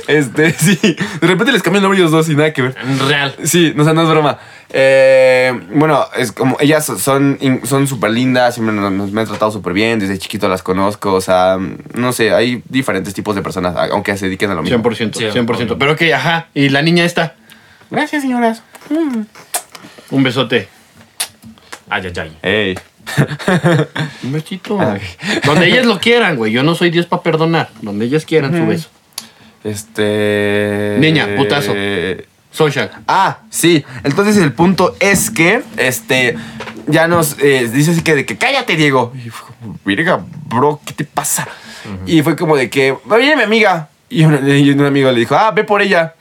Speaker 3: este, sí. De repente les cambian el nombre ellos dos y nada que ver.
Speaker 2: Real.
Speaker 3: Sí, no, o sea, no es broma. Eh, bueno, es como ellas son in- son súper lindas, siempre nos, nos- me han tratado súper bien, desde chiquito las conozco, o sea, no sé, hay diferentes tipos de personas, a- aunque se dediquen a lo mismo.
Speaker 1: 100%,
Speaker 2: Sí,
Speaker 1: 100%.
Speaker 2: obvio.
Speaker 1: Pero que, ajá, y la niña esta.
Speaker 3: Gracias, señoras.
Speaker 1: Un besote.
Speaker 2: Ay, ay, ay.
Speaker 3: Ey.
Speaker 1: Un besito. Donde ellas lo quieran, güey. Yo no soy Dios para perdonar. Donde ellas quieran su beso.
Speaker 3: Este... eh,
Speaker 1: Niña, putazo. Social.
Speaker 3: Ah, sí. Entonces el punto es que, este, ya nos eh, dice así que de que cállate, Diego. Y fue como, verga, bro, ¿qué te pasa? Y fue como de que, "Va, viene mi amiga. Y un, y un amigo le dijo, ah, ve por ella.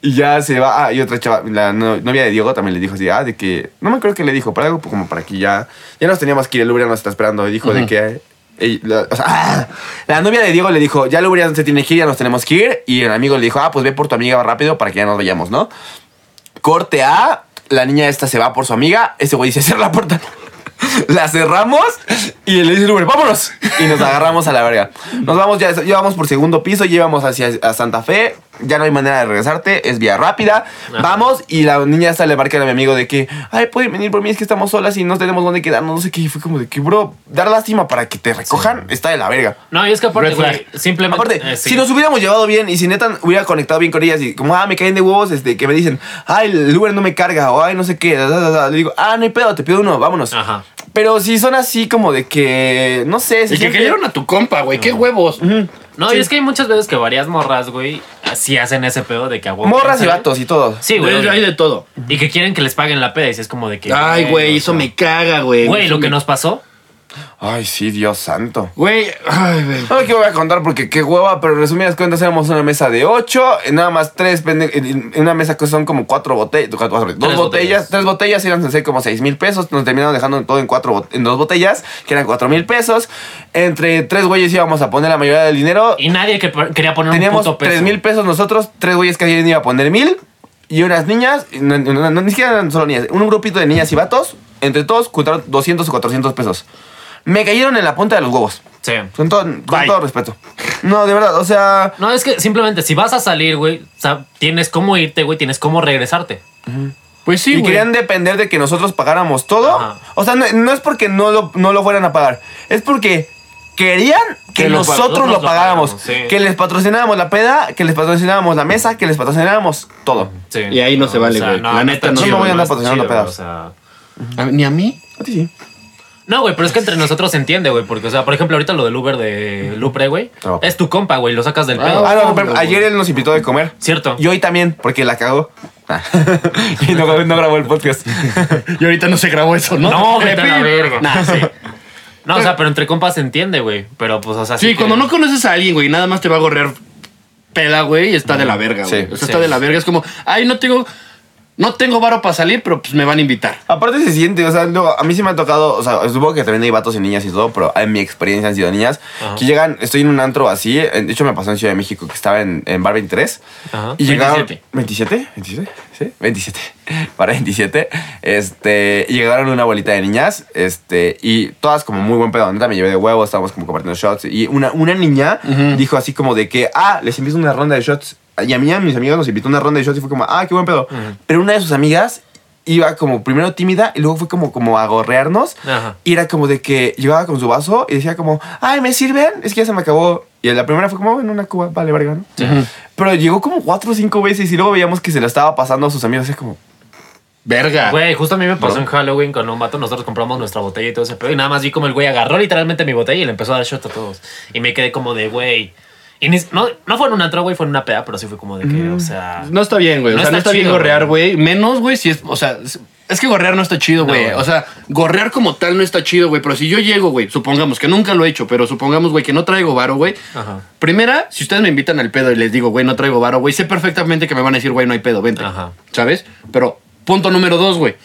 Speaker 3: Y ya se va. Ah, y otra chava, la no- novia de Diego también le dijo así, ah, de que, no me acuerdo que le dijo, para algo como para que ya, ya nos teníamos que ir, el Uber nos está esperando. Y dijo de que, ey, la, o sea, ¡ah! la novia de Diego le dijo, ya el Uber ya se tiene que ir, ya nos tenemos que ir. Y el amigo le dijo, ah, pues ve por tu amiga rápido para que ya nos vayamos, ¿no? Corte A, la niña esta se va por su amiga, ese güey dice, cierra la puerta. La cerramos y le dice el Uber, vámonos. Y nos agarramos a la verga. Nos vamos, ya, ya vamos por segundo piso, llevamos hacia a Santa Fe. Ya no hay manera de regresarte, es vía rápida. Vamos y la niña esta le marca a mi amigo de que, ay, pueden venir por mí, es que estamos solas y no tenemos dónde quedarnos. No sé qué. Y fue como de que, bro, dar lástima para que te recojan está de la verga.
Speaker 2: No, y es que aparte,
Speaker 1: Red
Speaker 2: güey, simplemente.
Speaker 3: Aparte,
Speaker 2: eh, sí.
Speaker 3: si nos hubiéramos llevado bien y si neta hubiera conectado bien con ellas y como, ah, me caen de huevos, este, que me dicen, ay, el Uber no me carga o ay, no sé qué, da, da, da, da", le digo, ah, no hay pedo, te pido uno, vámonos.
Speaker 2: Ajá.
Speaker 3: Pero si son así como de que, no sé, se
Speaker 1: Y que
Speaker 3: siente-
Speaker 1: cayeron a tu compa, güey. Qué huevos.
Speaker 2: No, y es que hay muchas veces que varias morras, güey, sí hacen ese pedo de que a huevo
Speaker 3: Morras
Speaker 2: quieren
Speaker 3: y
Speaker 2: salir.
Speaker 3: vatos y todo.
Speaker 2: Sí, güey.
Speaker 1: Hay
Speaker 2: obvio.
Speaker 1: de todo.
Speaker 2: Y que quieren que les paguen la peda y si es como de que.
Speaker 1: Ay, güey,
Speaker 2: o
Speaker 1: eso
Speaker 2: sea,
Speaker 1: me caga, güey.
Speaker 2: Güey,
Speaker 1: Eso
Speaker 2: lo que
Speaker 1: me-
Speaker 2: nos pasó.
Speaker 3: Ay, sí, Dios santo.
Speaker 1: Güey, ay, güey.
Speaker 3: No lo que voy a contar porque qué hueva, pero en resumidas cuentas éramos una mesa de ocho, eh, nada más tres, pende- en en- en una mesa que son como cuatro botellas, dos botellas,
Speaker 2: botellas.
Speaker 3: tres botellas iban a ser como seis mil pesos, nos terminaron dejando todo en cuatro, bot- en dos botellas, que eran cuatro mil pesos, entre tres güeyes íbamos a poner la mayoría del dinero,
Speaker 2: Y nadie que po- quería poner un
Speaker 3: teníamos
Speaker 2: puto peso.
Speaker 3: tres mil pesos nosotros, tres güeyes que alguien iba a poner mil, y unas niñas, y no- no- no, ni siquiera eran solo niñas, un grupito de niñas y vatos, entre todos juntaron 200 o 400 pesos. Me cayeron en la punta de los huevos.
Speaker 2: Sí.
Speaker 3: Con todo, con
Speaker 2: Bye.
Speaker 3: todo respeto. No, de verdad, o sea.
Speaker 2: No, es que simplemente si vas a salir, güey, o sea, tienes cómo irte, güey, tienes cómo regresarte.
Speaker 1: Pues sí,
Speaker 3: y
Speaker 1: güey.
Speaker 3: querían depender de que nosotros pagáramos todo.
Speaker 2: Ajá.
Speaker 3: O sea, no, no es porque no lo, no lo fueran a pagar. Es porque querían que,
Speaker 2: Que lo pa-
Speaker 3: nosotros
Speaker 2: nosotros
Speaker 3: lo
Speaker 2: lo pagáramos,
Speaker 3: pagáramos.
Speaker 2: sí.
Speaker 3: Que les patrocinábamos la peda, que les patrocinábamos la mesa, que les patrocinábamos todo.
Speaker 2: Sí.
Speaker 1: Y ahí no se vale, güey. La neta,
Speaker 2: está
Speaker 1: no me
Speaker 2: chido,
Speaker 1: voy a
Speaker 3: andar
Speaker 2: está
Speaker 3: patrocinando
Speaker 2: chido,
Speaker 3: pedas.
Speaker 2: o sea.
Speaker 1: A- Ni a mí.
Speaker 3: A ti sí.
Speaker 2: No, güey, pero es que entre nosotros se entiende, güey. Porque, o sea, por ejemplo, ahorita lo del Uber de Lupre, güey.
Speaker 1: Ah,
Speaker 3: Trabajo.
Speaker 2: Es tu compa, güey. Lo sacas del pedo.
Speaker 3: Ah, no, pero ayer él nos invitó de comer.
Speaker 2: Cierto.
Speaker 3: Y hoy también, porque la cagó. Ah. y no, no grabó el podcast.
Speaker 1: Y ahorita no se grabó eso, ¿no?
Speaker 2: No,
Speaker 1: Eh,
Speaker 2: vete a la
Speaker 1: pim.
Speaker 2: verga.
Speaker 1: Nah, sí.
Speaker 2: No, o sea, pero entre compas se entiende, güey. Pero, pues, o sea.
Speaker 1: Sí,
Speaker 2: que-
Speaker 1: cuando no conoces a alguien, güey, nada más te va a gorrear peda, güey, y está de la verga, güey.
Speaker 3: Sí,
Speaker 1: o sea,
Speaker 2: sí.
Speaker 1: está de la verga. Es como, ay, no tengo, no tengo varo para salir, pero pues me van a invitar.
Speaker 3: Aparte se siente, o sea, luego, a mí sí me ha tocado, o sea, supongo que también hay vatos y niñas y todo, pero en mi experiencia han sido niñas
Speaker 2: Ajá.
Speaker 3: que llegan, estoy en un antro así, eh, de hecho me pasó en Ciudad de México que estaba en, en Bar 23
Speaker 2: Ajá.
Speaker 3: y
Speaker 2: 27.
Speaker 3: llegaron... 27. ¿27? ¿Sí? 27. Para 27. Este, y llegaron una bolita de niñas, este, y todas como muy buen pedo, neta, me llevé de huevo, estábamos como compartiendo shots, y una, una niña dijo así como de que, ah, les invito a una ronda de shots, y a mí y a mis amigos nos invitó a una ronda de shots y fue como, ah, qué buen pedo, pero una de sus amigas iba como primero tímida y luego fue como, como a gorrearnos,
Speaker 2: Ajá.
Speaker 3: y era como de que llegaba con su vaso y decía como, ay, ¿me sirven? Es que ya se me acabó. Y la primera fue como, en una cuba, vale, verga, ¿no? Pero llegó como cuatro o cinco veces y luego veíamos que se la estaba pasando a sus amigos. Así como,
Speaker 1: Verga.
Speaker 2: Güey, justo a mí me pasó
Speaker 3: Bro.
Speaker 2: en Halloween con un vato. Nosotros compramos nuestra botella y todo ese pedo. Y nada más vi como el güey agarró literalmente mi botella y le empezó a dar shot a todos. Y me quedé como de, güey. Y ni- no, no fue en un antro, güey, fue en una peda, pero sí fue como de que, o sea.
Speaker 1: Mm, No está bien, güey. O
Speaker 2: No
Speaker 1: sea, no está
Speaker 2: está
Speaker 1: bien
Speaker 2: chido,
Speaker 1: gorrear, güey. Menos, güey, si es. O sea, es- es que gorrear no está chido, güey.
Speaker 2: güey.
Speaker 1: o sea, gorrear como tal no está chido, güey. Pero si yo llego, güey, supongamos que nunca lo he hecho, pero supongamos, güey, que no traigo varo, güey.
Speaker 2: Ajá.
Speaker 1: Primera, si ustedes me invitan al pedo y les digo, güey, no traigo varo, güey, sé perfectamente que me van a decir, güey, no hay pedo, vente.
Speaker 2: Ajá.
Speaker 1: ¿Sabes? Pero, punto número dos, güey.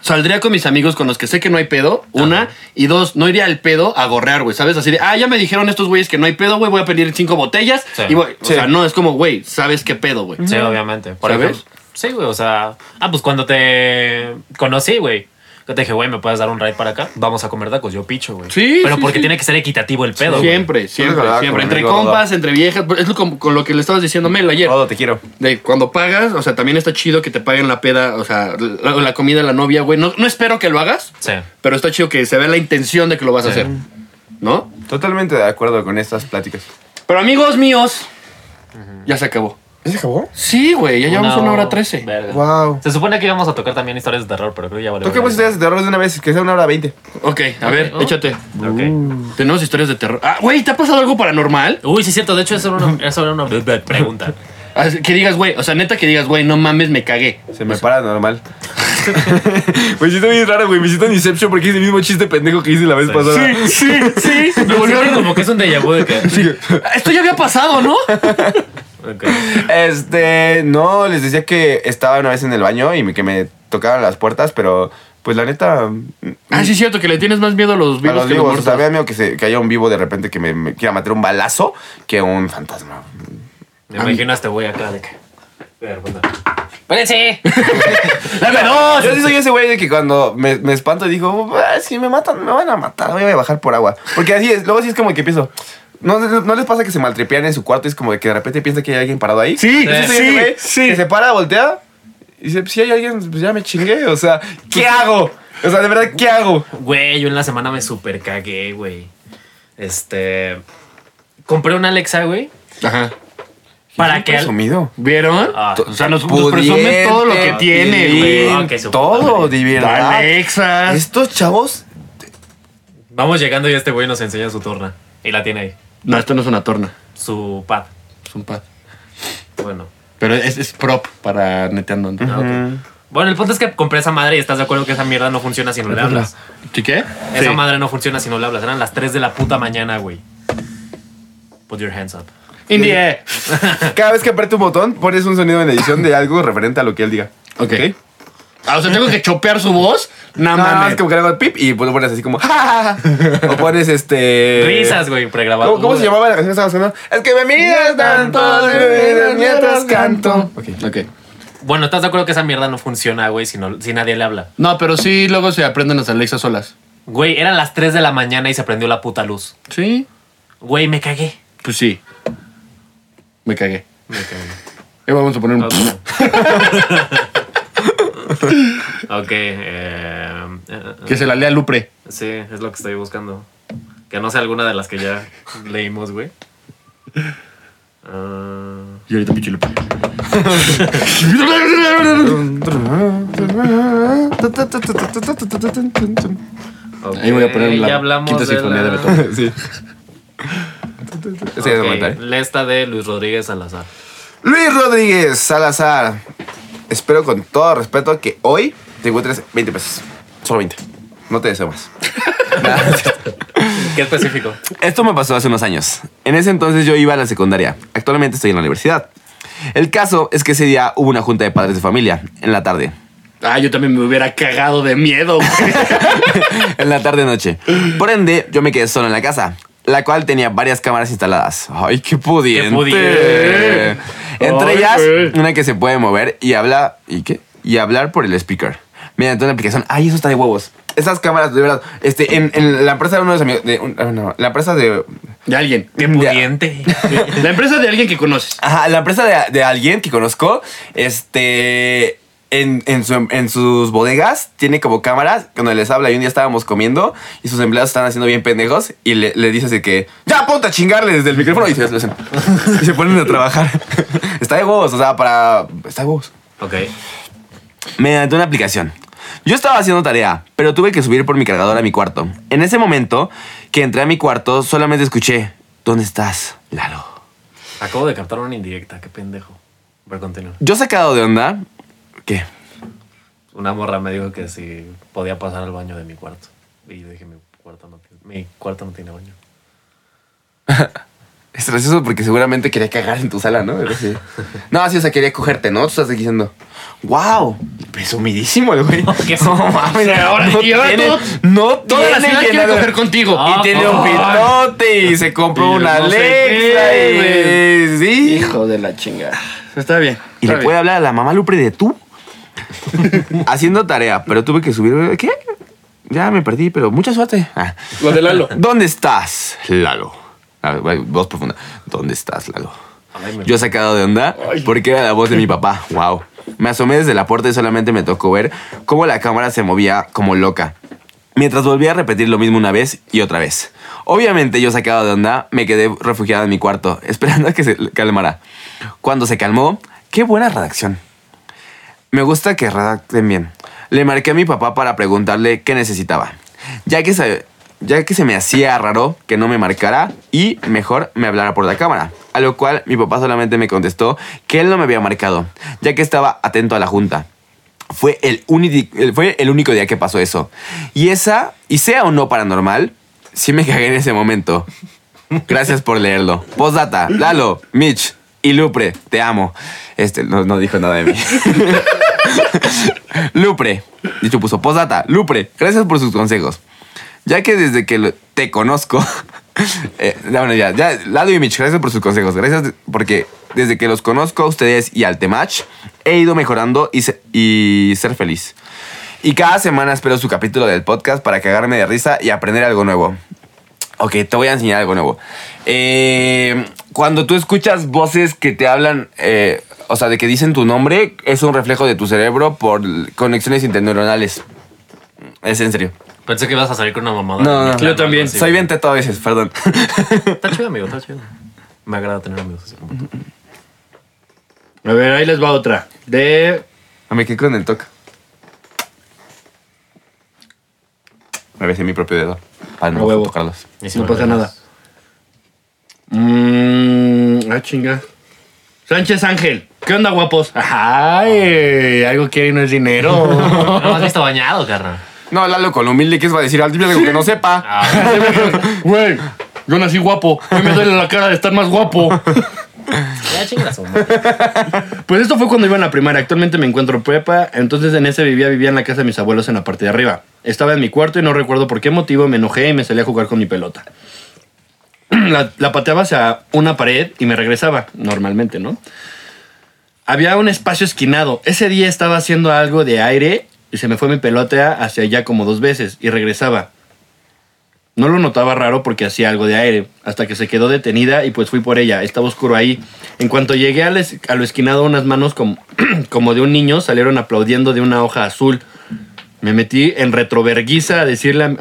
Speaker 1: Saldría con mis amigos con los que sé que no hay pedo, una, y dos, no iría al pedo a gorrear, güey, ¿sabes? Así de, ah, ya me dijeron estos güeyes que no hay pedo, güey, voy a pedir cinco botellas,
Speaker 2: Sí.
Speaker 1: y voy, o
Speaker 3: Sí.
Speaker 1: sea, no, es como, güey, ¿sabes qué pedo, güey?
Speaker 2: Sí, obviamente. Por
Speaker 1: ¿Sabes?
Speaker 2: ejemplo, sí, güey, o sea. Ah, pues cuando te conocí, güey. Yo te dije, güey, ¿me puedes dar un ride para acá? Vamos a comer tacos. Yo picho, güey.
Speaker 1: Sí,
Speaker 2: Pero
Speaker 1: sí,
Speaker 2: porque
Speaker 1: sí.
Speaker 2: tiene que ser equitativo el pedo. güey.
Speaker 1: Siempre, siempre,
Speaker 3: verdad,
Speaker 1: siempre.
Speaker 3: conmigo,
Speaker 1: Entre
Speaker 3: no.
Speaker 1: compas, entre viejas. Es lo com- con, lo que le estabas diciendo a Melo ayer.
Speaker 3: todo te quiero.
Speaker 1: De cuando pagas, o sea, también está chido que te paguen la peda, o sea, la, la comida de la novia, güey. No, no espero que lo hagas,
Speaker 2: Sí.
Speaker 1: pero está chido que se vea la intención de que lo vas a hacer. ¿No?
Speaker 3: Totalmente de acuerdo con estas pláticas.
Speaker 1: Pero amigos míos, ya se acabó.
Speaker 3: ¿Ya se acabó?
Speaker 1: Sí, güey, ya llevamos una hora trece.
Speaker 2: Verga.
Speaker 3: Wow.
Speaker 2: Se supone que íbamos a tocar también historias de terror, pero creo que ya vale. verga.
Speaker 3: Toquemos pues ustedes de terror de una vez, que sea una hora veinte.
Speaker 1: Ok, oh. a ver,
Speaker 2: ¿no?
Speaker 1: échate.
Speaker 2: Ok.
Speaker 1: Tenemos historias de terror. Ah, güey, ¿te ha pasado algo paranormal?
Speaker 2: Uy, sí es cierto. De hecho, eso era una, eso era una pregunta.
Speaker 1: Ah, Que digas, güey, o sea, neta que digas, güey, no mames, me cagué.
Speaker 3: Se me para normal. me siento bien raro, güey. Me siento en Inception porque es el mismo chiste pendejo que hice la vez pasada.
Speaker 1: sí, sí.
Speaker 2: Me volvieron como que es un déjà vu de que...
Speaker 1: Esto ya había pasado, ¿no?
Speaker 2: Ok.
Speaker 3: Este, no, les decía que estaba una vez en el baño y me- que me tocaban las puertas, pero pues la neta.
Speaker 1: Ah, sí, es cierto, que le tienes más miedo a los
Speaker 3: A
Speaker 1: vivos
Speaker 3: los
Speaker 1: que a
Speaker 3: vivos,
Speaker 1: los
Speaker 3: o sea, me da
Speaker 1: muertos.
Speaker 3: miedo que, se, que haya un vivo de repente que me, me quiera matar un balazo que un fantasma.
Speaker 2: Me imagino a este güey acá de que... De repente. ¡Espérense!
Speaker 1: ¡Dame dos!
Speaker 3: Yo sí soy ese güey de que cuando me, me espanto digo, "Ah, si me matan, me van a matar, voy a bajar por agua. Porque así es, luego sí es como que pienso. ¿No, no les pasa que se maltripean en su cuarto y es como que de repente piensa que hay alguien parado ahí?
Speaker 1: Sí,
Speaker 3: Yo soy ese güey Que se para, voltea y dice, si hay alguien, pues ya me chingué. O sea, ¿qué hago? O sea, de verdad, ¿qué hago?
Speaker 2: Güey, yo en la semana me super cagué, güey. Este... Compré una Alexa, güey.
Speaker 1: Ajá.
Speaker 2: Para que... al-
Speaker 3: Presumido.
Speaker 1: ¿Vieron?
Speaker 2: Ah.
Speaker 1: o sea, nos, nos presume Pues,
Speaker 3: Pudiente,
Speaker 1: todo lo que tiene, güey.
Speaker 2: Ah, que su puta
Speaker 3: Todo,
Speaker 2: madre.
Speaker 3: de verdad.
Speaker 1: Alexas.
Speaker 3: Estos chavos
Speaker 2: Vamos llegando y este güey nos enseña su torna. Y la tiene ahí.
Speaker 1: No, esto no es una torna.
Speaker 2: Su pad.
Speaker 1: Es un pad.
Speaker 2: Bueno.
Speaker 1: Pero es, es prop para neteando. antes.
Speaker 2: Ah, ok. Bueno, el punto es que compré esa madre y estás de acuerdo que esa mierda no funciona si no le hablas.
Speaker 1: ¿Sí qué?
Speaker 2: Esa
Speaker 1: Sí.
Speaker 2: madre no funciona si no le hablas. Eran las 3 de la puta mañana, güey. Put your hands up.
Speaker 1: In the air.
Speaker 3: Cada vez que apriete un botón, pones un sonido en edición de algo referente a lo que él diga.
Speaker 1: Ok. Ah, o sea, tengo que chopear su voz. No,
Speaker 3: Nada más
Speaker 1: mames.
Speaker 3: como que le hago el pip y pues lo pones así como. "Ja, ja, ja". o pones
Speaker 1: Eh,
Speaker 3: este.
Speaker 2: Risas, güey, pregrabado.
Speaker 3: ¿Cómo, cómo se llamaba la canción que estabas haciendo? Es que me miras tanto, me miras mientras canto. Ok.
Speaker 1: Ok.
Speaker 2: Bueno, ¿estás de acuerdo que esa mierda no funciona, güey, si, no, si nadie le habla?
Speaker 1: No, pero sí, luego se aprenden las Alexa solas.
Speaker 2: Güey, eran las 3 de la mañana y se prendió la puta luz.
Speaker 1: Sí.
Speaker 2: Güey, me cagué.
Speaker 1: Pues sí. Me cagué.
Speaker 2: Me cagué.
Speaker 1: Eh, vamos a poner
Speaker 2: Ah,
Speaker 1: un.
Speaker 2: Ok, eh, eh, eh,
Speaker 1: que se la lea Lupre.
Speaker 2: sí, es lo que estoy buscando. Que no sea alguna de las que ya leímos, güey. Ah,
Speaker 1: Y ahorita pinche Lupre.
Speaker 2: ok,
Speaker 1: Ahí voy a poner la
Speaker 2: ya hablamos
Speaker 1: quinta sinfonía de
Speaker 2: la-
Speaker 1: Beethoven.
Speaker 3: Sí. Ese es el
Speaker 2: Ok,
Speaker 3: comentario.
Speaker 2: la esta de Luis Rodríguez Salazar.
Speaker 3: Luis Rodríguez Salazar. Espero con todo respeto que hoy te encuentres 20 pesos. Solo 20. No te deseo más.
Speaker 2: ¿Qué específico?
Speaker 3: Esto me pasó hace unos años. En ese entonces yo iba a la secundaria. Actualmente estoy en la universidad. El caso es que ese día hubo una junta de padres de familia, en la tarde.
Speaker 1: Ah, yo también me hubiera cagado de miedo, güey.
Speaker 3: en la tarde noche. Por ende, yo me quedé solo en la casa, la cual tenía varias cámaras instaladas. Ay, qué pudiente.
Speaker 2: Qué pudiente.
Speaker 3: Entre
Speaker 1: Ay,
Speaker 3: ellas,
Speaker 1: güey.
Speaker 3: una que se puede mover y habla ¿y qué? Y hablar por el speaker. Mediante una aplicación. Ay, eso está de huevos. Esas cámaras, de verdad. Este, en, en la empresa de uno de los amigos. De un- ah, no, la empresa de.
Speaker 1: De alguien.
Speaker 2: Qué
Speaker 3: Ya.
Speaker 2: pudiente.
Speaker 1: La empresa de alguien que conoces.
Speaker 3: Ajá, la empresa de, de alguien que conozco, este, en, en, su- en sus bodegas tiene como cámaras cuando les habla y un día estábamos comiendo y sus empleados están haciendo bien pendejos y le, le dice así que, ya ponte a chingarle desde el micrófono y se, lo hacen. y se ponen a trabajar. está de huevos, o sea, para... Está de huevos.
Speaker 2: ok.
Speaker 3: Mediante una aplicación. Yo estaba haciendo tarea, pero tuve que subir por mi cargador a mi cuarto. En ese momento que entré a mi cuarto, solamente escuché, ¿dónde estás, Lalo?
Speaker 2: Acabo de captar una indirecta, qué pendejo. Pero continúa.
Speaker 3: Yo sacado de onda, ¿qué?
Speaker 2: Una morra me dijo que si podía pasar al baño de mi cuarto. Y yo dije, mi cuarto no tiene, mi cuarto no tiene baño.
Speaker 3: Es gracioso porque seguramente quería cagar en tu sala, ¿no? Pero sí. No, sí, o sea, quería cogerte, ¿no? Tú estás aquí diciendo, wow, presumidísimo el güey.
Speaker 2: ¿Qué
Speaker 3: no mames,
Speaker 1: ahora-
Speaker 3: no
Speaker 1: y ahora
Speaker 3: tiene,
Speaker 1: todo-
Speaker 3: no
Speaker 1: Toda la
Speaker 3: tiene
Speaker 1: ciudad
Speaker 3: que
Speaker 1: quiere
Speaker 3: nada.
Speaker 1: coger contigo.
Speaker 2: Ah,
Speaker 3: Y tiene un
Speaker 2: Ay.
Speaker 3: pitote y se compró
Speaker 1: Y
Speaker 3: una
Speaker 1: no sé
Speaker 3: Alexa
Speaker 1: qué,
Speaker 3: y... Sí.
Speaker 5: Hijo de la chingada.
Speaker 1: Está bien.
Speaker 3: Y le puede hablar a la mamá Lupre de tú. Haciendo tarea, pero tuve que subir... ¿Qué? Ya me perdí, pero mucha suerte. Ah.
Speaker 1: Lo de Lalo.
Speaker 3: ¿Dónde estás, Lalo? A ver, güey, voz profunda. ¿Dónde estás, Lalo?
Speaker 2: Ay, me-
Speaker 3: Yo sacado de onda porque era la voz de mi papá. Wow. Me asomé desde la puerta y solamente me tocó ver cómo la cámara se movía como loca. Mientras volvía a repetir lo mismo una vez y otra vez. Obviamente yo sacado de onda me quedé refugiado en mi cuarto, esperando a que se calmara. Cuando se calmó, qué buena redacción. Me gusta que redacten bien. Le marqué a mi papá para preguntarle qué necesitaba, ya que, se, ya que se me hacía raro que no me marcara y mejor me hablara por la cámara. A lo cual mi papá solamente me contestó que él no me había marcado, ya que estaba atento a la junta. Fue el, uni- el- fue el único día que pasó eso. Y esa, y sea o no paranormal, sí me cagué en ese momento. Gracias por leerlo. Postdata, Lalo, Mitch y Lupre, te amo. Este no, no dijo nada de mí. Lupre. Dicho puso postdata. Lupre, gracias por sus consejos. Ya que desde que lo- te conozco. eh, ya, bueno, ya, ya. Lado y Mitch, gracias por sus consejos. Gracias de- porque desde que los conozco a ustedes y al Temach, he ido mejorando y, se- y ser feliz. Y cada semana espero su capítulo del podcast para cagarme de risa y aprender algo nuevo. Ok, te voy a enseñar algo nuevo. Eh, cuando tú escuchas voces que te hablan, eh, o sea, de que dicen tu nombre, es un reflejo de tu cerebro por l- conexiones interneuronales. Es en serio.
Speaker 2: Pensé que ibas a salir con una mamada.
Speaker 3: No, no,
Speaker 2: Claro,
Speaker 3: yo
Speaker 1: también.
Speaker 2: sí.
Speaker 3: Soy bien teto a veces, perdón.
Speaker 2: Está chido, amigo, está chido. Me agrada tener amigos así como tú.
Speaker 1: A ver, ahí les va otra. De.
Speaker 3: Me quedé con el toque. Me besé mi propio dedo. Para
Speaker 1: A
Speaker 3: no
Speaker 1: huevo.
Speaker 3: tocarlos.
Speaker 2: Y si
Speaker 1: No
Speaker 2: me
Speaker 1: pasa
Speaker 2: agredas.
Speaker 1: nada. Mm, ah, chinga. Sánchez Ángel. ¿Qué onda, guapos? Ay, algo quiere y no es dinero.
Speaker 2: No has visto bañado, carnal.
Speaker 3: No, Lalo, con lo humilde que es, va a decir algo que no sepa.
Speaker 2: Ah,
Speaker 1: Güey, yo nací guapo. Hoy me duele la cara de estar más guapo.
Speaker 2: ya chingas, madre.
Speaker 1: Pues esto fue cuando iba en la primaria. Actualmente me encuentro prepa. Entonces en ese vivía, vivía en la casa de mis abuelos en la parte de arriba. Estaba en mi cuarto y no recuerdo por qué motivo me enojé y me salí a jugar con mi pelota. La, la pateaba hacia una pared y me regresaba, normalmente, ¿no? Había un espacio esquinado. Ese día estaba haciendo algo de aire y se me fue mi pelota hacia allá como dos veces y regresaba. No lo notaba raro porque hacía algo de aire, hasta que se quedó detenida y pues fui por ella. Estaba oscuro ahí. En cuanto llegué al es- a lo esquinado, unas manos como, como de un niño salieron aplaudiendo de una hoja azul. Me metí en retroverguiza a decirle a,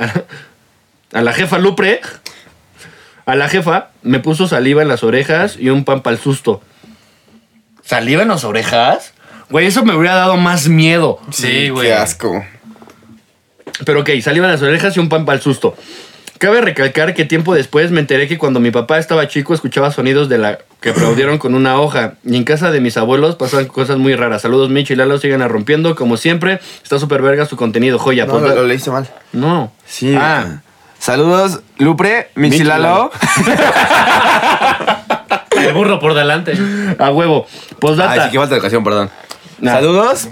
Speaker 1: a la jefa Lupre. A la jefa me puso saliva en las orejas y un pan para el susto. ¿Saliva en las orejas? Güey, eso me hubiera dado más miedo.
Speaker 2: Sí, güey.
Speaker 3: Qué asco.
Speaker 1: Pero ok, salían las orejas y un pan para el susto. Cabe recalcar que tiempo después me enteré que cuando mi papá estaba chico escuchaba sonidos de la que aplaudieron con una hoja. Y en casa de mis abuelos pasan cosas muy raras. Saludos, Michi y Lalo, sigan a rompiendo. Como siempre, está súper verga su contenido, joya. Pues,
Speaker 3: No,
Speaker 1: Ponga-
Speaker 3: lo, lo leíste mal.
Speaker 1: no.
Speaker 3: Sí.
Speaker 1: Ah,
Speaker 3: Saludos, Lupre, Michilalo.
Speaker 2: El burro por delante.
Speaker 1: a huevo. Pues,
Speaker 3: Ay,
Speaker 1: Postdata.
Speaker 3: sí, que falta de educación, perdón.
Speaker 1: Nah.
Speaker 3: Saludos,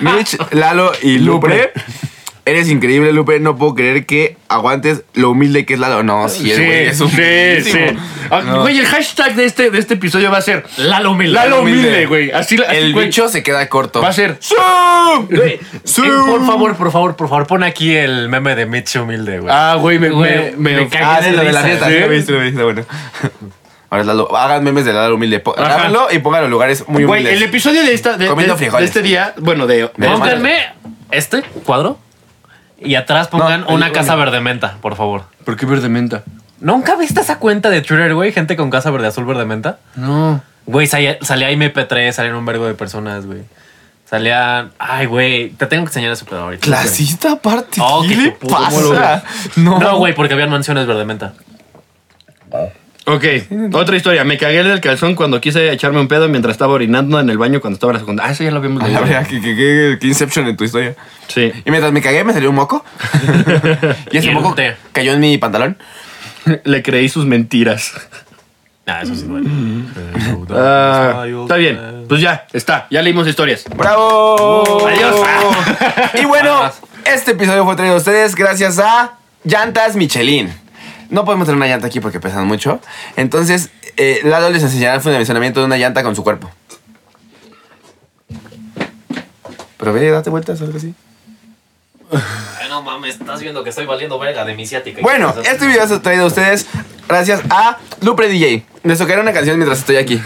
Speaker 3: Mitch, Lalo y Lupre. Eres increíble, Lupe. No puedo creer que aguantes lo humilde que es Lalo. No, sí, el güey es
Speaker 1: sí, sí, sí.
Speaker 3: humildísimo.
Speaker 1: Ah, Güey, el hashtag de este, de este episodio va a ser
Speaker 2: Lalo Humilde.
Speaker 1: Lalo
Speaker 3: humilde.
Speaker 1: humilde, güey. Así, así,
Speaker 3: El
Speaker 1: güey,
Speaker 3: bicho se queda corto.
Speaker 1: va a ser.
Speaker 3: ¡Sí!
Speaker 2: Güey,
Speaker 3: Sí.
Speaker 2: eh, por
Speaker 3: Ah,
Speaker 2: favor, por favor, por favor, pon aquí el meme de Mitch humilde, güey.
Speaker 1: Ah, güey, me,
Speaker 2: Güey,
Speaker 1: me, me,
Speaker 2: me cagué
Speaker 3: Ah, sí, lo de la
Speaker 2: Sí.
Speaker 3: fiesta. Sí, lo viste, lo viste, bueno. Ahora es Lalo. Hagan memes de Lalo humilde. Po-
Speaker 1: Ajá.
Speaker 3: Grábenlo y pónganlo en lugares muy
Speaker 1: Güey, el
Speaker 3: humildes.
Speaker 1: episodio de, esta, de,
Speaker 3: Comiendo
Speaker 1: de- de
Speaker 3: frijoles.
Speaker 1: este día, bueno, de...
Speaker 3: Me-
Speaker 2: Pónganme este cuadro y atrás pongan
Speaker 3: No,
Speaker 2: una
Speaker 3: el-
Speaker 2: casa verde menta, por favor.
Speaker 1: ¿Por qué verde menta?
Speaker 2: ¿Nunca viste esa cuenta de Twitter, güey? Gente con casa verde azul, verde menta.
Speaker 1: No.
Speaker 2: Güey, salía, salía MP3, salían un vergo de personas, güey. Salían. Ay, güey, te tengo que enseñar ese pedo ahorita.
Speaker 3: Clasista aparte.
Speaker 2: Oh,
Speaker 3: ¿Qué
Speaker 2: qué
Speaker 3: le
Speaker 2: puto, ¿cómo lo
Speaker 3: pasa?
Speaker 2: No, güey, porque habían mansiones verde menta.
Speaker 1: Ok, otra historia. Me cagué en el calzón cuando quise echarme un pedo mientras estaba orinando en el baño cuando estaba en la segunda. Ah, eso ya lo vimos.
Speaker 3: A
Speaker 1: leído.
Speaker 3: la verdad, ¿qué, qué, qué, qué inception en tu historia.
Speaker 1: Sí.
Speaker 3: Y mientras me cagué, me salió un moco. y ese
Speaker 2: Y el
Speaker 3: moco
Speaker 2: té.
Speaker 3: cayó en mi pantalón.
Speaker 1: Le creí sus mentiras.
Speaker 2: Nah, eso sí, güey.
Speaker 3: Mm.
Speaker 1: Ah, está bien. Pues ya, está. Ya leímos historias.
Speaker 3: ¡Bravo!
Speaker 1: Adiós.
Speaker 3: Y bueno, este episodio fue traído a ustedes gracias a Llantas Michelin. No podemos tener una llanta aquí porque pesan mucho. Entonces, eh, Lalo les enseñará el funcionamiento de una llanta con su cuerpo. Pero ve, date vueltas, algo así.
Speaker 2: Ay, no mames, estás viendo que estoy valiendo verga de mi ciática.
Speaker 3: Bueno, este video es traído a ustedes gracias a Lupre DJ. Les tocaré una canción mientras estoy aquí.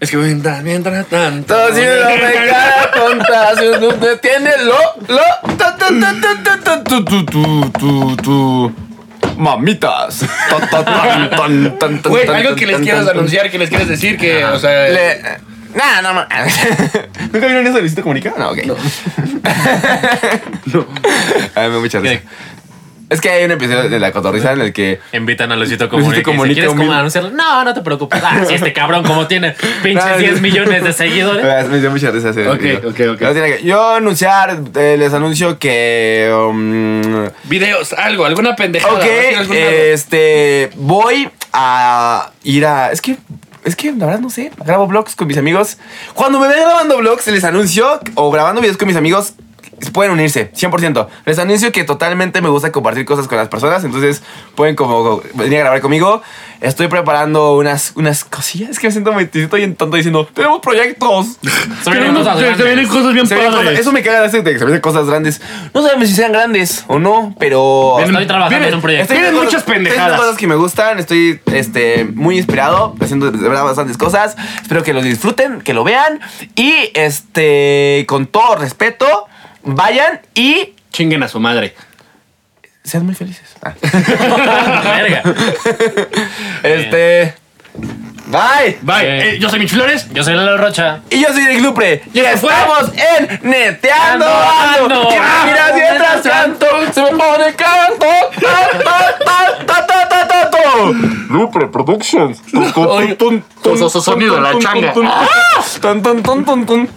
Speaker 1: Es que mientras, mientras tanto.
Speaker 3: Todo si no me cara tonta, si no te tiene lo, lo, ta, ta, ta, ta, ta, ta, tu, tu, tu, tu, tu. Mamitas. Ta, ta, tan, tan, tan, tan,
Speaker 1: Güey,
Speaker 3: tan,
Speaker 1: algo
Speaker 3: tan,
Speaker 1: que les
Speaker 3: tan,
Speaker 1: quieras
Speaker 3: tan,
Speaker 1: anunciar, que les quieres decir, que, o sea.
Speaker 3: tan. Le- Nah, no, no. ¿Nunca vieron eso de Luisito Comunica? No, ok. No. A mí me da mucha risa.
Speaker 2: ¿Qué?
Speaker 3: Es que hay un episodio de La Cotorrisa en el que...
Speaker 2: Invitan a Luisito Comunica.
Speaker 3: Luisito
Speaker 2: y
Speaker 3: Comunica
Speaker 2: si quieres como
Speaker 3: humilde.
Speaker 2: anunciarlo, no, no te preocupes. Ah, si este cabrón como tiene pinches 10 millones de seguidores.
Speaker 3: Ah, Me dio mucha risa ese
Speaker 1: Ok,
Speaker 3: video.
Speaker 1: ok, ok.
Speaker 3: No tiene que- Yo anunciar, eh, les anuncio que... um,
Speaker 1: Videos, algo, alguna pendejada.
Speaker 3: Ok, eh,
Speaker 1: ¿no? Sí, alguna-
Speaker 3: este, voy a ir a... Es que, es que la verdad no sé, grabo vlogs con mis amigos. Cuando me ven grabando vlogs, les anuncio, o grabando videos con mis amigos, pueden unirse, 100%. Les anuncio que totalmente me gusta compartir cosas con las personas, entonces pueden como venir a grabar conmigo. Estoy preparando unas, unas cosillas, es que me siento muy estoy en tonto diciendo, tenemos proyectos.
Speaker 2: Soy
Speaker 1: Pero no,
Speaker 2: cosas
Speaker 1: se- se
Speaker 2: grandes.
Speaker 1: vienen cosas bien
Speaker 3: Se ven cosas-
Speaker 1: padres.
Speaker 3: eso me caga de hacer de que se ven cosas grandes. No sabemos si sean grandes o no, pero...
Speaker 2: Estoy trabajando
Speaker 1: Vienen-
Speaker 2: en un proyecto.
Speaker 3: Estoy
Speaker 1: Tienen
Speaker 3: haciendo
Speaker 1: muchas
Speaker 3: cosas- estoy
Speaker 1: pendejadas.
Speaker 3: haciendo cosas que me gustan, estoy este, muy inspirado, haciendo de verdad bastantes cosas. Espero que lo disfruten, que lo vean. Y este, con todo respeto, vayan y
Speaker 1: Chinguen a su madre.
Speaker 3: sean muy felices. Ah.
Speaker 2: Verga.
Speaker 3: Este. Bye.
Speaker 1: Bye.
Speaker 2: Ok.
Speaker 1: Eh, yo soy Mitch Flores.
Speaker 2: Yo soy Lalo Rocha.
Speaker 3: Y yo soy Eric Lupre. Y
Speaker 1: esto fue-
Speaker 3: estamos en Neteando
Speaker 2: Ando,
Speaker 3: Ando.
Speaker 2: ando.
Speaker 3: Y me miras mientras
Speaker 2: Ando.
Speaker 3: canto, se me pone canto. Ta, ta, ta, ta, ta, ta, ta, ta. Lupre Productions. Tun, tun,
Speaker 1: Oye,
Speaker 3: tun, tun,
Speaker 1: oso sonido
Speaker 3: tun,
Speaker 1: de la
Speaker 3: tun,
Speaker 1: changa.
Speaker 3: tun, Ah, tun, tun, tun, tun, tun.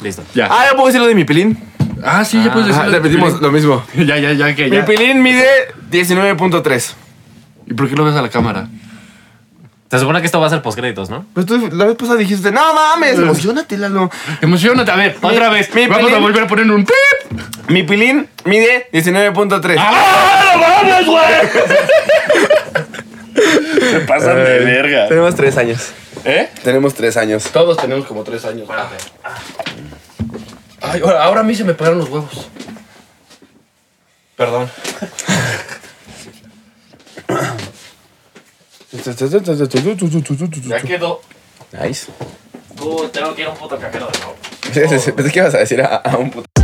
Speaker 2: Listo.
Speaker 1: Ya.
Speaker 3: Ah, ya puedo decir lo de mi pilín.
Speaker 1: Ah, sí, ya puedes decir.
Speaker 3: Ajá, repetimos lo mismo.
Speaker 1: Ya, ya, ya, que
Speaker 3: Mi
Speaker 1: ya.
Speaker 3: pilín mide 19.3.
Speaker 1: ¿Y por qué lo ves a la cámara?
Speaker 2: Se supone que esto va a ser postcréditos, ¿no?
Speaker 3: Pues tú la vez pasada dijiste, no mames, emocionate, Lalo.
Speaker 1: Emocionate, a ver, otra vez.
Speaker 3: mi
Speaker 1: Vamos a
Speaker 3: pelín.
Speaker 1: volver a poner un pip.
Speaker 3: Mi pilín mide 19.3.
Speaker 1: ¡Ah, no mames, güey! Se pasan de verga.
Speaker 3: Tenemos tres años.
Speaker 1: ¿Eh?
Speaker 3: Tenemos tres años.
Speaker 1: Todos tenemos como tres años. Ay, ahora, ahora a mí se me pegaron los huevos.
Speaker 2: Perdón.
Speaker 1: Ya quedó.
Speaker 3: Nice.
Speaker 2: Uh, tengo que ir a un puto cajero de nuevo.
Speaker 3: Pensé que ibas a decir a, a un puto.